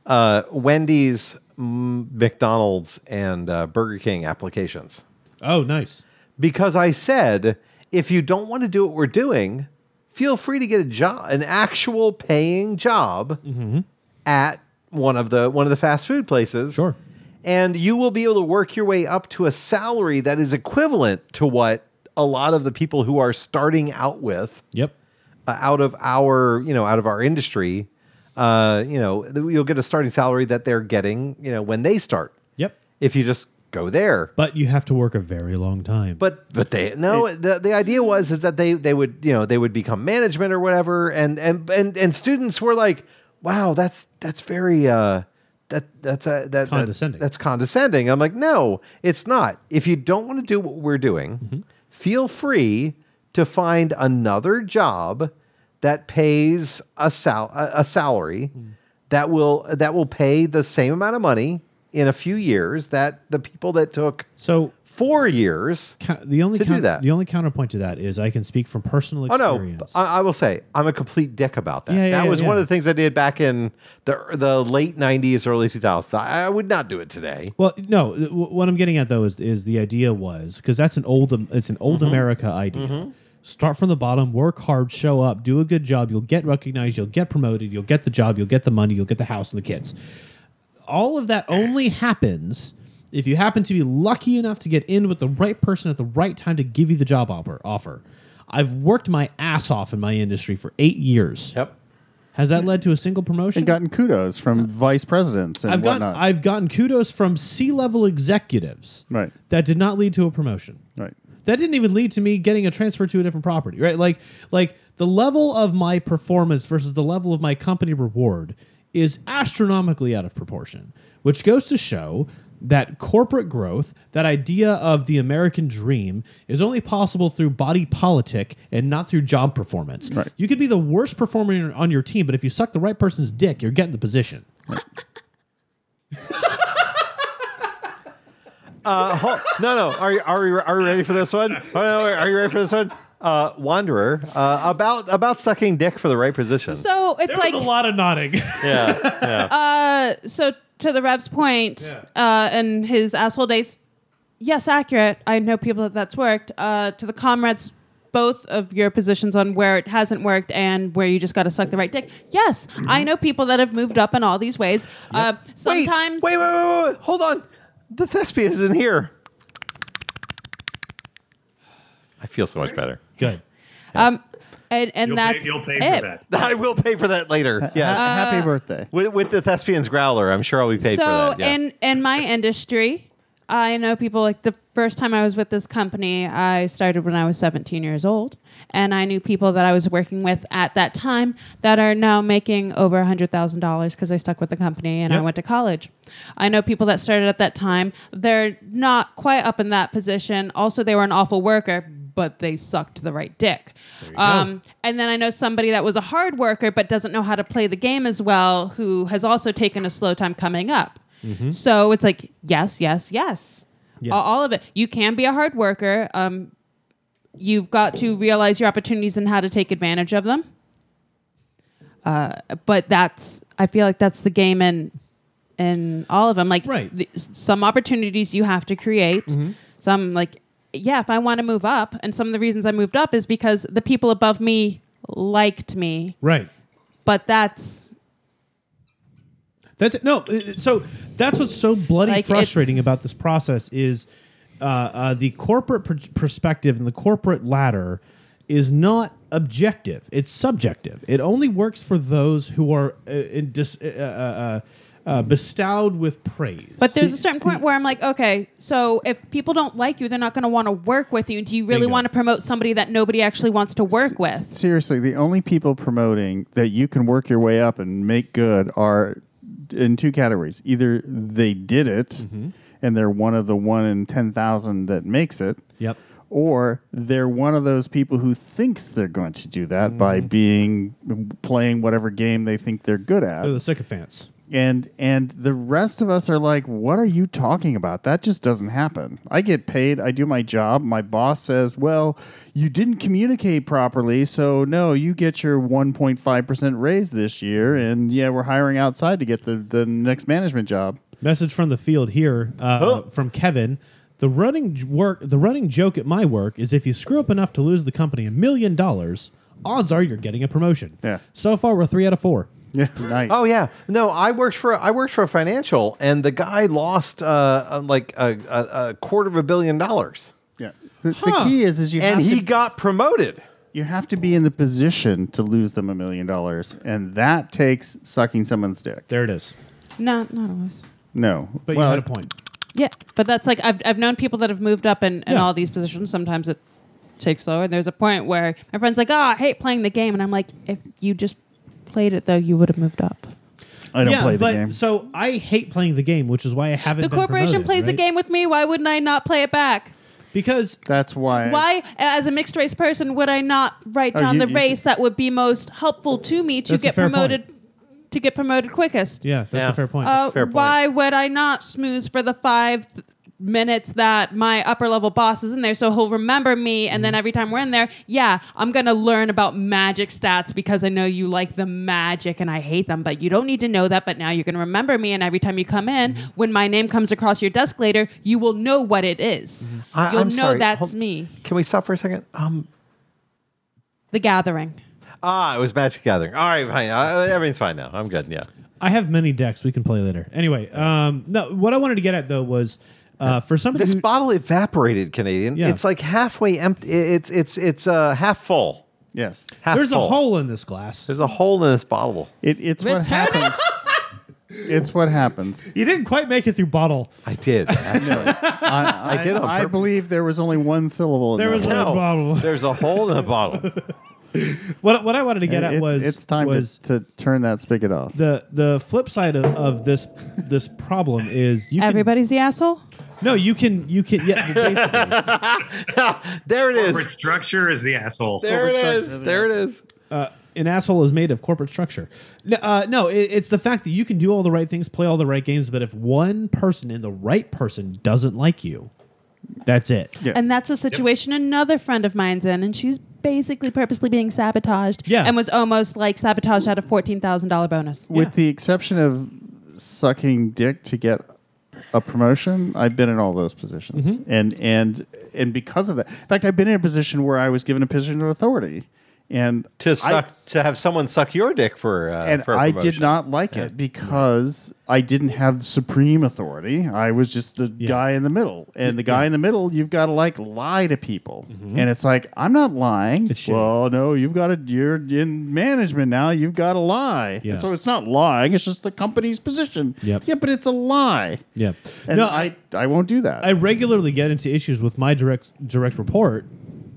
G: uh, Wendy's, M- McDonald's, and uh, Burger King applications
D: Oh, nice.
G: because I said, if you don't want to do what we're doing, feel free to get a job, an actual paying job at one of the one of the fast food places.
D: Sure.
G: And you will be able to work your way up to a salary that is equivalent to what a lot of the people who are starting out with
D: Yep.
G: uh, out of our you know out of our industry, uh, you know th- you'll get a starting salary that they're getting you know when they start.
D: Yep.
G: If you just go there,
D: But you have to work a very long time.
G: but but they no the, the idea was is that they they would you know they would become management or whatever and and and, and students were like wow that's that's very uh that that's uh, that that-
D: Condescending.
G: that's condescending I'm like no it's not if you don't want to do what we're doing feel free to find another job that pays a sal a, a salary that will that will pay the same amount of money in a few years that the people that took
D: so
G: four years
D: ca- the only
G: To do
D: coun-
G: that.
D: the only counterpoint to that is I can speak from personal
G: Oh no!
D: experience.
G: b- I, I will say I'm a complete dick about that.
D: Yeah, yeah,
G: that
D: yeah,
G: was one
D: yeah.
G: of the things I did back in the the late '90s, early 2000s. I, I would not do it today.
D: Well, no. th- wh- What I'm getting at though is is the idea was because that's an old um, it's an old America idea. Start from the bottom, work hard, show up, do a good job. You'll get recognized. You'll get promoted. You'll get the job. You'll get the money. You'll get the house and the kids. All of that only happens if you happen to be lucky enough to get in with the right person at the right time to give you the job offer. Offer. I've worked my ass off in my industry for eight years.
G: Yep.
D: Has that led to a single promotion?
E: and gotten kudos from vice presidents and
D: I've gotten
E: whatnot.
D: I've gotten kudos from C level executives.
E: Right.
D: That did not lead to a promotion.
E: right.
D: That didn't even lead to me getting a transfer to a different property. Right. Like like the level of my performance versus the level of my company reward is astronomically out of proportion, which goes to show that corporate growth, that idea of the American dream, is only possible through body politic and not through job performance. Right. You could be the worst performer on your team, but if you suck the right person's dick, you're getting the position.
G: Uh, hold, no, no. Are you are you are you ready for this one? Oh, no, wait, are you ready for this one? Uh, Wanderer uh, about about sucking dick for the right position.
C: So it's like
D: lot of nodding.
G: yeah,
C: uh, so to the Rev's point, uh, and his asshole days. Yes, accurate. I know people that that's worked. Uh, to the comrades, both of your positions on where it hasn't worked and where you just got to suck the right dick. Yes,
B: Mm-hmm.
C: I know people that have moved up in all these ways. Uh,
G: Wait,
C: sometimes,
G: Wait, wait, wait, wait, wait. Hold on. The thespian is in here. I feel so much better.
D: Good.
C: um, and, and
B: You'll
C: that's
B: pay, you'll pay
C: it.
B: for that.
G: I will pay for that later. Yes.
E: Ha-
D: Uh,
E: happy birthday.
G: with, with the thespian's growler, I'm sure I'll be paid
C: so
G: for that. yeah.
C: in in my industry i know people like the first time i was with this company i started when i was 17 years old and i knew people that i was working with at that time that are now making over $100000 because i stuck with the company and i
D: Yep.
C: went to college i know people that started at that time they're not quite up in that position also they were an awful worker but they sucked the right dick um, and then I know somebody that was a hard worker but doesn't know how to play the game as well, who has also taken a slow time coming up. So it's like yes, yes, yes, A- all of it. You can be a hard worker. Um, you've got to realize your opportunities and how to take advantage of them. Uh, but that's I feel like that's the game in in all of them. Like
D: Right.
C: th- some opportunities you have to create. Some like yeah, if I want to move up, and some of the reasons I moved up is because the people above me liked me.
D: Right.
C: But that's
D: That's it. No. it- it- uh, So that's what's so bloody
C: Like, it's-
D: frustrating about this process is uh, uh, the corporate pr- perspective and the corporate ladder is not objective; it's subjective. It only works for those who are uh, in dis- uh, uh, uh, uh, bestowed with praise.
C: But there's a certain point where I'm like, okay, so if people don't like you, they're not going to want to work with you. Do you really
D: Bingo.
C: want to promote somebody that nobody actually wants to work with?
E: Seriously, the only people promoting that you can work your way up and make good are in two categories. Either they did it and they're one of the one in 10,000 that makes it.
D: Yep.
E: Or they're one of those people who thinks they're going to do that by
A: Mm-hmm.
E: being playing whatever game they think they're good at.
D: They're the sycophants.
E: and and the rest of us are like what are you talking about that just doesn't happen i get paid i do my job my boss says well you didn't communicate properly so no you get your 1.5% raise this year and yeah we're hiring outside to get the, the next management job
D: Message from the field here uh, from Kevin. The running j- work, the running joke at my work is if you screw up enough to lose the company a million dollars, odds are you're getting a promotion.
E: Yeah.
D: So far, we're three out of four.
E: yeah nice
A: Oh yeah, no. I worked for I worked for a financial, and the guy lost uh, uh, like a, a, a quarter of a billion dollars,
E: yeah the, the key is is you
A: and
E: have
A: he
E: to,
A: got promoted.
E: you have to be in the position to lose them a million dollars and that takes sucking someone's dick
D: There it is.
C: No, not always.
E: no
D: But
E: Well,
D: you had a point.
C: Yeah, but that's like I've I've known people that have moved up in, in
D: Yeah.
C: all these positions. Sometimes it takes slower. And there's a point where my friend's like, "Oh, I hate playing the game," and I'm like, "If you just played it though, you would have moved up."
E: i don't
D: yeah,
E: play the
D: but
E: game
D: so I hate playing the game, which is why I haven't.
C: The
D: been
C: corporation
D: promoted,
C: plays a
D: right?
C: game with me. Why wouldn't I not play it back?
D: because
E: that's why
C: Why, uh, as a mixed race person, would I not write
E: Oh,
C: down
E: you-
C: the
E: you
C: race that would be most helpful to me to
D: That's a
C: get
D: fair
C: promoted, to get promoted quickest?
D: yeah, that's
A: Yeah.
D: a fair point.
C: Uh,
A: fair point.
C: Why would I not snooze for the five th- minutes that my upper level boss is in there so he'll remember me? And then every time we're in there, yeah, I'm going to learn about magic stats because I know you like the magic and I hate them, but you don't need to know that. But now you're going to remember me. And every time you come in, when my name comes across your desk later, you will know what it is.
A: I,
C: You'll
A: I'm
C: know
A: sorry.
C: that's
A: Hold-
C: me.
A: Can we stop for a second? Um,
C: The gathering.
A: ah, it was Magic Gathering. All right, fine. Uh, everything's fine now. I'm good. Yeah.
D: I have many decks we can play later. Anyway, um, no, what I wanted to get at though was uh, for somebody
A: This
D: who-
A: bottle evaporated, Canadian.
D: Yeah.
A: It's like halfway empty. It's it's it's uh, half full.
E: yes
A: Half
D: there's a
A: full.
D: hole in this glass.
A: There's a hole in this bottle.
E: It, it's what happens. it's what happens.
D: You didn't quite make it through bottle.
A: I did.
E: I,
A: did on
E: I
A: purpose.
E: believe there was only one syllable. In
D: There
E: that
D: was
E: word.
D: No bottle.
A: There's a hole in the bottle.
D: What what I wanted to get at
E: it's,
D: was
E: it's time
D: was
E: to, to turn that spigot off.
D: the the flip side of, of this this problem is you can,
C: Everybody's the asshole?
D: No, you can you can yeah basically.
A: There it
B: Corporate
A: is.
B: structure is the asshole.
A: There it
E: structure
A: is.
E: is
A: There it is.
D: an asshole is made of corporate structure. No, uh, no it, it's the fact that you can do all the right things, play all the right games, but if one person and the right person doesn't like you, that's it.
E: Yeah.
C: And that's a situation another friend of mine's in, and she's basically purposely being sabotaged
D: Yeah.
C: and was almost like sabotaged out of $14,000 bonus.
E: With the exception of sucking dick to get a promotion, I've been in all those positions, and and and because of that, in fact, I've been in a position where I was given a position of authority, and
A: To
E: I-
A: suck, to have someone suck your dick for uh,
E: and
A: for a
E: I did
A: promotion.
E: not like it because I didn't have supreme authority. I was just the guy in the middle, and the guy in the middle, you've got to like lie to people, and it's like I'm not lying.
D: Mm-hmm. It's shitty.
E: well, no, you've got to. You're in management now. You've got to lie.
D: Yeah.
E: And so it's not lying. It's just the company's position.
D: Yep.
E: Yeah, but it's a lie.
D: Yeah.
E: And
D: no,
E: I, I won't do that.
D: I regularly get into issues with my direct direct report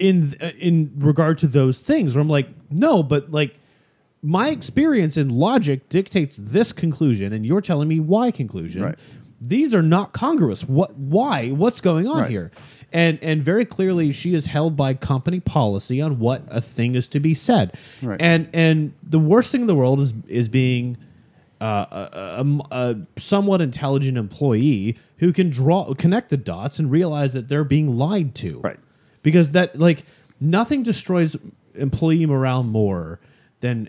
D: in th- uh, in regard to those things where I'm like, no, but like my experience and logic dictates this conclusion, and you're telling me why conclusion.
E: Right.
D: These are not congruous. What? Why? What's going on
E: Right.
D: here? And and very clearly, she is held by company policy on what a thing is to be said.
E: Right.
D: And and the worst thing in the world is is being a somewhat intelligent employee who can draw connect the dots and realize that they're being lied to.
E: Right.
D: Because that like nothing destroys employee morale more than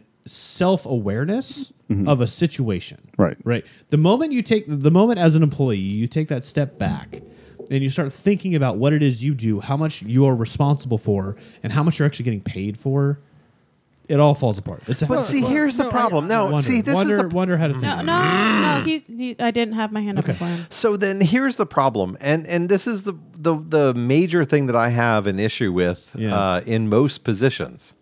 D: self-awareness of a situation.
E: Mm-hmm. Right.
D: Right. The moment you take the moment as an employee, you take that step back and you start thinking about what it is you do, how much you are responsible for, and how much you're actually getting paid for it all falls apart. It's a
G: But see, here's the problem. No,
D: wonder,
G: see, this
D: wonder,
G: is the
D: wonder how to think.
C: No,
D: about
C: no, no. He, he, I didn't have my hand up before him.
G: So then here's the problem, and and this is the the the major thing that I have an issue with
D: Yeah.
G: uh, in most positions.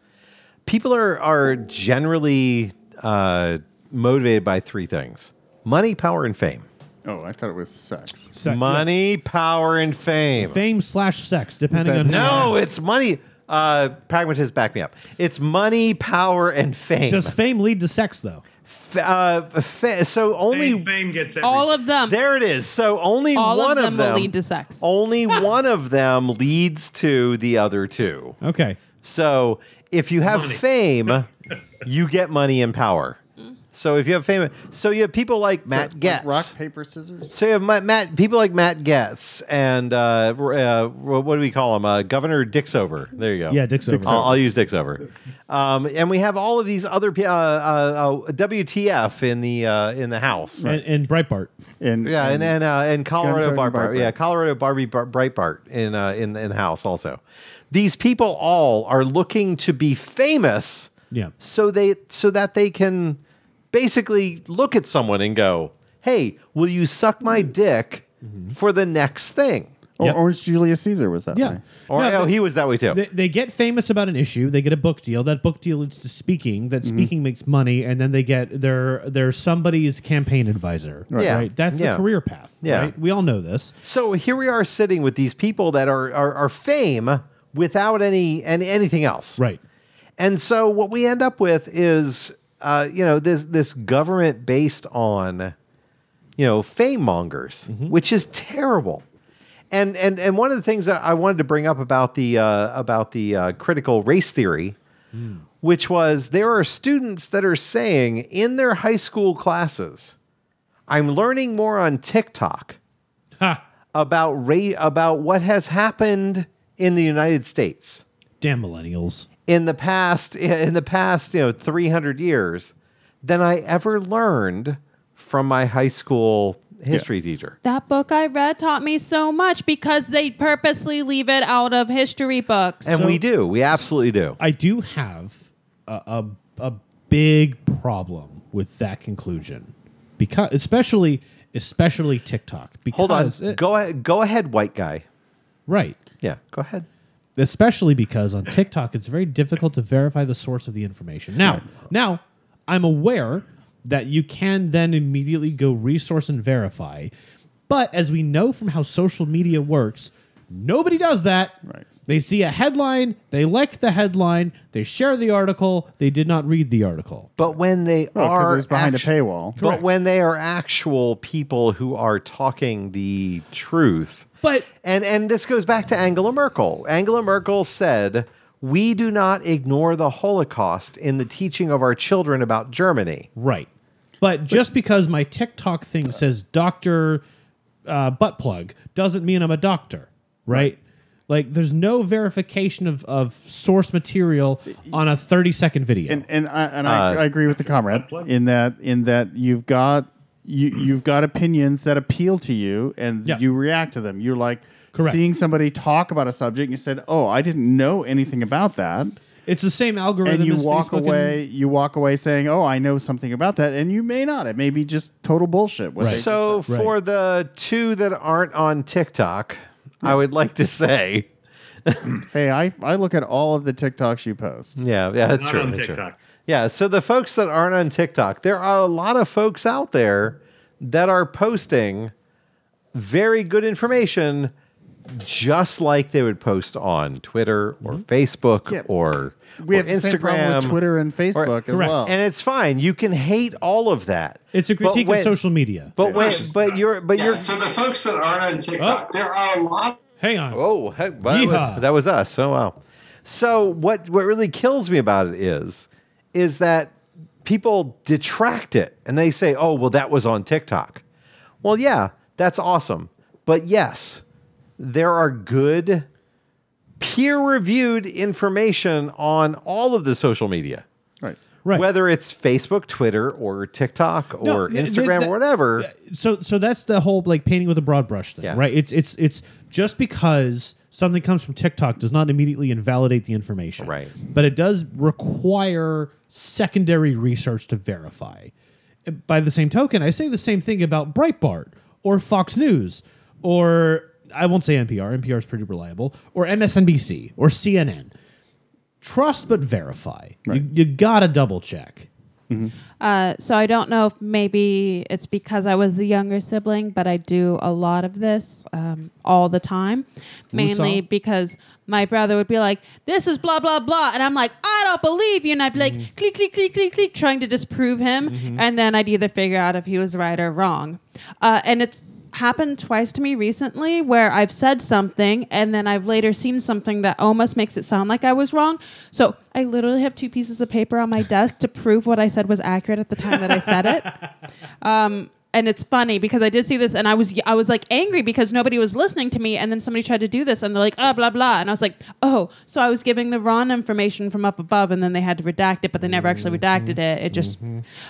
G: People are are generally uh, motivated by three things: money, power, and fame.
E: Oh, I thought it was sex.
D: it. Se-
G: money, power, and fame.
D: yeah. fame slash sex, depending
E: Said
D: on who
G: No,
D: you ask.
G: Oh, it's money. Uh, pragmatist, back me up. It's money, power, and fame.
D: does fame lead to sex though?
G: F- uh, fa- so only
A: Fame, fame gets everything.
C: All of them.
G: There it is. So only
C: All of
G: one
C: them will lead to sex.
G: Only one of them leads to the other two.
D: Okay,
G: So if you have
A: Money.
G: fame, you get money and power. So if you have fame, so you have people like Matt
E: So, like
G: Getz.
E: Rock, paper, scissors?
G: so you have Ma- Matt, people like Matt Getz and uh, uh, what do we call him? Uh, Governor Dixover. There you go.
D: Oh. yeah, Dick's over.
G: I'll, I'll use Dixover. Um, and we have all of these other pe- uh, uh, uh, WTF in the uh, in the house.
D: and, and Breitbart.
E: And,
G: Yeah, and and, uh, and Colorado
E: Gun Toting
G: Barbar,
E: Breitbart.
G: yeah, Colorado Barbie Bar- Breitbart in uh, in in the house also. These people all are looking to be famous,
D: Yeah.
G: so they so that they can basically look at someone and go, "Hey, will you suck my dick
D: Mm-hmm.
G: for the next thing?"
E: or
D: Yep.
E: Orange Julius Caesar was that
D: Yeah.
E: way.
G: Or
D: No,
G: oh,
D: but-
G: he was that way too.
D: They, they get famous about an issue. They get a book deal. That book deal leads to speaking. That
G: Mm-hmm.
D: speaking makes money, and then they get their their somebody's campaign advisor. Right.
G: Yeah.
D: That's
G: Yeah.
D: the career path.
G: Yeah.
D: Right? We all know this.
G: so here we are sitting with these people that are are, are fame without any and anything else,
D: Right.
G: And so what we end up with is, uh, you know, this this government based on, you know, fame mongers, which is terrible. And and and one of the things that I wanted to bring up about the uh, about the uh, critical race theory, which was there are students that are saying in their high school classes, I'm learning more on TikTok
D: Ha.
G: about ra- about what has happened in the United States
D: Damn millennials.
G: in the past in the past you know 300 years than i ever learned from my high school history teacher
C: That book I read taught me so much because they purposely leave it out of history books.
G: and we do we absolutely do
D: I do have a, a, a big problem with that conclusion because especially especially TikTok because
G: hold on
D: it-
G: go ahead go ahead white guy
D: right
G: yeah go ahead
D: especially because on TikTok it's very difficult to verify the source of the information. Now, now I'm aware that you can then immediately go resource and verify, but as we know from how social media works, nobody does that.
E: Right.
D: They see a headline, they like the headline, they share the article, they did not read the article.
G: but when they
E: Well, because
G: are
E: Oh, it was behind
G: actu-
E: a paywall.
G: but when they are actual people who are talking the truth
D: But
G: and and this goes back to Angela Merkel. Angela Merkel said, "We do not ignore the Holocaust in the teaching of our children about Germany."
D: right. But just because my TikTok thing says doctor uh, butt plug doesn't mean I'm a doctor, right? Like there's no verification of, of source material on a 30 second video.
E: and and I, and
G: Uh,
E: I, I agree with the comrade in that in that you've got you you've got opinions that appeal to you and
D: Yeah.
E: you react to them. You're like
D: Correct.
E: seeing somebody talk about a subject and you said, "Oh, I didn't know anything about that."
D: it's the same algorithm.
E: And you
D: as
E: walk
D: Facebook and-
E: away you walk away saying, "Oh, I know something about that." And you may not. It may be just total bullshit. what they just
G: So
D: Right.
G: for the two that aren't on TikTok, I would like to say,
E: said. hey, I I look at all of the TikToks you post.
G: yeah, yeah, that's
A: Not
G: true.
A: on
G: that's true.
A: TikTok.
G: Yeah, so the folks that aren't on TikTok, there are a lot of folks out there that are posting very good information just like they would post on Twitter or
A: Mm-hmm.
G: Facebook
E: Yeah.
G: or,
E: We
G: or
E: have
G: Instagram
E: the same problem with Twitter and Facebook as
D: Correct.
E: well.
G: And it's fine. You can hate all of that.
D: It's a
G: But
D: critique
G: when-
D: of social media.
G: But when, but you're but
B: Yeah,
G: you're
B: so the folks that aren't on TikTok, there are a lot
D: Hang on.
G: Oh, heck, that,
D: Yeehaw.
G: was, that was us. Oh wow. So what what really kills me about it is is that people detract it and they say, "Oh, well that was on TikTok." Well, yeah, that's awesome. But yes, there are good peer-reviewed information on all of the social media.
E: right.
D: Right.
G: Whether it's Facebook, Twitter, or TikTok,
D: No,
G: or
D: th- th-
G: Instagram,
D: th-
G: or whatever.
D: so so that's the whole like painting with a broad brush thing,
G: Yeah.
D: right? It's it's it's just because something that comes from TikTok does not immediately invalidate the information.
A: Right.
D: But it does require secondary research to verify. By the same token, I say the same thing about Breitbart or Fox News or I won't say NPR, NPR is pretty reliable, or MSNBC or CNN. Trust but verify. You, you gotta double check.
C: Uh, so I don't know if maybe it's because I was the younger sibling, but I do a lot of this um, all the time, mainly
D: Woosah.
C: because my brother would be like, "This is blah blah blah," and I'm like, "I don't believe you," and I'd be like, "Click click click click click," trying to disprove him, and then I'd either figure out if he was right or wrong, uh, and it's happened twice to me recently where I've said something and then I've later seen something that almost makes it sound like I was wrong. So I literally have two pieces of paper on my desk to prove what I said was accurate at the time that I said it. Um, and it's funny because I did see this and I was I was like angry because nobody was listening to me and then somebody tried to do this and they're like ah blah blah and I was like oh so I was giving the wrong information from up above and then they had to redact it but they never actually redacted it it just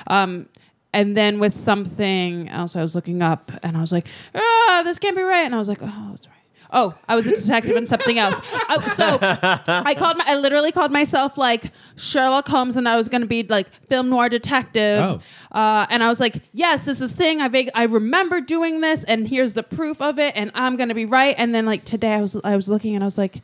C: um, and then with something else, I was looking up and I was like, ah, this can't be right. And I was like, oh, it's right. Oh, I was a detective and something else. I, so I called, my, I literally called myself like Sherlock Holmes and I was going to be like film noir detective.
D: Oh.
C: Uh, and I was like, yes, this is thing. I vague, I remember doing this and here's the proof of it and I'm going to be right. And then like today I was, I was looking and I was like,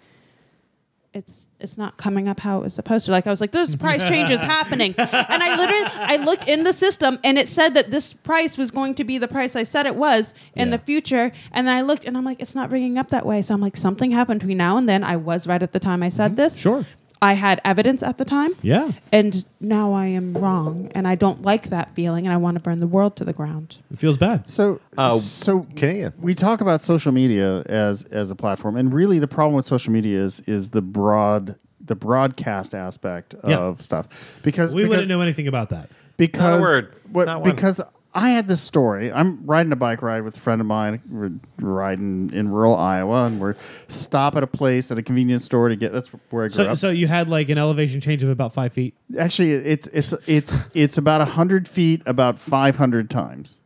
C: it's it's not coming up how it was supposed to. Like I was like, this price change is happening, and I literally I looked in the system and it said that this price was going to be the price I said it was in
D: Yeah.
C: the future. And then I looked and I'm like, it's not ringing up that way. So I'm like, something happened between now and then. I was right at the time I said this.
D: Mm-hmm. Sure.
C: I had evidence at the time.
D: Yeah.
C: And now I am wrong, and I don't like that feeling, and I want to burn the world to the ground.
D: It feels bad.
E: So,
A: Uh,
E: so
A: Canadian.
E: we talk about social media as as a platform, and really the problem with social media is is the broad the broadcast aspect
D: Yeah.
E: of stuff because
D: We
E: because,
D: wouldn't know anything about that.
E: because
A: Not a word.
E: what-
A: Not one.
E: because I had this story. I'm riding a bike ride with a friend of mine. We're riding in rural Iowa, and we're stop at a place at a convenience store to get. That's where I grew
D: So,
E: up.
D: so you had like an elevation change of about five feet.
E: Actually, it's it's it's it's about hundred feet, about five hundred times.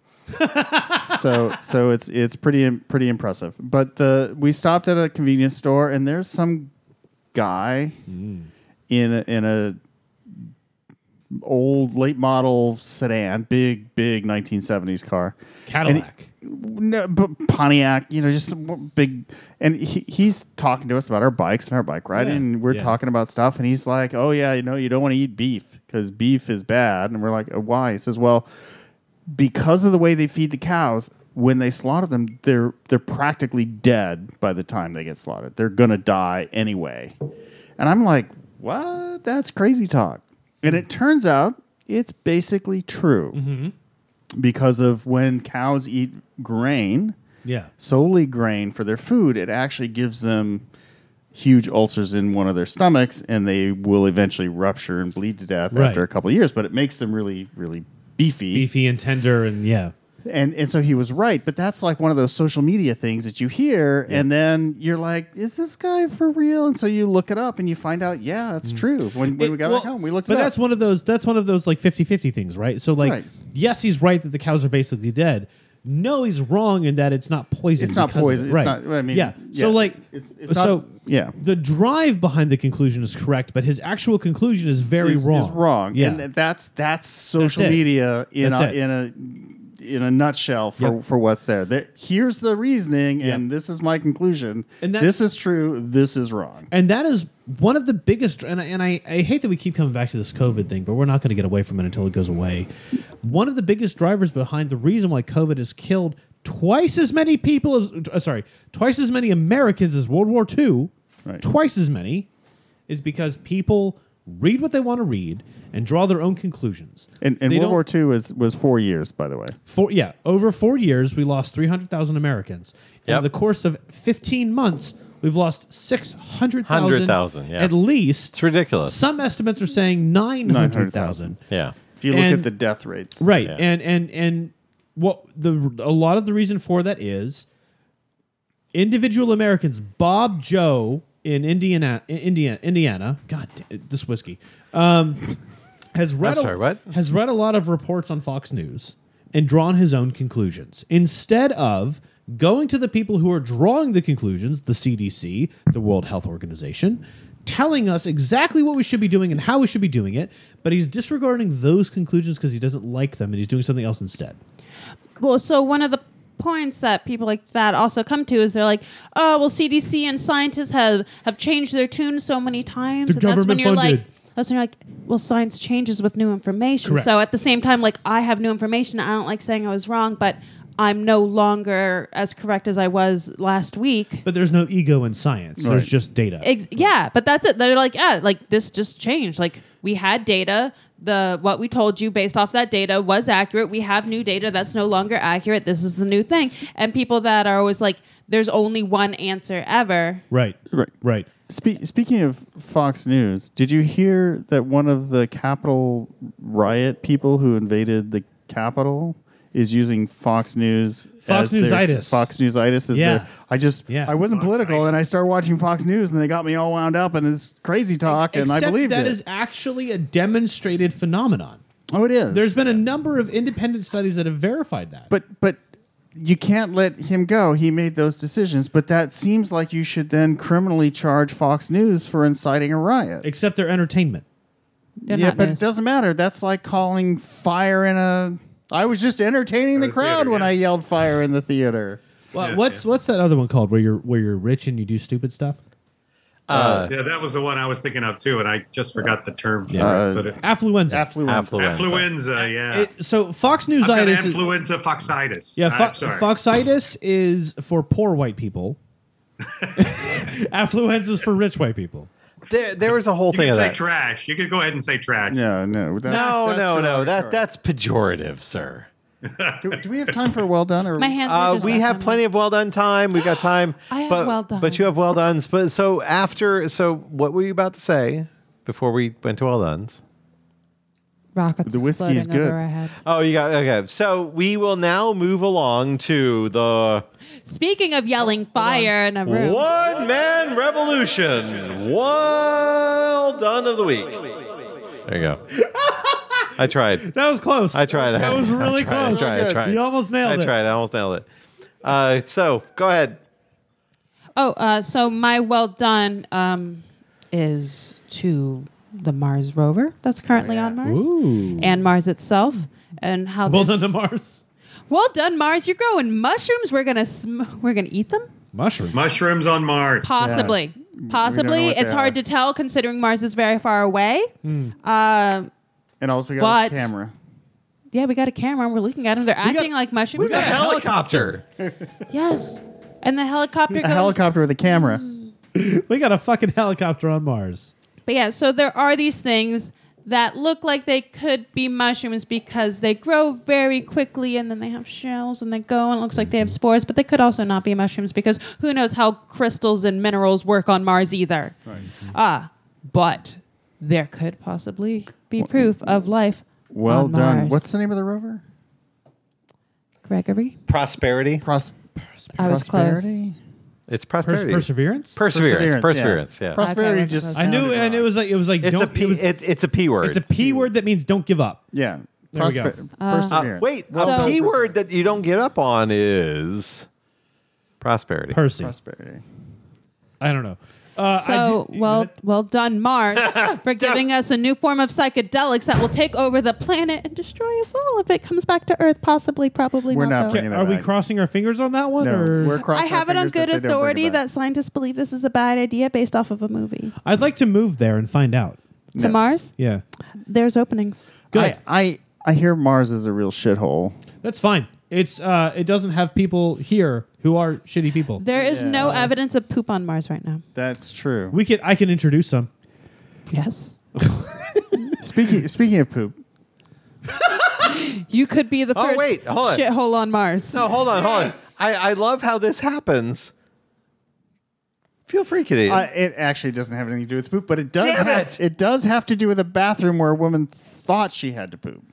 E: so so it's it's pretty im- pretty impressive. But the we stopped at a convenience store, and there's some guy in a, in a old late model sedan, big big 1970s car,
D: Cadillac.
E: no, but Pontiac, you know, just some w- big. And he, he's talking to us about our bikes and our bike ride,
D: Yeah.
E: and we're
D: Yeah.
E: talking about stuff. And he's like, "Oh yeah, you know, you don't want to eat beef because beef is bad." And we're like, "Uh, "Why?" He says, "Well, because of the way they feed the cows." When they slaughter them, they're they're practically dead by the time they get slaughtered. They're gonna die anyway, and I'm like, what? That's crazy talk. And it turns out it's basically true because of when cows eat grain,
D: yeah.
E: solely grain for their food, it actually gives them huge ulcers in one of their stomachs and they will eventually rupture and bleed to death
D: Right.
E: after a couple of years. But it makes them really, really beefy.
D: Beefy and tender and yeah.
E: And and so he was right, but that's like one of those social media things that you hear and then you're like, is this guy for real? And so you look it up and you find out, yeah, that's true. When, when we
D: Mm. It-
E: got
D: well,
E: back home, we looked it
D: But
E: up.
D: that's one of those that's one of those like 50-50 things, right? So like
E: Right.
D: yes, he's right that the cows are basically dead. No, he's wrong in that it's not poison.
E: It's not
D: because of
E: poison.
D: it.
E: It's
D: right.
E: not- I mean,
D: yeah. So
E: yeah.
D: like
E: It's- it's not-
D: so
E: yeah.
D: The drive behind the conclusion is correct, but his actual conclusion is very
E: is,
D: wrong.
E: is wrong.
D: Yeah.
E: And that's that's social
D: That's it.
E: media in
D: That's
E: a
D: it.
E: in a in a nutshell for,
D: Yep.
E: for what's there. there. Here's the reasoning, and this is my conclusion.
D: And that's-
E: this is true. This is wrong.
D: And that is one of the biggest. And I, and I, I hate that we keep coming back to this COVID thing, but we're not going to get away from it until it goes away. One of the biggest drivers behind the reason why COVID has killed twice as many people as uh, sorry, twice as many Americans as World War II,
E: Right.
D: twice as many, is because people read what they want to read and draw their own conclusions.
E: And, and
D: They
E: World
D: don't-
E: War II was was four years, by the way.
D: four yeah over four years we lost 300000 americans
A: Yep.
D: in the course of 15 months we've lost 600000
A: 100,000, yeah.
D: at least
A: It's ridiculous.
D: some estimates are saying 900000
A: yeah.
E: If you look
D: And-
E: at the death rates,
D: right
A: Yeah.
D: and and and what the a lot of the reason for that is individual americans bob joe in indiana indiana indiana god da- this whiskey has read
A: I'm sorry,
D: a,
A: what?
D: has read a lot of reports on Fox News and drawn his own conclusions instead of going to the people who are drawing the conclusions, the CDC, the World Health Organization, telling us exactly what we should be doing and how we should be doing it, but he's disregarding those conclusions because he doesn't like them and he's doing something else instead.
C: Well, so one of the points that people like that also come to is they're like, oh, well, CDC and scientists have, have changed their tune so many times.
D: They're
C: and that's when
D: government
C: you're like,
D: funded.
C: that's when you're like, well, science changes with new information.
D: Correct.
C: So at the same time, like, I have new information. I don't like saying I was wrong, but I'm no longer as correct as I was last week.
D: But there's no ego in science. There's
E: Right.
D: just data.
C: Ex- yeah, but that's it. They're like, yeah, like this just changed. Like we had data. The what we told you based off that data was accurate. We have new data that's no longer accurate. This is the new thing. And people that are always like, there's only one answer ever.
D: right.
E: Right.
D: Right.
E: Spe- speaking of Fox News, did you hear that one of the Capitol riot people who invaded the Capitol is using Fox News?
D: Fox
E: as their-
D: Newsitis.
E: Fox Newsitis is
D: Yeah.
E: their. I just.
D: Yeah.
E: I wasn't political, and I started watching Fox News, and they got me all wound up, and it's crazy talk, and I
D: Except
E: believed
D: that
E: it.
D: is actually a demonstrated phenomenon.
E: oh, it is.
D: There's been a number of independent studies that have verified that.
E: But but you can't let him go. He made those decisions. But that seems like you should then criminally charge Fox News for inciting a riot.
D: except their entertainment.
C: They're
E: yeah,
C: not
E: but
C: news.
E: it doesn't matter. That's like calling fire in a. I was just entertaining the
B: the
E: crowd
B: theater,
E: when
B: yeah.
E: I yelled fire in the theater.
D: Well,
B: Yeah,
D: what's what's that other one called where you're where you're rich and you do stupid stuff?
B: yeah, that was the one I was thinking of too, and I just forgot the term. For
E: Uh,
B: it, but it,
D: Affluenza.
E: Affluenza.
B: affluenza, yeah.
D: It- so Fox News
B: I've got
D: itis is,
B: influenza foxitis.
D: yeah,
B: I'm
D: fo-
B: sorry.
D: Foxitis is for poor white people. Affluenza is for rich white people.
A: There, there was a whole
B: you
A: thing
B: can
A: of
B: say
A: that.
B: trash. You could go ahead and say trash.
E: No, no, that-
A: no,
E: that's
A: no, no.
E: derogatory.
A: That that's pejorative, sir.
E: Do, do we have time for well done or
C: My hands. are
A: Uh,
C: just
A: we
C: up
A: have
C: on
A: plenty
C: it.
A: of well done time. We got time.
C: I have
A: but,
C: well done.
A: But you have well done's. But so after, so what were you about to say before we went to well done's?
C: rockets.
E: The whiskey
C: exploding
E: is good.
C: over our head.
A: Oh, you got okay. So we will now move along to the
C: Speaking of yelling fire in a room,
A: one man revolution. Well done of the week. There you go. I tried.
D: That was close.
A: I tried.
D: That was really
A: I tried,
D: close.
A: I tried. I tried.
D: You almost nailed
A: I
D: it.
A: tried. I almost nailed it. Uh, so go ahead.
C: Oh, uh, so my well done um, is to the Mars rover that's currently on Mars
D: Ooh.
C: and Mars itself, and how
D: Well
C: this-
D: done to Mars.
C: Well done, Mars. You're growing mushrooms. We're gonna sm- we're gonna eat them.
D: Mushrooms.
B: Mushrooms on Mars.
C: Possibly, possibly.
E: what
C: It's
E: they
C: hard
E: are.
C: to tell considering Mars is very far away. Uh,
E: and also we got
C: But-
E: this camera.
C: yeah, we got a camera and we're looking at them. They're acting like mushrooms.
A: A helicopter.
C: yes, and the helicopter
E: A
C: goes.
E: helicopter with a camera.
D: we got a fucking helicopter on Mars.
C: But yeah, so there are these things that look like they could be mushrooms because they grow very quickly and then they have shells and they go and it looks like they have spores, but they could also not be mushrooms because who knows how crystals and minerals work on Mars either. Right. Ah, but there could possibly be proof of life.
E: Well
C: on
E: done.
C: Mars.
E: What's the name of the rover?
C: Gregory?
A: Prosperity.
E: Pros-
C: I was
E: prosperity.
C: close.
A: It's
D: Pers-
A: prosperity.
D: perseverance.
A: perseverance. Perseverance.
E: yeah.
A: Yeah.
E: Prosperity
C: Okay,
E: just.
D: I knew,
E: sounded
D: and it
E: odd.
D: was like it was like
A: It's a
D: don't.
A: p.
D: it was-
A: it, it's a p word.
D: it's a p word that means don't give up.
E: Yeah.
D: There we go.
A: Uh,
E: perseverance.
A: wait,
E: Well
A: a
C: So-
E: done,
A: p
E: perseverance.
A: word that you don't get up on is prosperity.
D: Percy.
E: Prosperity.
D: I don't know. Uh,
C: So
D: I did-
C: well, well done, Mars, for giving us a new form of psychedelics that will take over the planet and destroy us all if it comes back to Earth. Possibly, probably
E: We're
C: not.
E: not
C: though.
E: bringing that
D: Are we
E: back.
D: crossing our fingers on that one?
E: No,
D: or?
E: we're crossing
C: I
E: our
C: have it on
E: fingers that
C: good
E: they don't bring
C: authority
E: it back.
C: that scientists believe this is a bad idea based off of a movie.
D: I'd like to move there and find out.
C: To Mars,
D: Yeah.
C: there's openings.
D: Good.
E: I, I I hear Mars is a real shithole.
D: That's fine. It's uh, it doesn't have people here who are shitty people.
C: There is no evidence of poop on Mars right now.
E: That's true.
D: we can I can introduce some.
C: Yes.
E: speaking speaking of poop,
C: You could be the
A: Oh,
C: first
A: wait, hold on.
C: shithole on Mars.
A: No, hold on, hold on. I, I love how this happens. Feel free, Kitty.
E: uh, it actually doesn't have anything to do with poop, but it does
A: Damn
E: have
A: it!
E: it. does have to do with a bathroom where a woman thought she had to poop.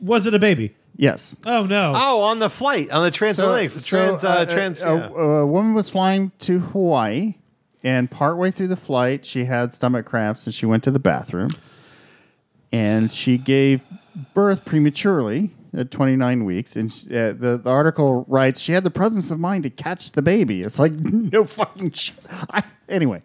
D: Was it a baby?
E: Yes.
D: Oh no.
A: oh, on the flight, on the transatlantic,
E: So- so,
A: trans, uh,
E: uh,
A: trans.
E: a,
A: yeah.
E: a, a woman was flying to Hawaii, and partway through the flight, she had stomach cramps, and she went to the bathroom, and she gave birth prematurely, at 29 weeks, and she, uh, the, the article writes she had the presence of mind to catch the baby. It's like no fucking shit. I, anyway,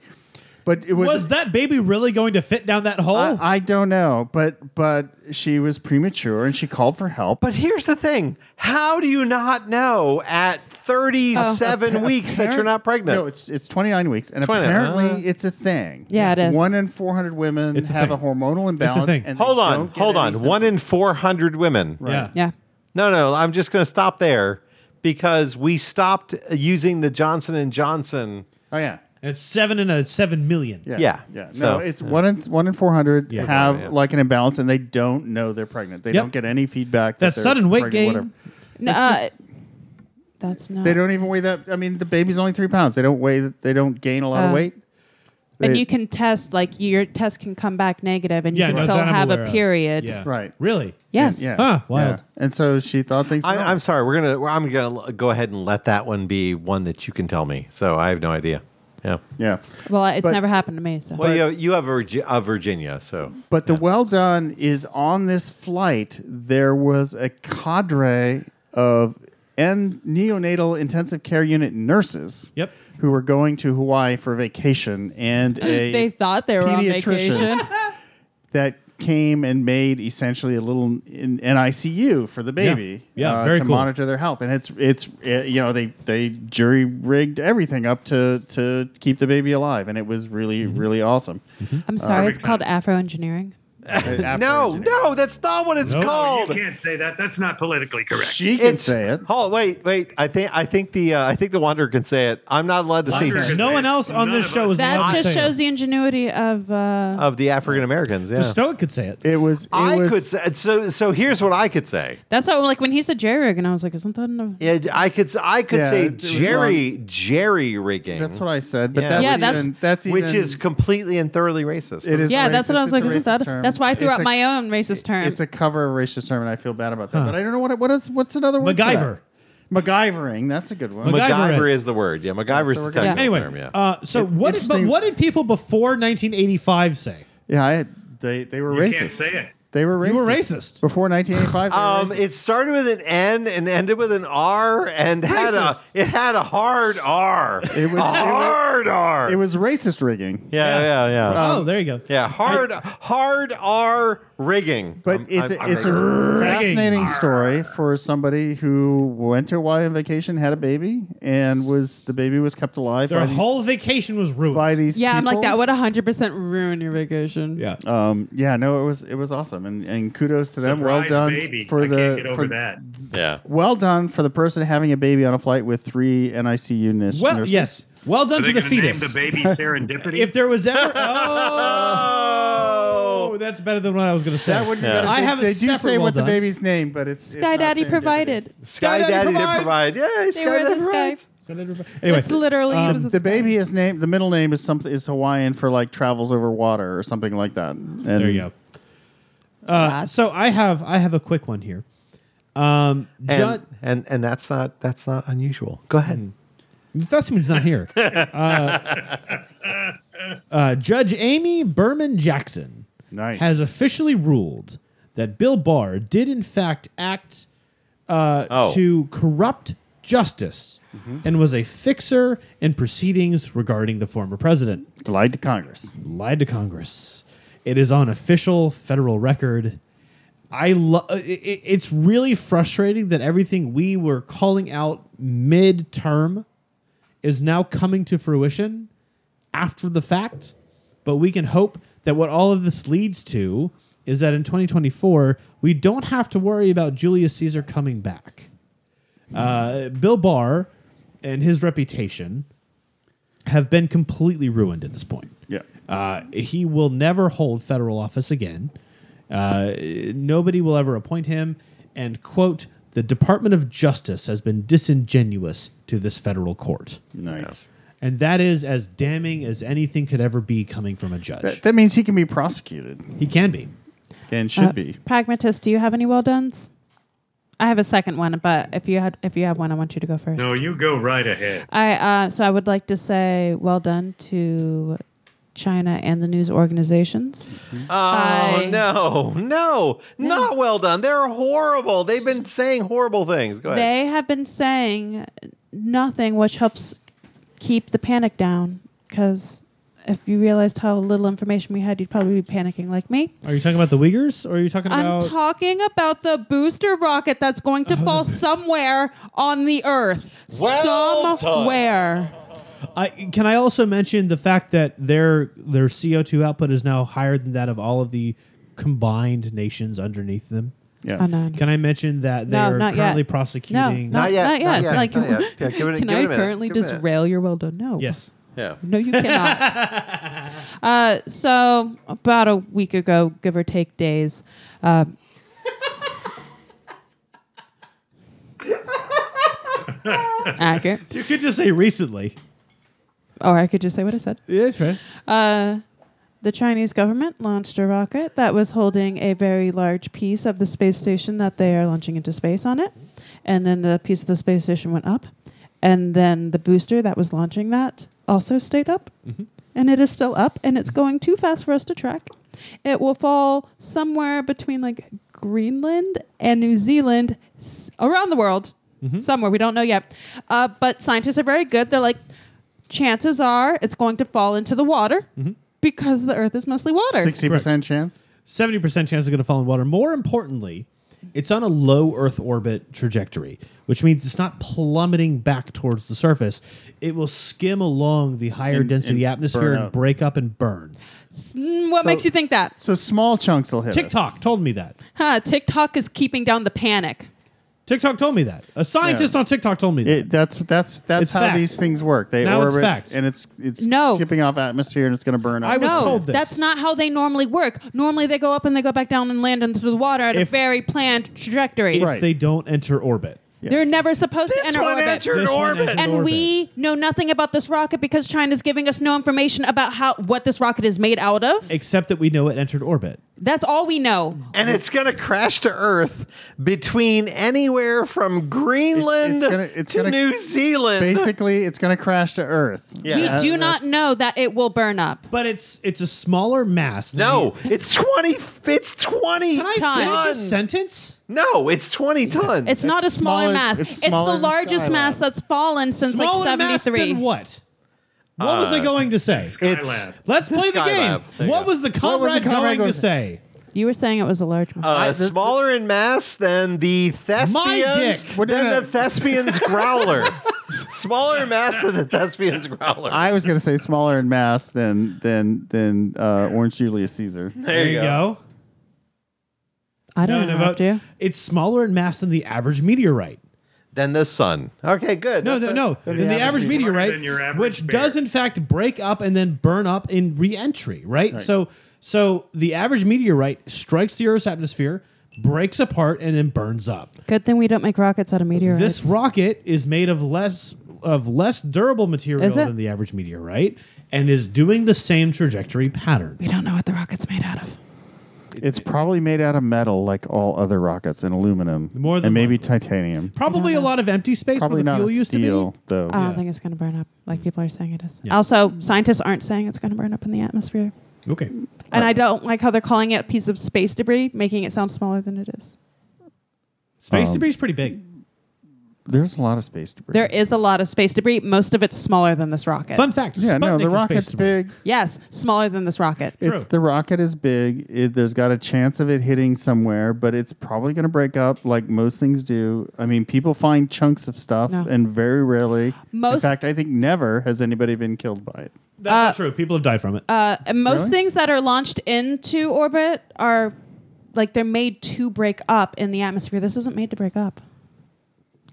E: but it was,
D: Was that baby really going to fit down that hole?
E: I, I don't know, but but she was premature and she called for help.
G: But here's the thing: How do you not know at 37 weeks that you're not pregnant?
E: Oh, No, it's it's 29 weeks, and
G: 29,
E: apparently
G: uh.
E: it's a thing.
C: Yeah, it is.
E: One in 400 women
D: It's a
E: have
D: thing.
E: a hormonal imbalance.
D: thing.
E: And they
G: hold on,
E: don't get
G: hold
E: any
G: on. One
E: symptoms.
G: in 400 women.
D: Yeah.
C: Yeah.
G: No, no, I'm just going to stop there because we stopped using the Johnson and Johnson.
E: Oh yeah.
D: And it's seven and a seven million.
E: Yeah,
G: Yeah.
E: yeah. no,
G: So-
E: it's one in one in four hundred
D: Yeah.
E: have
G: Yeah.
E: like an imbalance, and they don't know they're pregnant. They
D: Yep.
E: don't get any feedback.
D: That
E: they're
D: sudden weight
E: pregnant,
D: gain.
E: whatever.
C: No,
E: It's
C: uh,
E: just-
C: that's not.
E: They don't even weigh that. I mean, the baby's only three pounds. They don't weigh. They don't gain a lot of
C: Uh,
E: weight.
C: and
E: They-
C: you can test like your test can come back negative, and you
D: Yeah,
C: can
D: no,
C: still
D: that I'm
C: have
D: aware
C: a
D: of.
C: period.
D: Yeah.
E: Right.
D: Really?
C: Yes.
E: Yeah.
D: Huh, wild.
E: Yeah. And so she thought things.
G: I,
E: were
G: I'm
E: wrong.
G: sorry. We're gonna. we're- I'm gonna l- go ahead and let that one be one that you can tell me. So I have no idea. Yeah.
E: Yeah.
C: Well, it's
E: But-
C: never happened to me. So
G: Well, you, you have a, Virgi-
A: uh,
G: a Virginia, so
E: But the well done is on this flight. There was a cadre of and neonatal intensive care unit nurses.
D: Yep.
E: Who were going to Hawaii for vacation and a
C: they thought they were on
E: pediatrician.
C: vacation.
E: that came and made essentially a little in, an ICU for the baby uh,
D: Yeah. Yeah, very
E: to
D: cool.
E: monitor their health. And it's it's uh you know they they jury rigged everything up to to keep the baby alive, and it was really
D: Mm-hmm.
E: really awesome. Uh,
C: I'm sorry, it's
B: Perfect
C: called Afro engineering.
E: After
G: no,
E: engineering.
G: no, that's not what it's
D: Nope.
B: Oh,
G: called.
B: you can't say that. That's not politically correct.
E: she can say it.
G: Hold, Oh, wait, wait. I think I think the uh, I think the Wanderer can say it. I'm not allowed to
B: Wanderer
G: see
B: can-
D: No one else on
B: None
D: this
B: of
D: show
B: us.
D: is allowed
C: That
D: to
C: just
D: say it.
C: shows the ingenuity of. Uh,
G: of the African Americans. Yeah,
D: The Stoic could say it.
E: It was. It
G: I
E: was,
G: could say so. So here's what I could say.
C: that's what like when he said Jerry Rig, and I was like, isn't that enough?
G: It, I could s- I could
E: Yeah,
G: say
E: it was
G: Jerry Jerry rigging.
E: That's what I said. But
G: Yeah.
E: that's
G: Yeah,
C: that's-
E: even, that's even,
G: which is completely and thoroughly racist.
E: it is.
C: Yeah, that's what I
E: racist.
C: was like.
E: It's a
C: Isn't that?
E: racist term.
C: That's why I threw
E: It's
C: out
E: a-
C: my own racist term.
E: It's a cover of racist term, and I feel bad about that. But I don't know what it- what is what's another word. for that?
D: MacGyver.
E: MacGyvering. That's a good one.
D: MacGyver.
G: MacGyver is the word. Yeah, MacGyver is
E: so
G: the
E: we're gonna-
G: technical
D: Anyway,
G: term. Yeah.
D: uh, so what? Did, but
E: interesting-
D: what did people before 1985 say?
E: Yeah, I, they they were
B: You
E: racist.
B: can't say it.
E: They were racist.
D: You were racist.
E: Before 1985, they were
G: Um,
E: racist.
G: it started with an N and ended with an R and had a it had a hard R.
E: It was- it
G: a
E: was-
G: hard R.
E: it was racist rigging.
G: yeah, yeah, yeah.
E: Um,
G: Yeah,
D: oh, there you go.
G: hard hard R rigging.
E: But
G: I'm-
E: it's
G: I'm-
E: a,
G: I'm
E: it's a
G: rigging.
E: fascinating story for somebody who went to Hawaii on vacation, had a baby, and was the baby was kept alive
D: Their
E: by these,
D: whole vacation was ruined.
E: by these
C: yeah, I'm like
E: people.
C: that would 100 percent ruin your vacation.
D: yeah.
E: Um, yeah, no, it was it was awesome, and, and kudos to them. Well
B: Surprise
E: done
B: baby.
E: for
B: I
E: the
B: can't get
E: for,
B: over that.
G: yeah.
E: well done for the person having a baby on a flight with three NICU nurses.
D: Well, yes. Well
B: Are
D: done
B: they
D: to the
B: gonna name
D: fetus.
B: the baby serendipity?
D: If there was ever, oh, that's better than what I was going to say.
E: that would be
G: Yeah.
E: better.
D: I
E: They-
D: have a
E: they do
D: separate
E: say
D: well
E: what
D: done.
E: the baby's name, but it's it's
C: Sky
E: not
C: Daddy
E: serendipity.
C: provides.
G: Sky
D: Daddy
G: Daddy did
D: provides.
G: provide. Yeah,
C: They
G: Sky
C: were
G: Daddy
C: the Sky.
G: provides.
D: Anyway,
C: It's literally
D: um,
C: it was
E: The
C: Sky.
E: baby is named. The middle name is something is Hawaiian for like travels over water or something like that. And
D: there you go. Uh, so I have I have a quick one here. Um,
G: And,
D: John,
G: and and that's not that's not unusual. Go
A: Mm.
G: ahead.
D: Thusman's not here. Uh, uh, Judge Amy Berman Jackson
E: Nice.
D: has officially ruled that Bill Barr did in fact act uh,
G: Oh.
D: to corrupt justice and was a fixer in proceedings regarding the former president.
E: lied to Congress.
D: lied to Congress. It is on official federal record. I love. It's really frustrating that everything we were calling out mid-term is now coming to fruition after the fact. But we can hope that what all of this leads to is that in 2024 we don't have to worry about Julius Caesar coming back. Uh, Bill Barr and his reputation have been completely ruined at this point.
E: Yeah.
D: Uh, he will never hold federal office again. Uh, nobody will ever appoint him. And, quote, the Department of Justice has been disingenuous to this federal court.
E: Nice.
D: And that is as damning as anything could ever be coming from a judge.
E: That, that means he can be prosecuted
D: He can be.
E: and
C: Uh,
E: should be.
C: Pragmatist, do you have any well dones? I have a second one, but if you had if you have one, I want you to go first.
B: no, you go right ahead.
C: I uh, so I would like to say well done to China and the news organizations.
A: Oh
C: Bye.
A: no, no, not well done. They're horrible. They've been saying horrible things. Go ahead.
C: They have been saying nothing, which helps keep the panic down. Because if you realized how little information we had, you'd probably be panicking like me.
D: Are you talking about the Uyghurs? Or are you talking about?
C: I'm talking about the booster rocket that's going to fall somewhere on the Earth.
A: Well
C: somewhere.
D: I can I also mention the fact that their their CO two output is now higher than that of all of the combined nations underneath them.
E: Yeah.
C: Oh, no.
D: Can I mention that they
C: No,
D: are
C: not yet.
D: currently
C: No,
D: prosecuting?
A: Not yet,
C: Not
A: not
C: yet.
A: yet,
C: Like,
A: not yet. Yeah, give it a-
C: can
A: give it a
C: I
A: minute,
C: currently
A: give it a
C: just
A: minute.
C: rail your well done? No.
D: Yes.
A: Yeah.
C: No, you cannot. uh, so about a week ago, give or take days. Uh, accurate.
D: You could just say recently.
C: Or I could just say what I said.
D: Yeah, that's right.
C: Uh, the Chinese government launched a rocket that was holding a very large piece of the space station that they are launching into space on it. And then the piece of the space station went up. And then the booster that was launching that also stayed up. And it is still up. And it's going too fast for us to track. It will fall somewhere between like Greenland and New Zealand, s- around the world, somewhere. We don't know yet. Uh, but scientists are very good. They're like, chances are it's going to fall into the water because the earth is mostly water.
E: Sixty percent chance.
D: Seventy percent chance it's going to fall in water. More importantly, it's on a low Earth orbit trajectory, which means it's not plummeting back towards the surface. It will skim along the higher
E: And-
D: density
E: and
D: atmosphere
E: burn
D: and
E: up.
D: break up and burn.
C: Mm, what
E: So-
C: makes you think that?
E: So small chunks will hit. us.
D: TikTok told me that.
C: Huh, TikTok is keeping down the panic.
D: TikTok told me that. A scientist on TikTok told me that.
E: It, that's that's that's
D: It's
E: how
D: fact.
E: these things work. They
D: Now
E: orbit
D: it's fact.
E: and it's it's
C: No.
E: shipping off atmosphere and it's going to burn up.
D: I was
C: no,
D: told this.
C: that's not how they normally work. Normally, they go up and they go back down and land into the water at
D: If-
C: a very planned trajectory.
D: if
E: Right.
D: they don't enter orbit.
C: They're never supposed to
A: This
C: enter
A: one
C: orbit.
A: entered
D: This one
A: orbit.
D: entered
C: and
D: orbit.
C: we know nothing about this rocket because China's giving us no information about how what this rocket is made out of.
D: except that we know it entered orbit.
C: That's all we know.
A: and it's gonna crash to Earth between anywhere from Greenland
E: it's gonna- it's
A: to
E: gonna-
A: New Zealand.
E: Basically, it's going to crash to Earth.
A: Yeah.
C: we
A: that-
C: do not
E: that's-
C: know that it will burn up.
D: But it's it's a smaller mass. than
A: No, it's twenty. It's twenty
D: the- Can I
C: Tons.
D: finish a
A: tons.
D: sentence?
A: No, it's twenty tons.
C: It's, not a smaller,
E: smaller-
C: mass.
E: it's
C: It's,
E: smaller
C: the
E: than
C: largest
E: Skylab.
C: mass that's fallen since
D: smaller
C: like
D: mass
C: 73.
D: than what? What was I going to say?
A: It's-
B: Skylab.
D: Let's play the
A: Skylab. There
D: game.
A: you
D: What
A: go.
D: was the comrade,
E: was the comrade
D: going
E: going
D: to
E: to-
D: say?
C: You were saying it was a large mass.
A: uh, smaller in mass than the Thespians.
D: dick.
E: We're
A: than
E: gonna-
A: the Thespians growler. smaller in mass than the Thespians growler.
E: I was going to say smaller in mass than than than uh, Orange Julius Caesar.
A: there you go.
C: I don't
D: No, no,
C: interrupt Hmm,
D: but
C: you.
D: it's smaller in mass than the average meteorite.
A: Than the sun. Okay, good.
D: No,
A: That's
D: no,
A: it.
D: no.
E: Than
D: Than
E: the
D: the,
E: average
D: average,
B: meteorite.
D: meteorite,
B: Than your average
D: which
B: bear.
D: does in fact break up and then burn up in re-entry, right? So, so the average meteorite strikes the Earth's atmosphere, breaks apart, and then burns up.
C: Good thing we don't make rockets out of meteorites.
D: This rocket is made of less of less durable material
C: Is it?
D: than the average meteorite, and is doing the same trajectory pattern.
C: We don't know what the rocket's made out of.
E: It's probably made out of metal, like all other rockets, and aluminum,
D: More than
E: and maybe titanium.
D: Probably a lot of empty space
E: Probably
D: where the
E: not
D: fuel
E: a
D: used
E: steel,
D: to be.
E: though.
C: I don't think it's going to burn up
D: Mm.
C: like people are saying it is. Also, scientists aren't saying it's going to burn up in the atmosphere.
D: Okay,
C: And I don't like how they're calling it a piece of space debris, making it sound smaller than it is.
D: space
E: Um,
D: debris is pretty big.
E: There's a lot of space debris.
C: There is a lot of space debris. Most of it's smaller than this rocket.
D: Fun fact:
E: yeah,
D: Sputnik
E: no, the
D: is space
E: rocket's
D: debris.
E: big.
C: Yes, smaller than this rocket.
E: It's the rocket is big. It, there's got a chance of it hitting somewhere, but it's probably going to break up, like most things do. I mean, people find chunks of stuff,
C: No.
E: and very rarely, in
C: Most-
E: fact, I think never has anybody been killed by it.
D: That's not true. People have died from it.
C: Uh, and most
E: Really?
C: things that are launched into orbit are like they're made to break up in the atmosphere. This isn't made to break up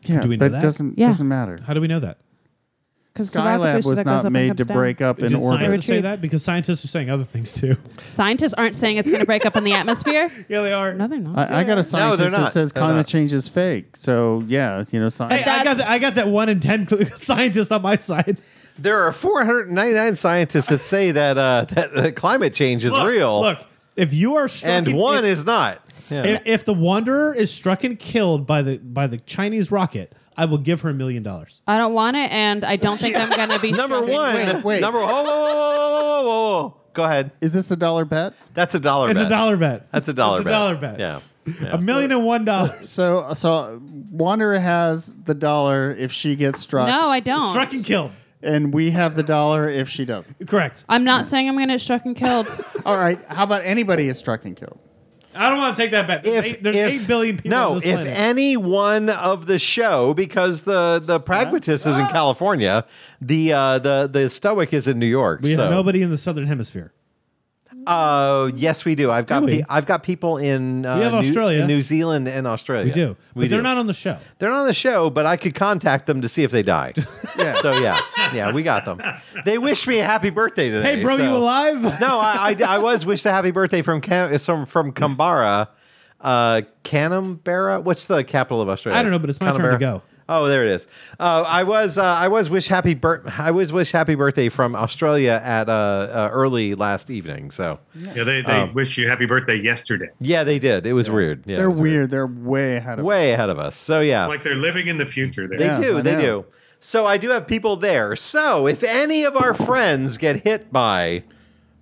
E: Yeah,
D: Do we know
E: but
D: that?
E: doesn't
C: Yeah.
E: doesn't matter.
D: How do we know that?
C: because
E: Skylab was not made to break up in
D: Did
E: orbit.
D: scientists say
C: Retrieve.
D: that? Because scientists are saying other things too.
C: Scientists aren't saying it's going to break up in the atmosphere.
D: yeah, they are.
C: No, they're not.
E: I, I got a
A: they're
E: scientist that
A: not.
E: says
A: They're
E: climate
A: not.
E: change is fake. So yeah, you know,
D: Hey,
E: science.
D: I got,
C: That's-
D: that, I got that one in ten scientist on my side.
A: There are 499 scientists that say that uh, that uh, climate change is
D: Look,
A: real,
D: Look, if you are struck
A: and
D: in-
A: one
D: if,
A: is not.
G: Yeah.
D: If, if the Wanderer is struck and killed by the by the Chinese rocket, I will give her a million dollars.
C: I don't want it, and I don't think I'm gonna be
G: Number
C: struck-
G: one.
E: wait, wait.
G: Number. Oh, whoa, whoa, whoa, whoa, whoa, whoa, whoa. Go ahead.
E: Is this a dollar bet?
G: That's a dollar.
D: It's
G: bet.
D: a dollar bet.
G: That's a dollar
D: It's
G: bet.
D: a dollar bet.
G: Yeah.
D: A million and one dollars.
E: So, so Wanderer has the dollar if she gets struck,
C: No, I don't.
D: Struck and killed.
E: and we have the dollar if she doesn't.
D: Correct.
C: I'm not saying I'm gonna get struck and killed.
E: All right. How about anybody is struck and killed?
D: I don't want to take that bet. There's,
G: If
D: eight, there's
G: if-
D: eight billion people.
G: No,
D: on this
G: if
D: planet.
G: any one of the show, because the the pragmatist
D: Ah.
G: is in California, the uh, the the stoic is in New York.
D: we
G: so.
D: have nobody in the southern hemisphere.
G: Uh, yes, we do. I've got
D: Do we?
G: pe- I've got people in uh,
D: We have
G: New,
D: Australia.
G: in New Zealand, and Australia.
D: We do, but
G: We
D: they're
G: do.
D: not on the show.
G: They're not on the show, but I could contact them to see if they died.
E: Yeah.
G: so yeah, yeah, we got them. They wish me a happy birthday today.
D: Hey, bro,
G: so-
D: you alive?
G: No, I, I, I was wished a happy birthday from Cam- from from Kambara, uh, Canberra. What's the capital of Australia?
D: I don't know, but it's my turn to
G: Canberra?
D: go.
G: Oh, there it is. Uh, I was uh, I was wish happy bir- I was wish happy birthday from Australia at uh, uh, early last evening. So
B: Yeah, they, they wish you happy birthday yesterday.
G: yeah, they did. It was weird. Yeah, it
E: They're
G: was
E: weird. They're way ahead of
G: Way ahead of us. So yeah,
B: Like they're living in the future there.
G: they
E: Yeah,
G: do.
E: I
G: They
E: know.
G: do. So I do have people there. So if any of our friends get hit by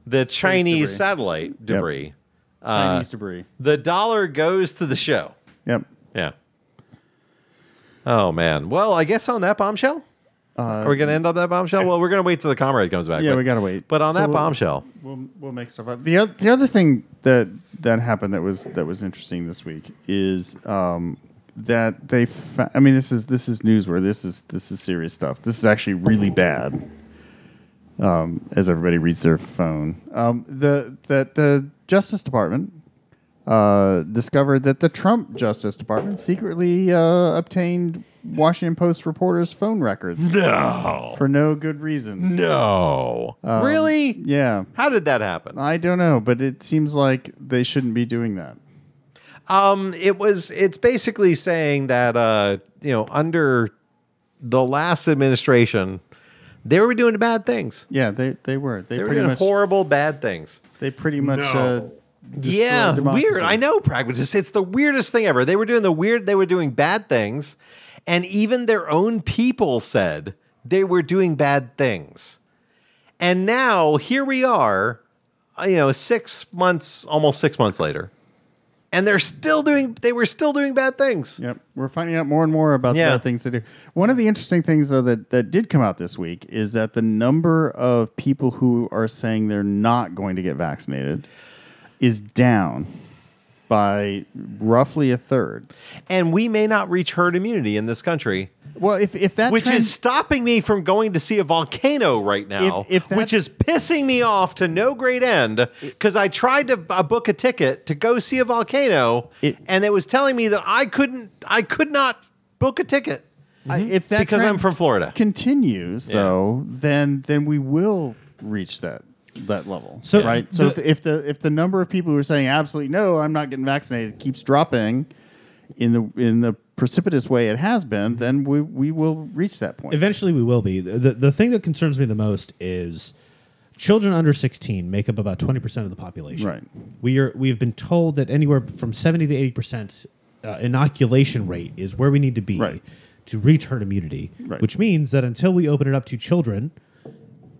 G: the Chinese
E: debris.
G: satellite debris,
E: Chinese debris.
G: the dollar goes to the show.
E: Yep.
G: Yeah. Oh man. Well, I guess on that bombshell, are we going to end up that bombshell? Well, we're going to wait till the comrade comes back.
E: Yeah,
G: but-
E: we gotta wait.
G: But on
E: So
G: that
E: we'll-
G: bombshell,
E: We'll, we'll make stuff up. The oth- the other thing that that happened that was that was interesting this week is um, that they. Fa- I mean, this is this is newsworthy. This is this is serious stuff. This is actually really bad. Um, as everybody reads their phone, um, the that the Justice Department uh, discovered that the Trump Justice Department secretly uh, obtained Washington Post reporters' phone records
G: no,
E: for no good reason.
G: no,
E: Um,
G: really?
E: Yeah.
G: How did that happen?
E: I don't know, but it seems like they shouldn't be doing that.
G: Um, it was. It's basically saying that uh, you know, under the last administration, they were doing bad things.
E: Yeah, they they were. They,
G: They were
E: pretty
G: doing
E: much
G: horrible, bad things.
E: they pretty much
B: No.
E: uh, destroyed
G: Yeah,
E: democracy.
G: weird. I know pragmatists. It's the weirdest thing ever. They were doing the weird. They were doing bad things, and even their own people said they were doing bad things. And now here we are, uh, you know, six months, almost six months later, and they're still doing. They were still doing bad things.
E: Yep, we're finding out more and more about
G: Yeah.
E: the bad things to do. One of the interesting things though that that did come out this week is that the number of people who are saying they're not going to get vaccinated is down by roughly a third.
G: And we may not reach herd immunity in this country,
E: Well, if if that
G: which
E: trend-
G: is stopping me from going to see a volcano right now,
E: If- if that-
G: which is pissing me off to no great end because I tried to uh, book a ticket to go see a volcano,
E: It-
G: and it was telling me that I couldn't, I could not book a ticket
E: I- if that
G: because I'm
E: trend-
G: from Florida.
E: continues though, then then we will reach that that level.
D: So-
E: right. So
D: the-
E: if, if the if the number of people who are saying absolutely no, I'm not getting vaccinated keeps dropping in the in the precipitous way it has been, then we we will reach that point.
D: Eventually, we will be. The, the, the thing that concerns me the most is children under 16 make up about 20% of the population.
E: Right.
D: We are, we've been told that anywhere from 70 to 80% uh, inoculation rate is where we need to be
E: Right.
D: to reach herd immunity,
E: Right.
D: which means that until we open it up to children,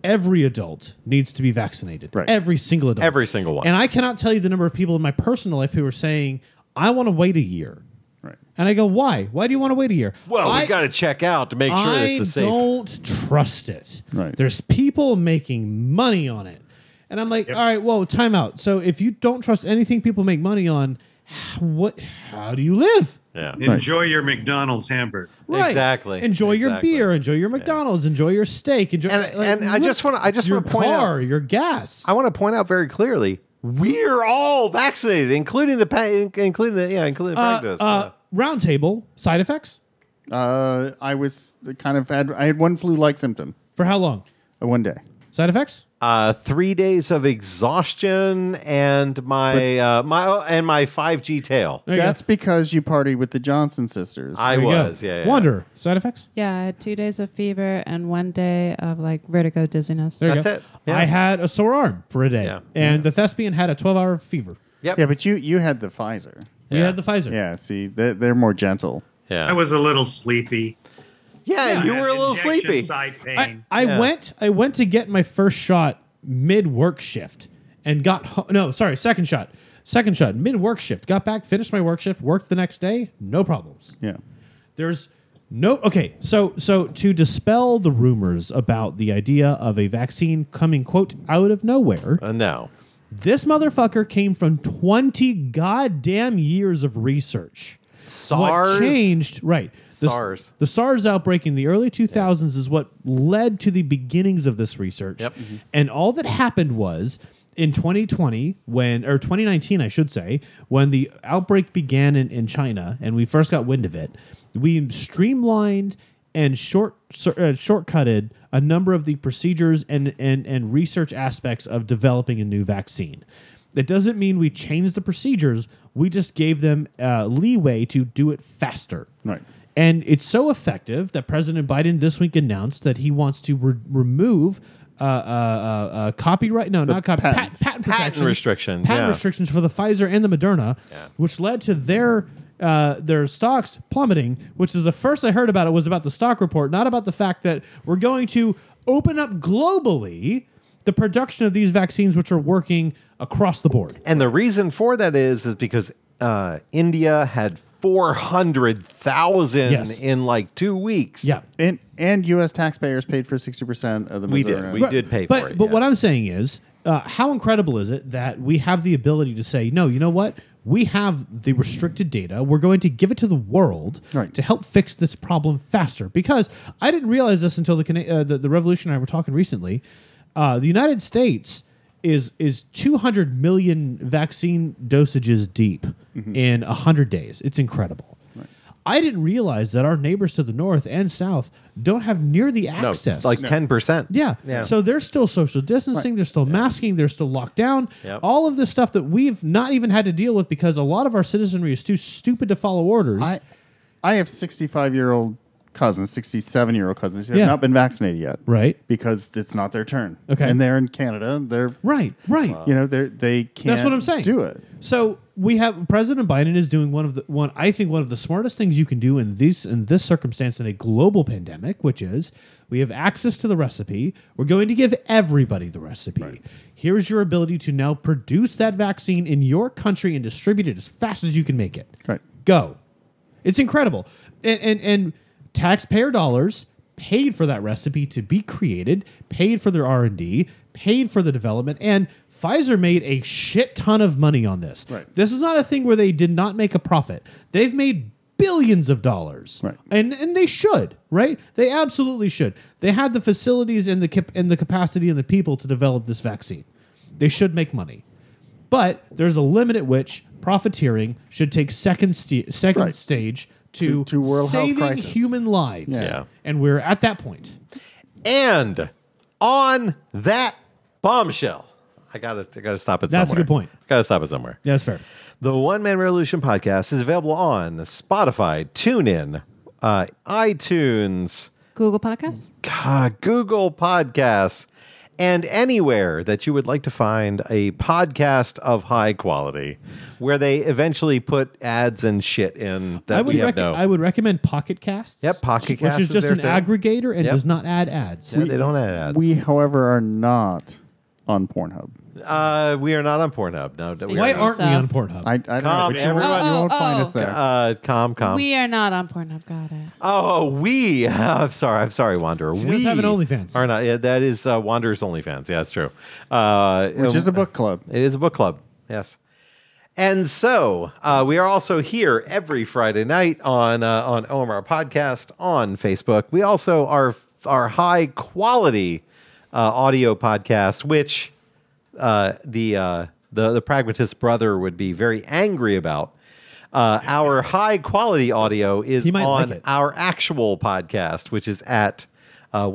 D: every adult needs to be vaccinated.
E: Right.
D: Every single adult.
G: Every single one.
D: And I cannot tell you the number of people in my personal life who are saying, I want to wait a year.
E: right.
D: And I go, why? Why do you want to wait a year?
G: well,
D: I,
G: we got to check out to make sure
D: I
G: it's a safe.
D: don't trust it.
E: Right.
D: There's people making money on it. And I'm like, all right, whoa, time out. So if you don't trust anything people make money on, h- what how do you live?
G: Yeah.
B: Enjoy your McDonald's hamburger.
D: Right.
G: Exactly.
D: Enjoy your
G: Exactly.
D: beer, enjoy your McDonald's, enjoy your steak, enjoy
G: And- and I just wanna- I just
D: your
G: wanna point out-
D: car, your gas.
G: I want to point out very clearly. We're all vaccinated, including the pa- including the yeah, including the
D: uh,
G: practice.
D: uh, round table side effects
E: Uh, I was kind of had I had one flu like symptom
D: for how long?
E: uh, one day.
D: Side effects?
G: uh, three days of exhaustion and my uh, my oh, and my five G tail.
D: you go.
E: That's because you party with the Johnson sisters.
G: I
D: There you go.
G: was yeah, yeah.
D: Wonder side effects.
C: yeah, I had two days of fever and one day of like vertigo, dizziness.
D: There you
G: That's
D: go.
G: it. Yeah.
D: I had a sore arm for a day,
G: Yeah.
D: and the thespian had a twelve-hour fever.
G: Yep.
E: Yeah, but you you had the Pfizer.
D: We
G: Yeah.
D: had the Pfizer.
E: Yeah, see, they're, they're more gentle.
G: Yeah.
B: I was a little sleepy.
G: yeah, and you
B: I had
G: were a little
B: injection
G: sleepy.
B: Side pain.
D: I, I
G: Yeah.
D: went I went to get my first shot mid work shift and got ho- no sorry second shot second shot mid work shift got back finished my work shift worked the next day no problems
E: Yeah.
D: there's no okay so so to dispel the rumors about the idea of a vaccine coming quote out of nowhere
G: Uh, no.
D: this motherfucker came from 20 goddamn years of research
G: SARS.
D: what changed right the,
G: SARS.
D: the SARS outbreak in the early 2000s is what led to the beginnings of this research
G: Yep. Mhm.
D: and all that happened was in 2020 when or 2019 I should say when the outbreak began in, in China and we first got wind of it we streamlined and short sur- uh, shortcutted a number of the procedures and, and and research aspects of developing a new vaccine that doesn't mean we changed the procedures we just gave them uh, leeway to do it faster
E: Right.
D: and it's so effective that President Biden this week announced that he wants to re- remove uh, uh, uh, uh, copyright, no, not copyright,
E: patent.
D: patent, patent, protection-
G: restriction,
D: patent
G: yeah.
D: restrictions for the Pfizer and the Moderna, which led to their. Uh, their stocks plummeting, which is the first I heard about it was about the stock report, not about the fact that we're going to open up globally the production of these vaccines, which are working across the board.
G: And the reason for that is is because uh, India had four hundred thousand
D: Yes.
G: in like two weeks.
D: Yeah.
E: And and U.S. taxpayers paid for sixty percent of the.
G: We did.
E: Moderna.
G: We
D: Right,
G: did pay
D: but,
G: for it.
D: But
G: yeah.
D: what I'm saying is, uh, how incredible is it that we have the ability to say, no, you know what? We have the restricted data. We're going to give it to the world
E: Right.
D: to help fix this problem faster. Because I didn't realize this until the Cana- uh, the, the Revolution and I were talking recently. Uh, the United States is is 200 million vaccine dosages deep in 100 days. It's incredible. I didn't realize that our neighbors to the north and south don't have near the
G: no,
D: access.
G: like ten percent.
D: Yeah.
G: Yeah.
D: So they're still social distancing, they're still masking, they're still locked down.
G: Yep.
D: All of this stuff that we've not even had to deal with because a lot of our citizenry is too stupid to follow orders.
E: I I have sixty-five year old cousins, sixty-seven year old cousins who
D: Yeah.
E: have not been vaccinated yet,
D: right.
E: Because it's not their turn.
D: Okay.
E: And they're in Canada. They're
D: Right. Right.
E: you know they they can't.
D: That's what I'm saying.
E: Do it.
D: So we have President Biden is doing one of the one I think one of the smartest things you can do in these in this circumstance in a global pandemic, which is we have access to the recipe. We're going to give everybody the recipe. Here's your ability to now produce that vaccine in your country and distribute it as fast as you can make it.
E: Right.
D: Go. It's incredible. And, and, and taxpayer dollars paid for that recipe to be created, paid for their R&D, paid for the development, and Pfizer made a shit ton of money on this.
E: Right.
D: This is not a thing where they did not make a profit. They've made billions of dollars.
E: Right.
D: And and they should, right? They absolutely should. They had the facilities and the cap- and the capacity and the people to develop this vaccine. They should make money. But there's a limit at which profiteering should take second st- second
E: Right.
D: stage to,
E: To- to world health
D: saving
E: crisis.
D: human lives.
G: Yeah.
D: And we're at that point.
G: And on that bombshell, I gotta I gotta stop it.
D: That's a
G: somewhere.
D: good point.
G: I gotta stop it somewhere.
D: Yeah, that's fair.
G: The One Man Revolution podcast is available on Spotify, TuneIn, uh, iTunes,
C: Google Podcasts.
G: God, Ah, Google Podcasts, and anywhere that you would like to find a podcast of high quality, where they eventually put ads and shit in that
D: I would,
G: we have
D: rec-
G: no.
D: I would recommend Pocket Casts.
G: Yep, Pocket
D: which
G: Casts
D: is
G: is
D: just
G: there
D: an
G: too.
D: aggregator and
G: Yep.
D: does not add ads.
G: Yeah, they don't add ads. We,
E: We, however, are not on Pornhub.
G: uh, we are not on Pornhub. No, that we
D: Why
G: are
D: aren't
G: not.
D: we on Pornhub?
E: I, I don't know,
G: Come,
E: but you won't,
G: everyone.
E: you won't
C: Oh, oh,
E: find
C: oh.
E: us there.
G: Uh, com com.
C: We are not on Pornhub. Got it.
G: oh, we. I'm sorry. I'm sorry, Wanderer.
D: does
G: we
D: have an OnlyFans.
G: Are not. Yeah, that is uh, Wanderer's OnlyFans. Yeah, that's true. Uh,
E: which
G: um,
E: is a book club.
G: It is a book club. Yes. And so uh, we are also here every Friday night on uh, on OMR podcast on Facebook. We also are our high quality uh, audio podcast, which uh, the uh, the the pragmatist brother would be very angry about. Uh, our high quality audio is
D: He might
G: on
D: like it.
G: our actual podcast, which is at uh,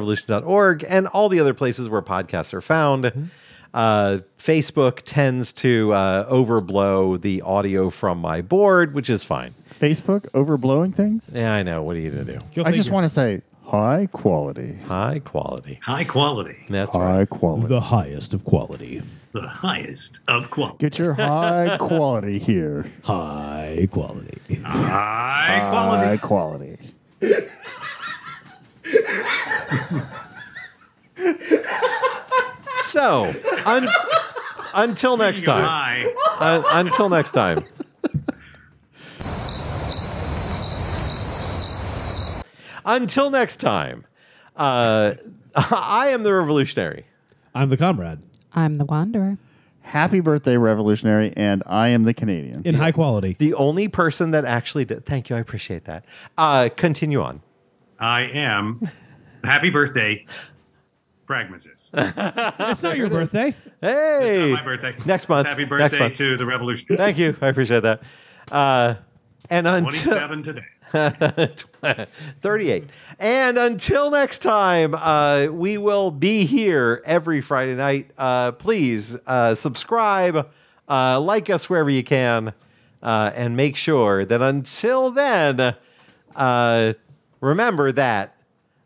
G: onemanrevolution.org and all the other places where podcasts are found. Uh, Facebook tends to uh, overblow the audio from my board, which is fine.
E: Facebook overblowing things.
G: Yeah, I know. What are you going to do?
D: Go
E: I just
D: figure.
E: want to say High quality.
G: High quality.
B: High quality,
G: That's right.
E: High quality.
D: The highest of quality.
B: the highest of quality.
E: Get your high quality here.
D: High quality.
B: High quality.
E: High Uh, quality.
G: So, un- until next time.
B: High.
G: Uh, until next time. Until next time. Uh, I am the revolutionary.
D: I'm the comrade
C: I'm the wanderer.
E: Happy birthday, Revolutionary, and I am the Canadian.
D: in high quality.
G: The only person that actually did. Thank you. I appreciate that. Uh, continue on.
B: I am. Happy birthday, pragmatist. It's
D: It's not your birthday.
G: Hey.
B: not my birthday.
G: Next month.
B: It's happy
G: Next
B: birthday
G: month.
B: to the revolution.
G: Thank you. I appreciate that. Uh, and until
B: 27 today.
G: 38. And until next time, uh, we will be here every Friday night. Uh, please uh, subscribe, uh, like us wherever you can, uh, and make sure that until then, uh, remember that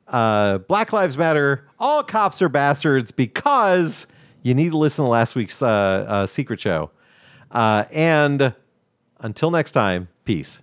G: uh, Black Lives Matter, all cops are bastards because you need to listen to last week's uh, uh, secret show. Uh, and until next time, peace.